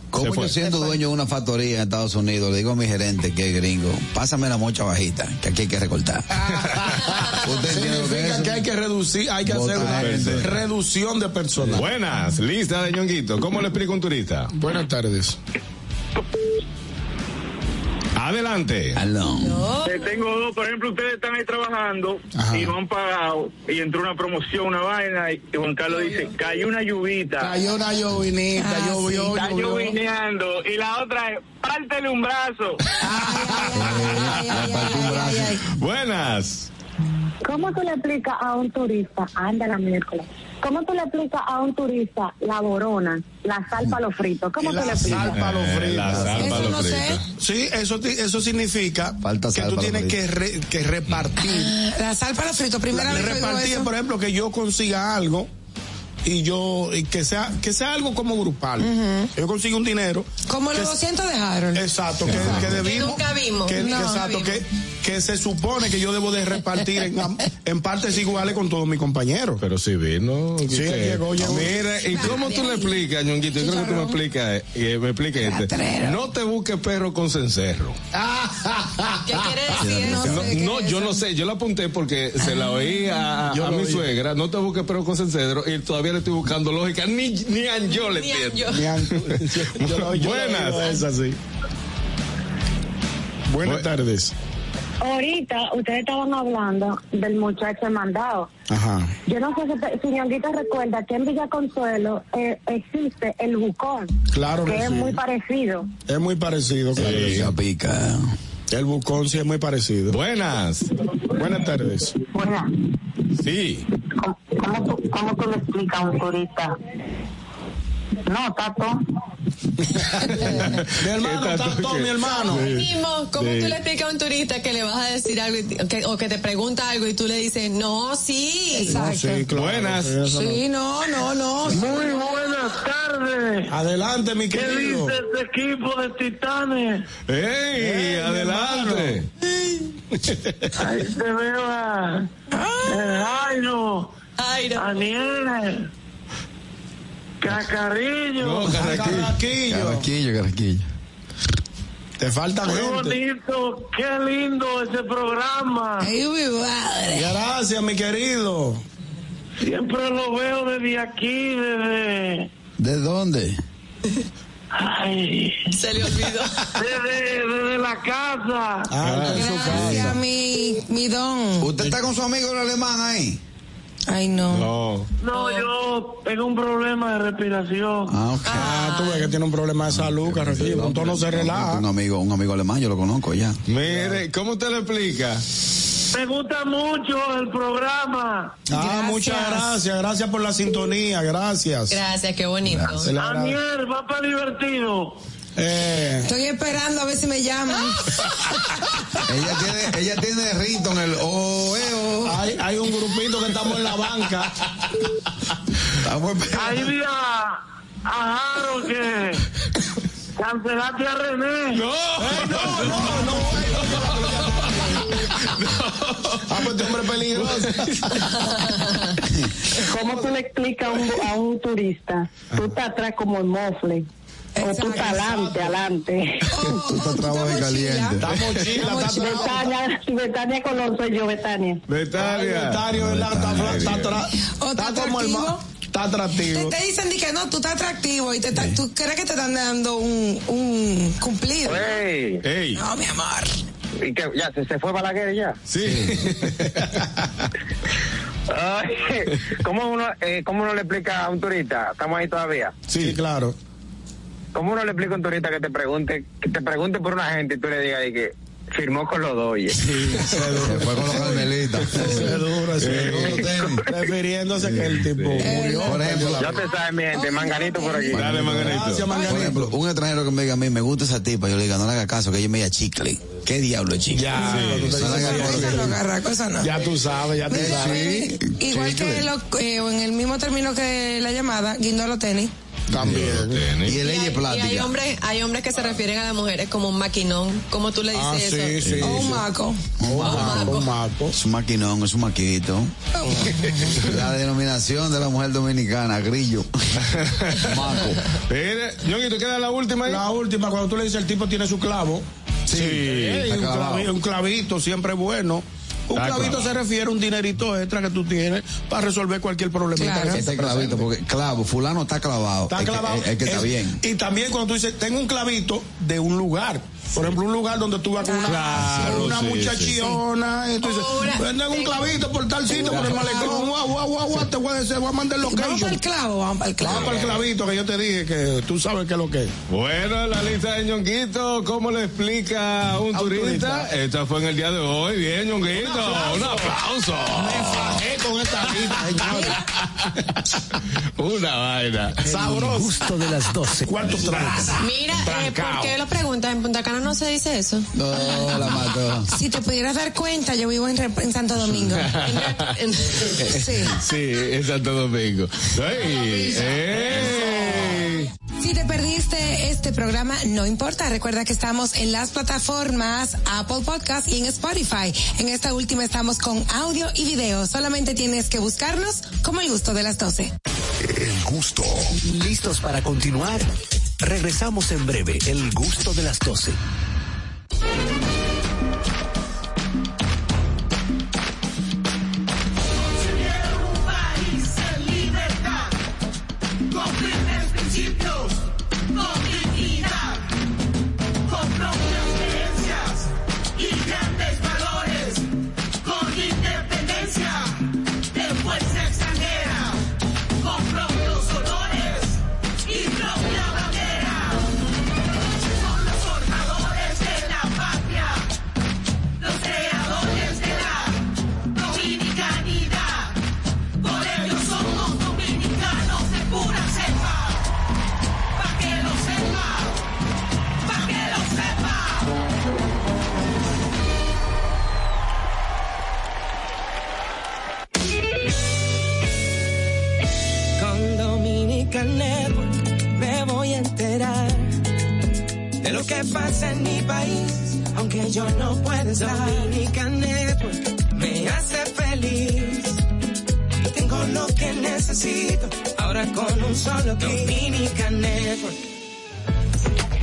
Se Como fue. yo siendo dueño de una factoría en Estados Unidos, le digo a mi gerente que es gringo, pásame la mocha bajita, que aquí hay que recortar. Significa que hay que reducir, hay que hacer una gente. reducción de personas. Buenas, lista de ñonguito. ¿Cómo le explico a un turista? Buenas tardes. Adelante. Eh, tengo dos, por ejemplo, ustedes están ahí trabajando y no han pagado y entró una promoción, una vaina y y Juan Carlos dice, cayó una lluvita. Cayó una llovinita, Ah, llovió, Está llovió. llovineando y la otra es, pártele un brazo. Buenas. ¿Cómo tú le explicas a un turista? Anda la miércoles. ¿Cómo tú le explicas a un turista la borona, la sal para los fritos? ¿Cómo tú le explicas? Palo Eh, frito. la sal Eso palo no frito. sé. Sí, eso, ti- eso significa que sal tú palo tienes frito. que, re- que repartir. Ah, La sal para frito, primera La- vez que oigo Repartir, eso. por ejemplo, que yo consiga algo y yo y que sea que sea algo como grupal. Yo consigo un dinero. Como que los es- 200 de Harold. Exacto, que, Exacto. que Que debimos. nunca vimos. que- No, exacto, nunca que, que se supone que yo debo de repartir en, am- en partes iguales con todos mis compañeros. Pero si vino. Sí, ¿qué? llegó, llegó. Mira, ¿y cómo tú le explicas, ñonguito? Yo creo que tú me explicas, eh, me explicas este. No te busques perro con cencerro. ¿Qué quiere Ah, decir eso? No, no, yo no sé, yo la apunté porque se la oí a, a- Yo a lo mi oí. suegra, no te busques pero con cencedro y todavía le estoy buscando lógica, ni, ni a yo le Ni a entiendo. yo. Ni a- yo lo- yo lo Buenas. digo esa, sí. Buenas tardes. Ahorita ustedes estaban hablando del muchacho mandado. Ajá. Yo no sé si, te- si Ñonguito recuerda que en Villa Consuelo eh, existe el bucón. Claro que que es sí. muy parecido. Es muy parecido, claro. que sí. El bucón sí es muy parecido. Buenas. Buenas tardes. Buena. Sí. ¿Cómo tú, ¿Cómo tú le explicas a un turista? No, Tato. Mi hermano, está todo, mi hermano. Mimo, ¿Cómo Sí. tú le explicas a un turista que le vas a decir algo y t- o que, o que te pregunta algo y tú le dices, no, sí? Exacto. Oh, Sí, claro, Buenas. sí, eso no. Sí, no, no, no. Muy buenas tardes. Adelante, mi ¿Qué querido. dice este equipo de titanes? ¡Ey! mi adelante. Ahí te veo a, a Jairo, a Nieves, Cacarrillo. No, Carraquillo. Carraquillo. Carraquillo, carraquillo. Te falta Qué gente. bonito, qué lindo ese programa. Gracias, mi querido. Siempre lo veo desde aquí, desde. ¿De dónde? Ay. Se le olvidó. Desde, desde la Ah, casa. Gracias, mi, mi don. ¿Usted está con su amigo el alemán ahí? Ay, no. No. No, yo tengo un problema de respiración. Ah, ok. Ah, Ah, tú ves que tiene un problema de salud, Carraquillo. Con todo no se relaja. Un amigo, un amigo alemán, yo lo conozco ya. Mire, ¿cómo usted lo explica? Me gusta mucho el programa. Ah, muchas gracias. Gracias por la sintonía. Gracias. Gracias, qué bonito. Gracias, le agrade- Daniel, va para divertido. Eh, Estoy esperando a ver si me llaman. Ella tiene, ella tiene rito en el oh, eh, oh. hay, hay un grupito que estamos en la banca. Estamos Ahí vi a, a Jaro que cancelaste a René. No, no, no, no. Ah, pues este hombre es peligroso. ¿Cómo tú le explicas a un, a un turista? Tú estás atrás como el mofle. O tú estás adelante, adelante. Tú estás trabajo y caliente. Está mochila, está tra- Betania, Betania Colón yo, Betania. Betaria. Tario, ¿verdad? Está fra- está tra- está como el ma- Está Te, atractivo. te dicen di que no, tú estás atractivo y te estás- tú crees que te están dando un, un cumplido. Ey, No, mi amor. ¿y qué? ¿Ya se, se fue Balaguer ya? Sí. Ay, ¿cómo, uno, eh, ¿Cómo uno le explica a un turista? ¿Estamos ahí todavía? Sí, claro. ¿Cómo uno le explica a un turista que te pregunte que te pregunte por una gente y tú le digas de que firmó con los doyes? Se fue con los carmelitas. Es duro, es duro. Refiriéndose que el tipo murió. Por ejemplo, Ya te sabes, mi gente, manganito por aquí. Dale, Manganito. Por ejemplo, un extranjero que me diga a mí, me gusta esa tipa, yo le diga, no le haga caso, que ella me diga chicle. ¿Qué diablo es chicle? Ya, cuando te No le dicen haga eso, caso. Esa no, garraco, esa no. ya tú sabes, ya tú Mira, sabes. eh, igual que lo- eh, o en el mismo término que la llamada, Guindolo Tenis. También. Y el ella es Y hay plática. hombres, hay hombres que se refieren a las mujeres como un maquinón, como tú le dices Ah, eso. Oh, sí, sí. O un maco. Un Maco, maco. maco. Es un maquinón, es un maquito. La denominación de la mujer dominicana, grillo. Maco. Mire, Ñonguito, queda la última ahí. La última, cuando tú le dices el tipo tiene su clavo. Sí. Ey, un, clavado. clavi- un clavito siempre es bueno. Un Está clavito clavado. se refiere a un dinerito extra que tú tienes para resolver cualquier problemita. Claro. que se Ese te presente. Este clavito, porque clavo, fulano está clavado. Está Es que- clavado. es- es que está Es- bien. Y también cuando tú dices, tengo un clavito de un lugar. Por ejemplo, un lugar donde tú vas con una, Claro, con una sí, muchachiona. Y tú dices, Ahora, "Pues eh, tengo un clavito por tal sitio, por el malecón. Guau, guau, guau, guau, te voy a decir, voy a mandar los Vamos para el clavo, vamos para el Vamos clavo. para el clavito que yo te dije que tú sabes qué es lo que es. Bueno, la lista de Ñonguito, ¿cómo le explica un A un turista. turista? Esta fue en el día de hoy. Bien, Ñonguito, un aplauso. fajé con esta lista, señora. Una vaina. Sabroso. Gusto de las 12. ¿Cuántos tragos? Mira, eh, ¿por Trancao. qué lo preguntas? En Punta Cana no se dice eso. No, la mató. Si te pudieras dar cuenta, yo vivo en, Rep- en Santo Domingo. En- en- Sí. Sí, en Santo Domingo. Ey, ey. Si te perdiste este programa, no importa. Recuerda que estamos en las plataformas Apple Podcast y en Spotify. En esta última estamos con audio y video. Solamente tienes que buscarnos como el gusto de las 12. El gusto. ¿Listos para continuar? Regresamos en breve. El gusto de las 12. país en libertad, con firmes principios, con dignidad, con propias creencias y grandes valores, con independencia de fuerza extranjera, con propios honores y propia bandera. Son los formadores de la patria, los creadores de la dominicanidad. Por ello somos dominicanos de pura cepa. Pa' que lo sepa. Pa' que lo sepa. Con Dominican Network me voy a enterar de lo que pasa en mi país, aunque yo no pueda estar. Dominican Network me hace feliz. Y tengo lo que necesito, ahora con un solo clic. Dominican Network.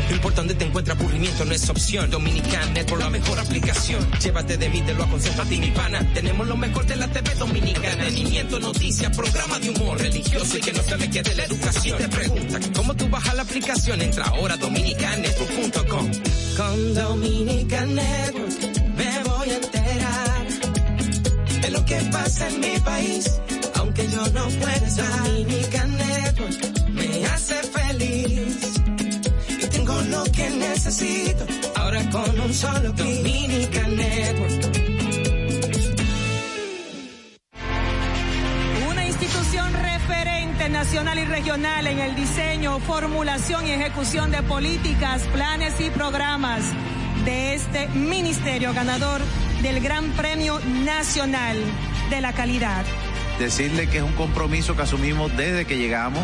Lo importante te encuentra aburrimiento, no es opción. Dominican Network, la mejor aplicación. Llévate de mí, te lo aconsejo a ti, mi pana. Tenemos lo mejor de la TV dominicana. Entretenimiento, noticias, programa de humor religioso y que no se me quede la educación. Y te pregunta, ¿cómo tú bajas la aplicación? Entra ahora a dominicanetwork.com. Con Dominican Network me voy a enterar de lo que pasa en mi país, aunque yo no pueda estar. Dominican Network me hace feliz y tengo lo que necesito ahora con un solo clic. Dominican Network. Una institución referente nacional y regional en el diseño, formulación y ejecución de políticas, planes y programas de este ministerio ganador del Gran Premio Nacional de la Calidad. decirle que es un compromiso que asumimos desde que llegamos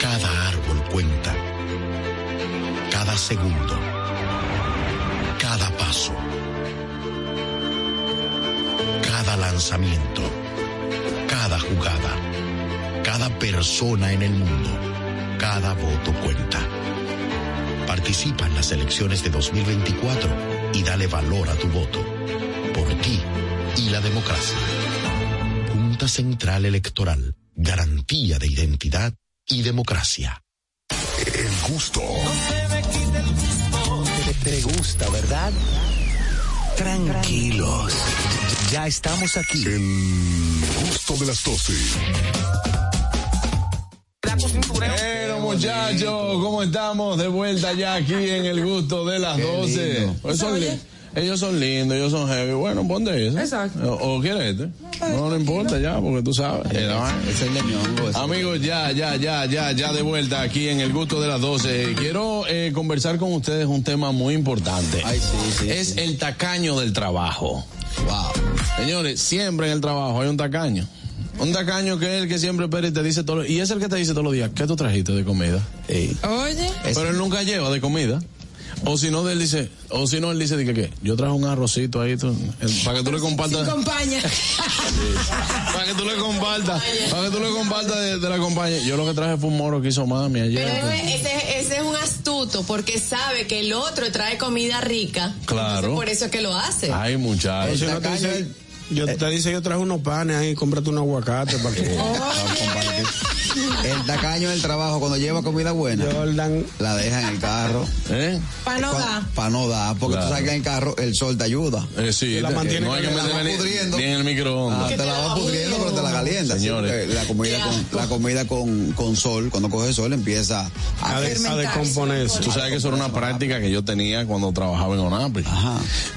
Cada árbol cuenta. Cada segundo. Cada paso. Cada lanzamiento. Cada jugada. Cada persona en el mundo. Cada voto cuenta. Participa en las elecciones de 2024 y dale valor a tu voto. Por ti y la democracia. Junta Central Electoral. Garantía de identidad y democracia. El gusto. Te, te gusta, ¿verdad? Tranquilos. Ya estamos aquí. El gusto de las 12. Bueno, muchachos, ¿cómo estamos? De vuelta ya aquí en el gusto de las Qué 12. lindo. Pues son Oye. li- ellos son lindos, ellos son heavy. Bueno, ponte eso. Exacto. ¿eh? O, o quieres este. No, no importa ya, porque tú sabes. Es el Amigos, ya, ya, ya, ya, ya de vuelta aquí en el gusto de las 12. Quiero eh, conversar con ustedes un tema muy importante. es el tacaño del trabajo. Wow. Señores, siempre en el trabajo hay un tacaño. Un tacaño que es el que siempre espera y te dice todo. Y es el que te dice todos los días, ¿qué tú trajiste de comida? Oye. Pero él nunca lleva de comida. O si no, él dice, o si no, él dice, de que, ¿qué? yo traje un arrocito ahí, tú, el- para que tú le compartas. Compañía. Para que tú le compartas, para que tú le compartas de, de la compañía. Yo lo que traje fue un moro que hizo mami ayer. Pero ese, ese- ese es un astuto porque sabe que el otro trae comida rica. claro. Por eso es que lo hace. Ay, muchachos. Si no te dice, yo te dice, yo traje unos panes ahí, cómprate un aguacate para que. El tacaño del trabajo, cuando lleva comida buena, la deja en el carro. Pa' no dar. Para no dar, porque ¿Eh? Claro. tú sabes que en el carro el sol te ayuda. Eh, sí, la te- mantiene no hay que caliente. meterla La va ni, pudriendo. ni en el Ah, microondas. te la va pudriendo, pero te la calienta. sí, Señores. porque la comida, con, la comida con, con sol, cuando coge sol, empieza a, Tú sabes que eso era una práctica que yo tenía cuando trabajaba en Onapri.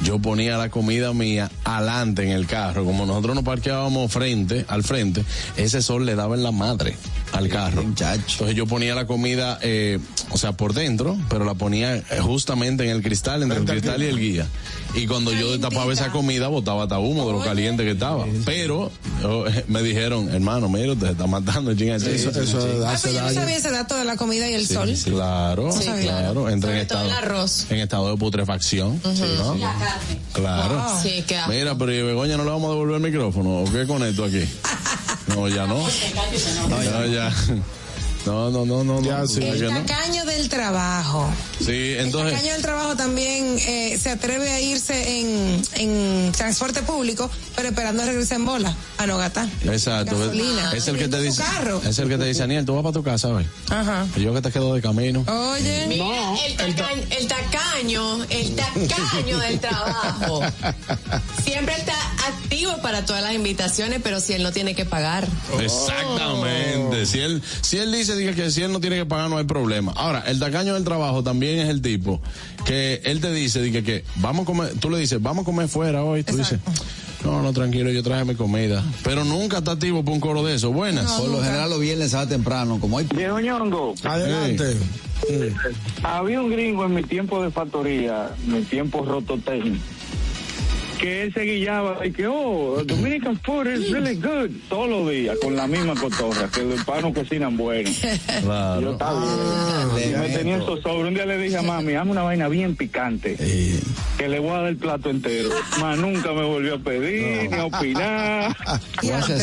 Yo ponía la comida mía adelante en el carro. Como nosotros nos parqueábamos frente, al frente, ese sol le daba en la madre al carro. Entonces yo ponía la comida, eh, o sea, por dentro, pero la ponía eh, justamente en el cristal, entre el cristal y el guía. Y cuando yo destapaba esa comida, botaba hasta humo de lo caliente que estaba. Pero oh, me dijeron, hermano, mira, te está matando. chinga, eso- eso Pero yo no sabía ese dato de la comida y el Sí, sol. sí, Claro, Sí, claro. claro. Entra en Sobre todo estado, el arroz. en estado de putrefacción. Ujú. ¿no? Claro. Wow. Sí, qué asco. Mira, pero ¿y Begoña no le vamos a devolver el micrófono. ¿O qué con esto aquí? No, ya no. No, ya. No, no, no, no. Ya, sí. El tacaño del trabajo. Sí, El entonces. tacaño del trabajo también eh, se atreve a irse en, en transporte público, pero esperando a regresar en bola, a no gastar. Exacto. Gasolina. Es el que te dice. carro. Es el que te dice, Aniel, tú vas para tu casa hoy. Ajá. Yo que te quedo de camino. Oye, Mira, el, tacaño, el tacaño, el tacaño del trabajo. Oh. Siempre está activo para todas las invitaciones, pero si él no tiene que pagar. Exactamente. Si él, si él dice diga, que si él no tiene que pagar, no hay problema. Ahora, el tacaño del trabajo también es el tipo que él te dice, diga, que vamos a comer, tú le dices, vamos a comer fuera hoy, tú dices. No, no, tranquilo, yo traje mi comida. Pero nunca está activo por un coro de eso. Buenas. Por lo general los viernes sale temprano, como hay... Viejo ñongo. Adelante. Había un gringo en mi tiempo de factoría, mi tiempo rototec, que él se guillaba y que, oh, Dominican food is really good. Todos los días, con la misma cotorra, que los panos cocinan bueno. Yo estaba Ah, bien. Yo me tenía eso sobre. Un día le dije a mami, hazme una vaina bien picante, que le voy a dar el plato entero. Más nunca me volvió a pedir, ni a opinar.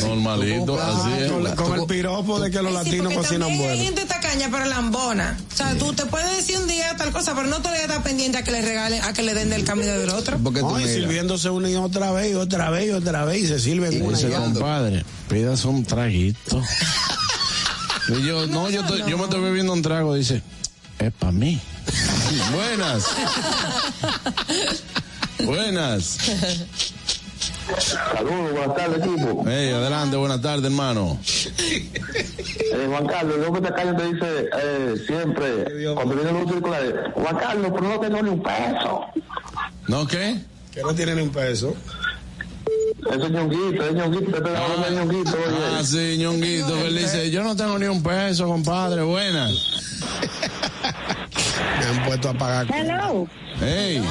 Normalito, así es. Con, con el piropo de que los Sí, latinos porque cocinan también Hay bueno. gente tacaña, pero lambona. O sea, tú te puedes decir un día tal cosa, pero no te le estás pendiente a que le regalen, a que le den del camino del otro. No, y sirviéndose una y otra vez, y otra vez, y otra vez, y se sirven una y Dice, otra. compadre, pidas un traguito. Y yo, no, yo, estoy- yo me estoy bebiendo un trago. Dice, es para mí. Buenas. Buenas. Saludos, buenas tardes, equipo. Hey, adelante, buenas tardes, hermano. Eh, Juan Carlos, el hombre tacaño te dice eh, siempre, cuando viene los circulares, Juan Carlos, pero no tengo ni un peso. ¿No qué? Que no tiene ni un peso. Eso es ñonguito, es ñonguito, te estoy hablando de ñonguito. Ah, sí, ñonguito, que él dice, yo no tengo ni un peso, compadre. Buenas. Me han puesto a pagar. Hello. Hey.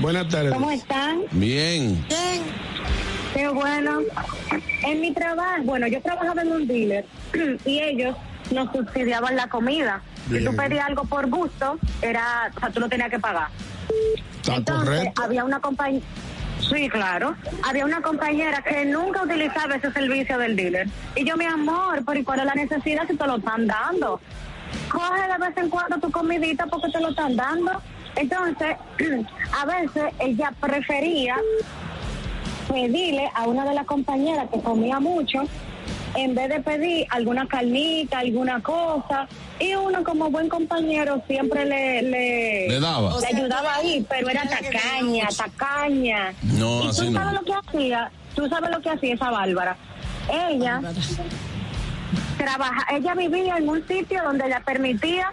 Buenas tardes. ¿Cómo están? Bien. Qué bueno. En mi trabajo, bueno, yo trabajaba en un dealer y ellos nos subsidiaban la comida. Si tú Bien. pedías algo por gusto, era, o sea, tú no tenías que pagar. Está Entonces, correcto. había una compañía. Sí, claro. Había una compañera que nunca utilizaba ese servicio del dealer. Y yo, mi amor, ¿por cuál es la necesidad si te lo están dando? Coge de vez en cuando tu comidita porque te lo están dando. Entonces, a veces ella prefería pedirle a una de las compañeras que comía mucho, en vez de pedir alguna carnita, alguna cosa, y uno como buen compañero siempre le, le, Le daba. le ayudaba ahí, pero era tacaña, tacaña. No, y tú así no. sabes lo que hacía, tú sabes lo que hacía esa Bárbara. Ella trabaja, ella vivía en un sitio donde la permitía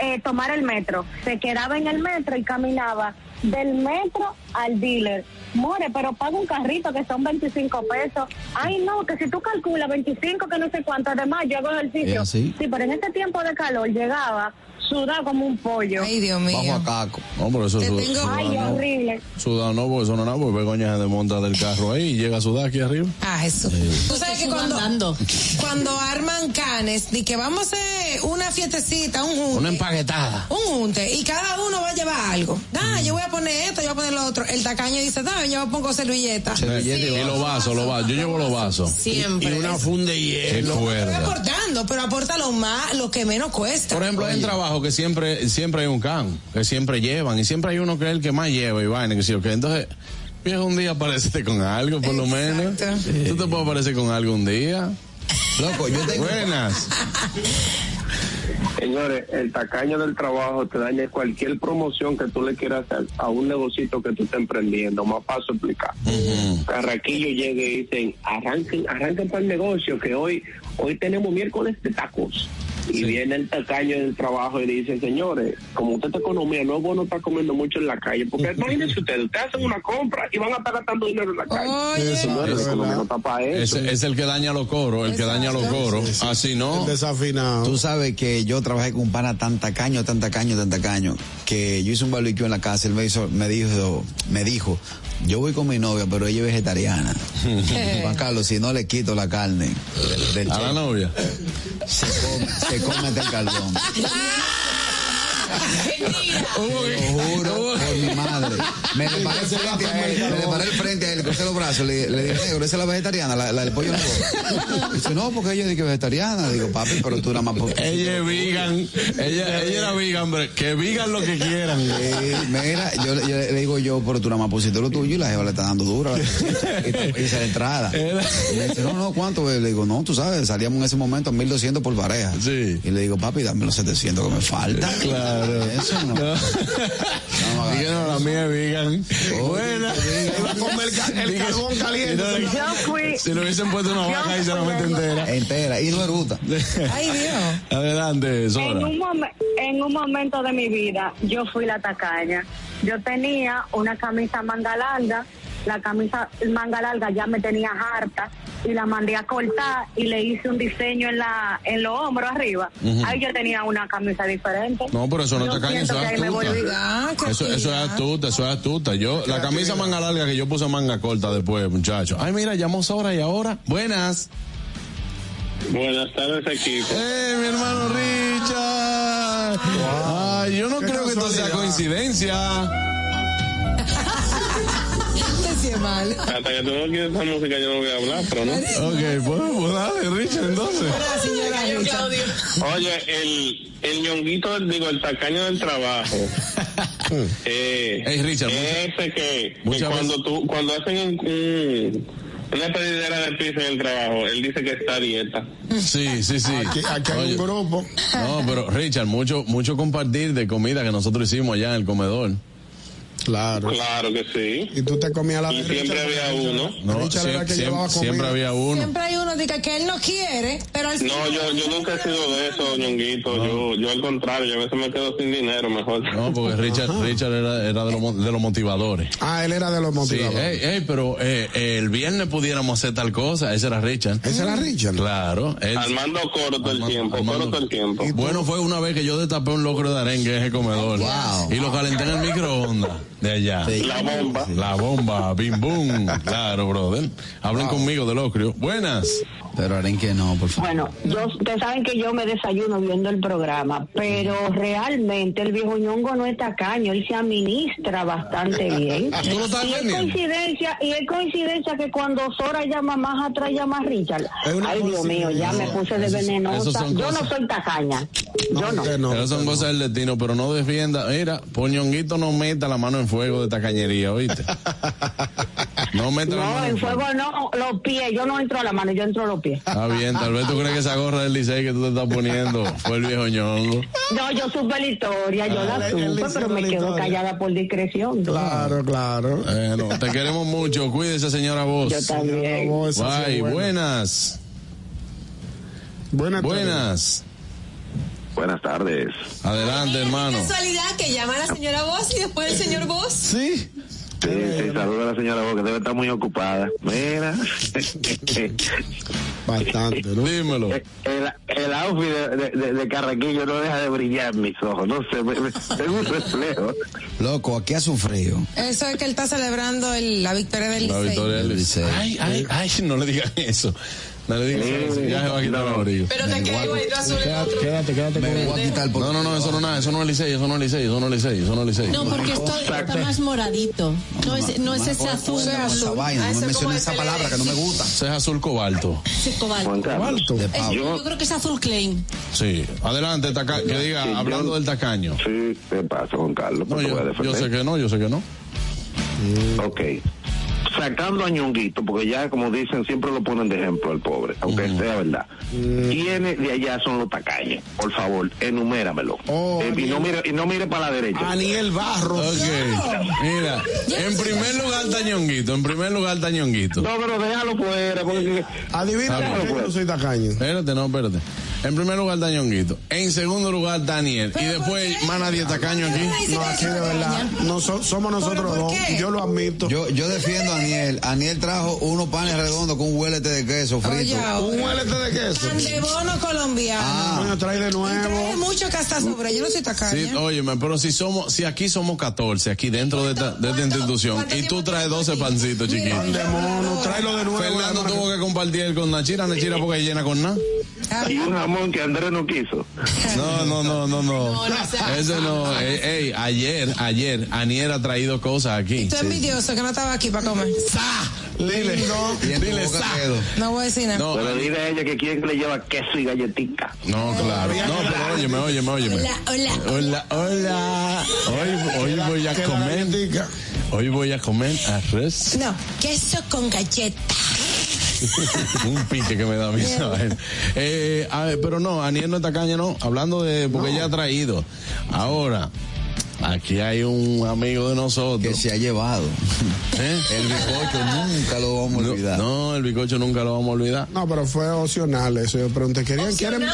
eh, tomar el metro. Se quedaba en el metro y caminaba del metro al dealer. More, pero paga un carrito que son 25 pesos. Ay, no, que si tú calculas 25, que no sé cuánto. Además, yo hago ejercicio. ¿Es así? Sí, pero en este tiempo de calor llegaba sudado como un pollo. Ay, Dios Vamos a Caco. No, pero eso es su- Ay, sudado, no. horrible. Sudado no, porque eso no es nada, porque Begoña se desmonta del carro ahí y llega a sudar aquí arriba. Ah, eso. Tú sabes que cuando, cuando arman canes, di que vamos a hacer una fiestecita, un junte. Una empaquetada. Un junte. Y cada uno va a llevar algo. Da, Mm. yo voy a poner esto, yo voy a poner lo otro. El tacaño dice, da, yo pongo servilleta. y los vasos, los vasos. Yo llevo los vasos. Siempre. Y- y una funda y hielo. Pero aportando, pero aporta lo más, lo que menos cuesta. Por ejemplo, hay un trabajo que siempre, siempre hay un can, que siempre llevan, y siempre hay uno que es el que más lleva, y vaina, que sí, ok. Entonces, viejo, un día aparecete con algo, por lo menos. Tú te puedes aparecer con algo un día. Loco, yo tengo- Buenas. Señores, el tacaño del trabajo te daña cualquier promoción que tú le quieras hacer a un negocito que tú estés emprendiendo. Más paso explicar. Carraquillo llega y dicen, arranquen, arranquen para el negocio, que hoy, hoy tenemos miércoles de tacos. Y viene el tacaño del trabajo y dice, señores, como usted está economía, no es bueno estar comiendo mucho en la calle, porque imagínense ustedes, ustedes hacen una compra y van a estar gastando dinero en la calle. Señores, la economía no está para eso. Ese- es el que daña los coros, el que daña los coros. Así no. Desafinado. Tú sabes que yo trabajé con un pana tan tacaño, tan tacaño, tan tacaño, que yo hice un barbecue en la casa, él me, hizo, me dijo, me dijo, yo voy con mi novia, pero ella es vegetariana. Juan Carlos, si no le quito la carne del A la chef, novia. se come, se come hasta el carbón. Lo juro por mi madre. Me le paré frente a él, me le paré frente a él, le crucé los brazos, le, le dije, negro, esa es la vegetariana, la, la del pollo negro. Dice, no, porque ella dice que es vegetariana. Digo, papi, pero tú nada más porque Ella es vegan. Ella, ella era vegan, pero que vegan lo que quieran. Eh, mira, yo, le- yo le digo yo, pero tú nada más pusiste lo tuyo y la jeva le está dando dura. Esa es la entrada. Y me dice, no, no, ¿cuánto? Le digo, no, tú sabes, salíamos en ese momento a 1200 por pareja. Y le digo, papi, dame los 700 que me faltan. Claro. Eso no. Díganos la mía es vegan. Buenas. el carbón caliente. Si no- Si lo hubiesen puesto una vaca ahí se la mete entera. Entera, y no eruta. Ay, Dios. Adelante, En Sora. un, momen- en un momento de mi vida, yo fui la tacaña. Yo tenía una camisa manga larga la camisa manga larga ya me tenía harta y la mandé a cortar y le hice un diseño en la en los hombros arriba. Ujú. Ahí yo tenía una camisa diferente. No, pero eso no Yo te caña, siento eso es que ahí me volví- astuta. Eso, eso es astuta, eso es astuta. Yo, la Creatividad. camisa manga larga que yo puse manga corta después, muchachos. Ay, mira, llamó Sora y ahora. Buenas. Buenas tardes, equipo. ¡Eh, mi hermano Richard! Ay, yo no Qué creo que esto sea casualidad. coincidencia. Te hacía mal. Hasta que tú no quieres esa música, yo no voy a hablar, pero no. Ok, pues, pues dale, Richard, entonces. Oye, el, el ñonguito, del- digo, el tacaño del trabajo. eh, ese que, que cuando tú, cuando hacen un- un- una pedidera de pizza en el trabajo, él dice que está a dieta. Sí, sí, sí. Aquí, hay un grupo. No, pero Richard, mucho, mucho compartir de comida que nosotros hicimos allá en el comedor. Claro. Claro que sí. Y tú te comías la Y siempre había uno. No, Richard era siem- el que siem- llevaba comida. siempre había uno. Siempre hay uno dice que él no quiere, pero al No, final- yo, yo nunca he sido de eso, ñonguito. Yo, yo al contrario, yo a veces me quedo sin dinero, mejor. No, porque Richard, Richard era, era de, los, mo- de los motivadores. Ah, él era de los Sí, motivadores. ey, ey, pero eh, el viernes pudiéramos hacer tal cosa. Ese era Richard. Ese era Richard. Claro. él- Armando coro todo el tiempo, coro todo el tiempo. Bueno, fue una vez que yo destapé un locro de arenque en ese comedor. Y lo calenté en el microondas de allá. La bomba. La bomba, bim bum. Claro, brother. Hablen conmigo de locrio. Buenas. Pero arenque no, por favor. Bueno, yo, ustedes saben que yo me desayuno viendo el programa, pero realmente el viejo ñongo no es tacaño, él se administra bastante bien. ¿Tú lo estás y es entendiendo? coincidencia, y es coincidencia que cuando Sora llama más atrás llama a Richard. Ay, Dios mío, ya me puse de Eso- eso venenosa. son Yo no cosas- soy tacaña. Yo no. Pero son cosas del destino, pero no defienda. Mira, poñonguito no meta la mano en fuego de tacañería, ¿oíste? No meta la No, mano en en fuego no, los pies, yo no entro a la mano, yo entro a los pies. Está bien, tal vez tú crees que esa gorra del licey que tú te estás poniendo fue el viejo ñongo. No, yo supe la historia, yo Ah, la él- él supe, hizo pero me la quedo historia. callada por discreción. Claro, claro. Bueno, Eh, te queremos mucho. Cuídese, señora Voz. Yo también. Señora Voz, ha sido Bye, buena. buenas. Buenas. Buenas. Buenas tardes. Adelante, hermano. Casualidad que llama la señora Voz y después el señor Voz. Sí. Sí, sí, Eh, saludo a la señora Boca, debe estar muy ocupada. Mira. Bastante, ¿no? Dímelo. El, Eh, el outfit de, de- de- de Carraquillo no deja de brillar en mis ojos. No sé, me- me- tengo un reflejo. Loco, aquí hace un frío. Eso es que él está celebrando el- la victoria del La Licey. victoria del Licey. Ay, ay, ay, no le digan eso. No le digan eso. Ya se va a quitar el abrigo. Pero te quedó igualito azul. el otro. Quédate, quédate No, no, no, eso no es nada, eso no es Licey, eso no es Licey, eso no es Licey, eso no es Licey. No, porque esto está más moradito. No es, no es ese azul. Ah, gusta. Ese es azul cobalto. Sí, cobalto. Juan Carlos. Es- Cobalto. yo creo que es azul claim. Sí, adelante, taca- que diga, Sí, yo- hablando del tacaño. Sí, ¿qué pasa, Juan Carlos? No, Pues te voy a yo, yo sé defender. que no, yo sé que no. Mm. Ok. Sacando a Ñonguito, porque ya como dicen, siempre lo ponen de ejemplo al pobre, aunque Mm. sea verdad. ¿Quiénes de allá son los tacaños? Por favor, enuméramelo. Oh, Eh, y, no mire, y no mire para la derecha. Daniel Barros. Ok, mira, en primer lugar tañonguito, en primer lugar tañonguito. No, pero déjalo fuera, porque... Adivina Está por qué bien. yo no soy tacaño. Ah, pues. Espérate, no, espérate. En primer lugar tañonguito, en segundo lugar Daniel, y después más nadie tacaño aquí. No, aquí de verdad. No, so- somos nosotros dos. Yo lo admito. Yo, yo defiendo a Aniel. Aniel trajo unos panes redondos con un huelete de queso frito. un huelete de queso. Pan de bono colombiano. Coño, trae de nuevo. Trae mucho que hasta sobre. Yo no soy tacaña. Ah. Sí, óyeme, pero si somos, si aquí somos 14, aquí dentro de esta, de esta institución, y tú traes 12 pancitos, chiquitos. tráelo de nuevo. Fernando tuvo que compartir con Nachira, Nachira porque llena con nada. Y un jamón que Andrés no quiso. No, no, no, no, no. No, no sea- Ese no. Ey, ey, ayer, ayer, Aniel ha traído cosas aquí. Estoy envidioso que no estaba aquí para comer. Dile, dile, sa. No voy a decir nada. No, Pero dile a ella que quiere que le lleva queso y galletita. No, claro. No, pero óyeme, óyeme, óyeme. Hola, hola. Hola, hola. Hoy, hoy voy a comer. Hoy voy a comer arroz. No, queso con galleta. Un pique que me da a mí esa vaina. Eh, a ver, pero no, Aniel no es tacaña, no. Hablando de. Porque ella ha traído. Ahora. Aquí hay un amigo de nosotros. Que se ha llevado. El bizcocho nunca lo vamos a olvidar. No, el bizcocho nunca lo vamos a olvidar. No, pero fue opcional eso. Yo pregunté, ¿querían? ¿Quieren?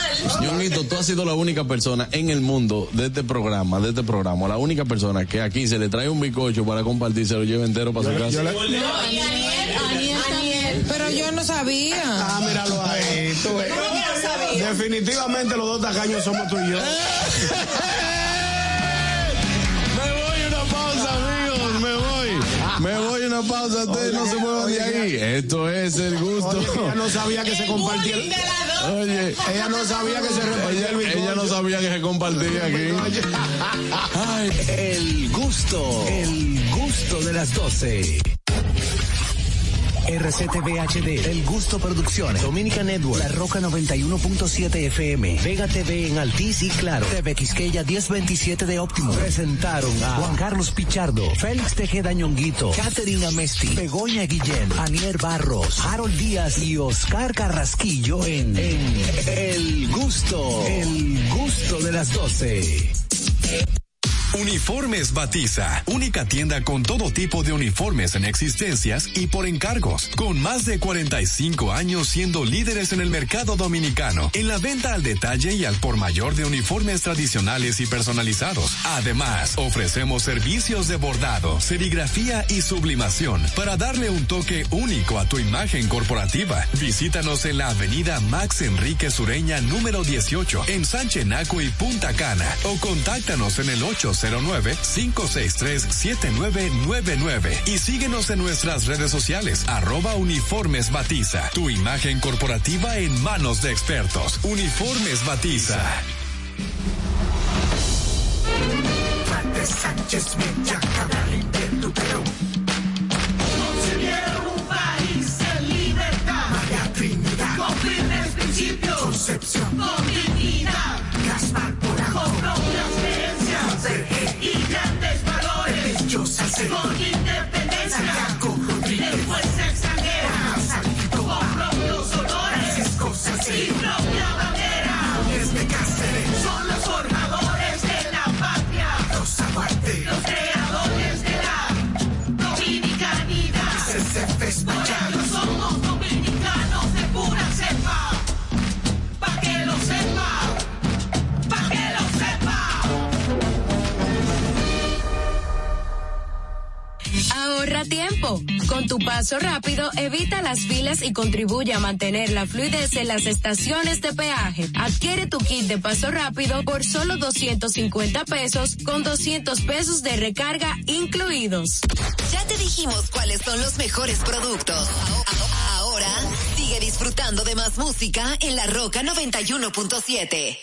Ñonguito, tú has sido la única persona en el mundo de este programa, de este programa, la única persona que aquí se le trae un bizcocho para compartir, se lo lleva entero para su casa. Pero yo no sabía. Ah, míralo ahí. Tú, ves. Definitivamente los dos tacaños somos tú y yo. Me voy una pausa, amigos. Me voy. Me voy una pausa. Ustedes no se muevan de ahí. Esto es el gusto. Ella no sabía que se compartía. el- Oye, Ella no sabía que se repartía el ella, bizcocho. ella no sabía que se compartía aquí. Ay, el gusto, el gusto de las 12. RCTV HD, El Gusto Producciones, Dominica Network, La Roca 91.7 FM, Vega TV en Altiz y Claro, TV Quisqueya 1027 de Óptimo. Presentaron a Juan Carlos Pichardo, Félix Tejeda Ñonguito, Catherine Amesti, Begoña Guillén, Anier Barros, Harold Díaz y Oscar Carrasquillo en, en El Gusto, El Gusto de las 12. Uniformes Batiza, única tienda con todo tipo de uniformes en existencias y por encargos, con más de 45 años siendo líderes en el mercado dominicano, en la venta al detalle y al por mayor de uniformes tradicionales y personalizados. Además, ofrecemos servicios de bordado, serigrafía y sublimación para darle un toque único a tu imagen corporativa. Visítanos en la avenida Max Enrique Sureña número 18 en Sánchez Naco y Punta Cana o contáctanos en el 809-563-7999 y síguenos en nuestras redes sociales arroba uniformes batiza. Tu imagen corporativa en manos de expertos. Uniformes batiza. Sánchez Mella, Cabral y Lutero. Concibieron un país en libertad. María Trinidad. Con firmes principios. Concepción. Con dignidad. Gaspar Polanco. Con propias creencias. Sergio. Y grandes valores. Yo Con independencia. Santiago Rodríguez. De fuerza extranjera. Con propios honores. Francisco Sarcé. Y propia bandera. Luis de Cáceres. Son los formadores de la patria. Los aguante. Los creadores de la dominicanidad. CCF Español. Somos dominicanos de pura cepa. Pa' que lo sepa. Pa' que lo sepa. Ahorra tiempo. Con tu paso rápido, evita las filas y contribuye a mantener la fluidez en las estaciones de peaje. Adquiere tu kit de paso rápido por solo 250 pesos con 200 pesos de recarga incluidos. Ya te dijimos cuáles son los mejores productos. Ahora sigue disfrutando de más música en La Roca 91.7.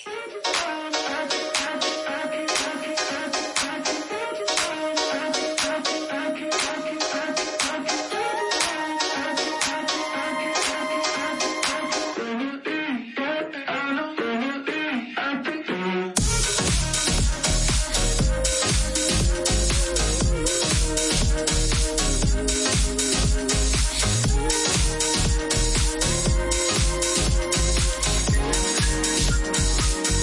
Thank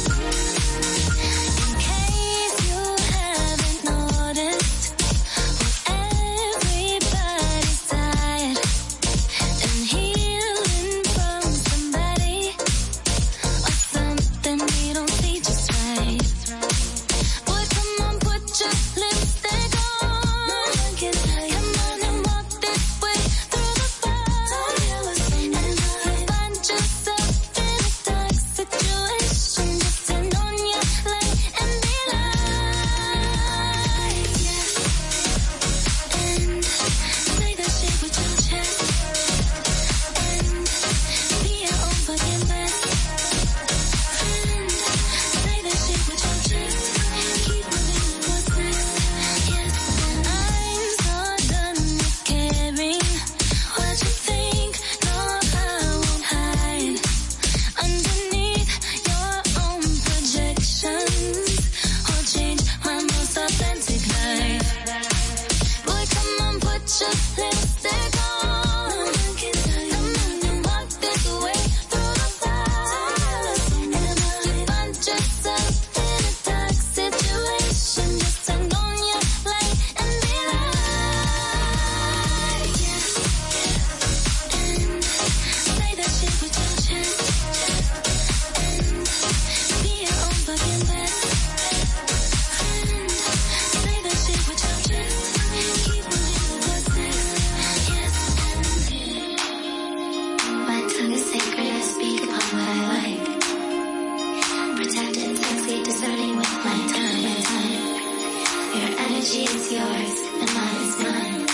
energy is yours, and mine is mine.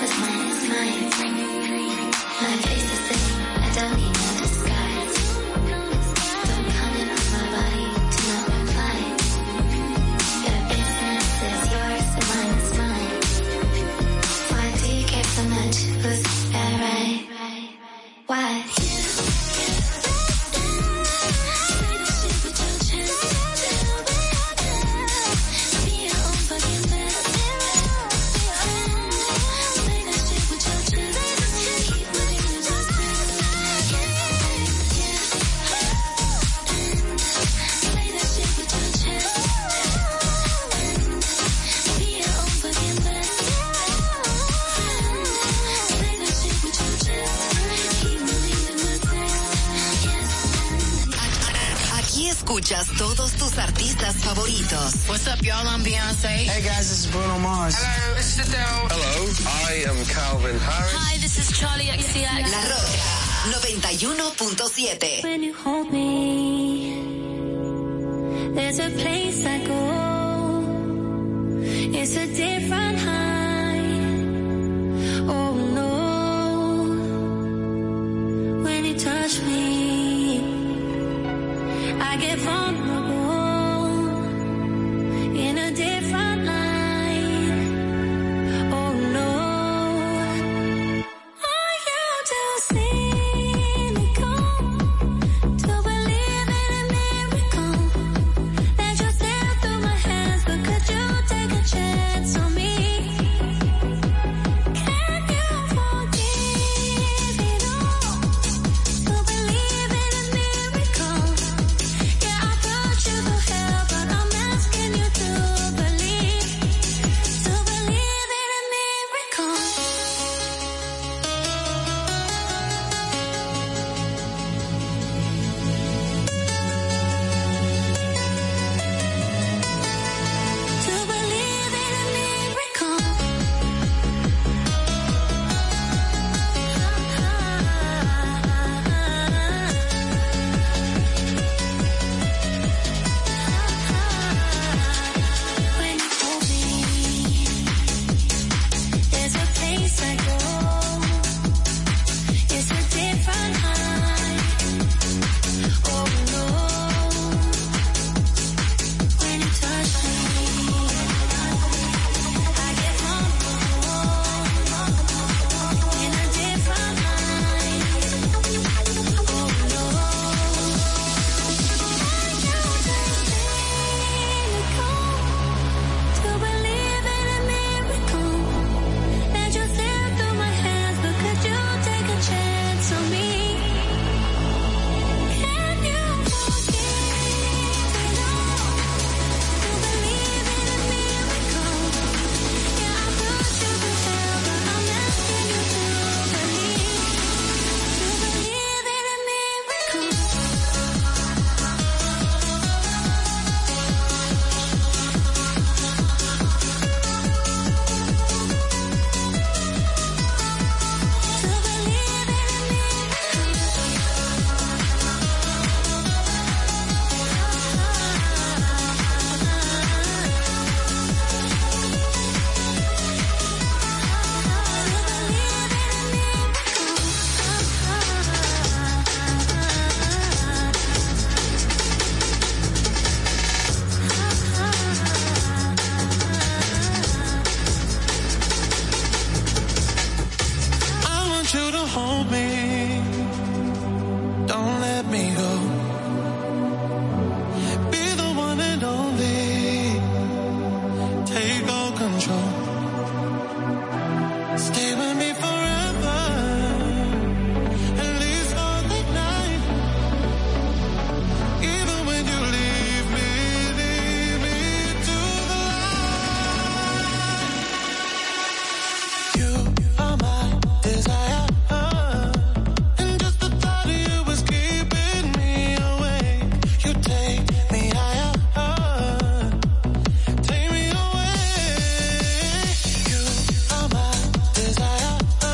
But mine is mine. My face is thin, I don't need no disguise. Don't comment on my body do not reply. Your business is yours, and mine is mine. Why do you care so much? Who's that right? Why? Aquí escuchas todos tus artistas favoritos. What's up, y'all? I'm Beyonce. Hey, guys, this is Bruno Mars. Hello, it's Adele. Hello, I am Calvin Harris. Hi, this is Charlie XCX. La Roca 91.7. When you hold me, there's a place I go. It's a different high. Oh no. When you touch me, I get vulnerable in a different light. Oh no. Are you just cynical? To believe in a miracle that just slipped through my hands, but could you take a chance on me? Can you forgive it all? To believe in a miracle, yeah I thought you could help, but I'm asking you to believe, to believe in a miracle. To believe in a miracle. When you hold me, there's a place I go. It's a different high. Oh no. When you touch To believe in a miracle that just slipped through my hands, but could you take a chance on me? Can you forgive it all? To believe in a miracle, yeah I thought you could help, but I'm asking you to believe, to believe in a miracle. I want you to hold me. Don't let me go. Be the one and only. Take all control. Stay with me forever. At least for the night. Even when you leave me, leave me to the light. You are my desire. uh, And just the thought of you is keeping me away. You take uh, me higher. Take me away. uh, uh,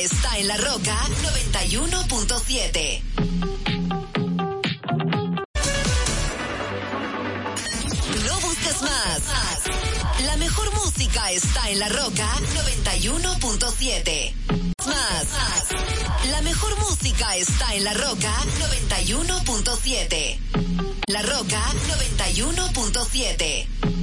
está en La Roca 91.7. No busques más. La mejor música está en La Roca 91.7. Más. La mejor música está en La Roca 91.7. La Roca 91.7.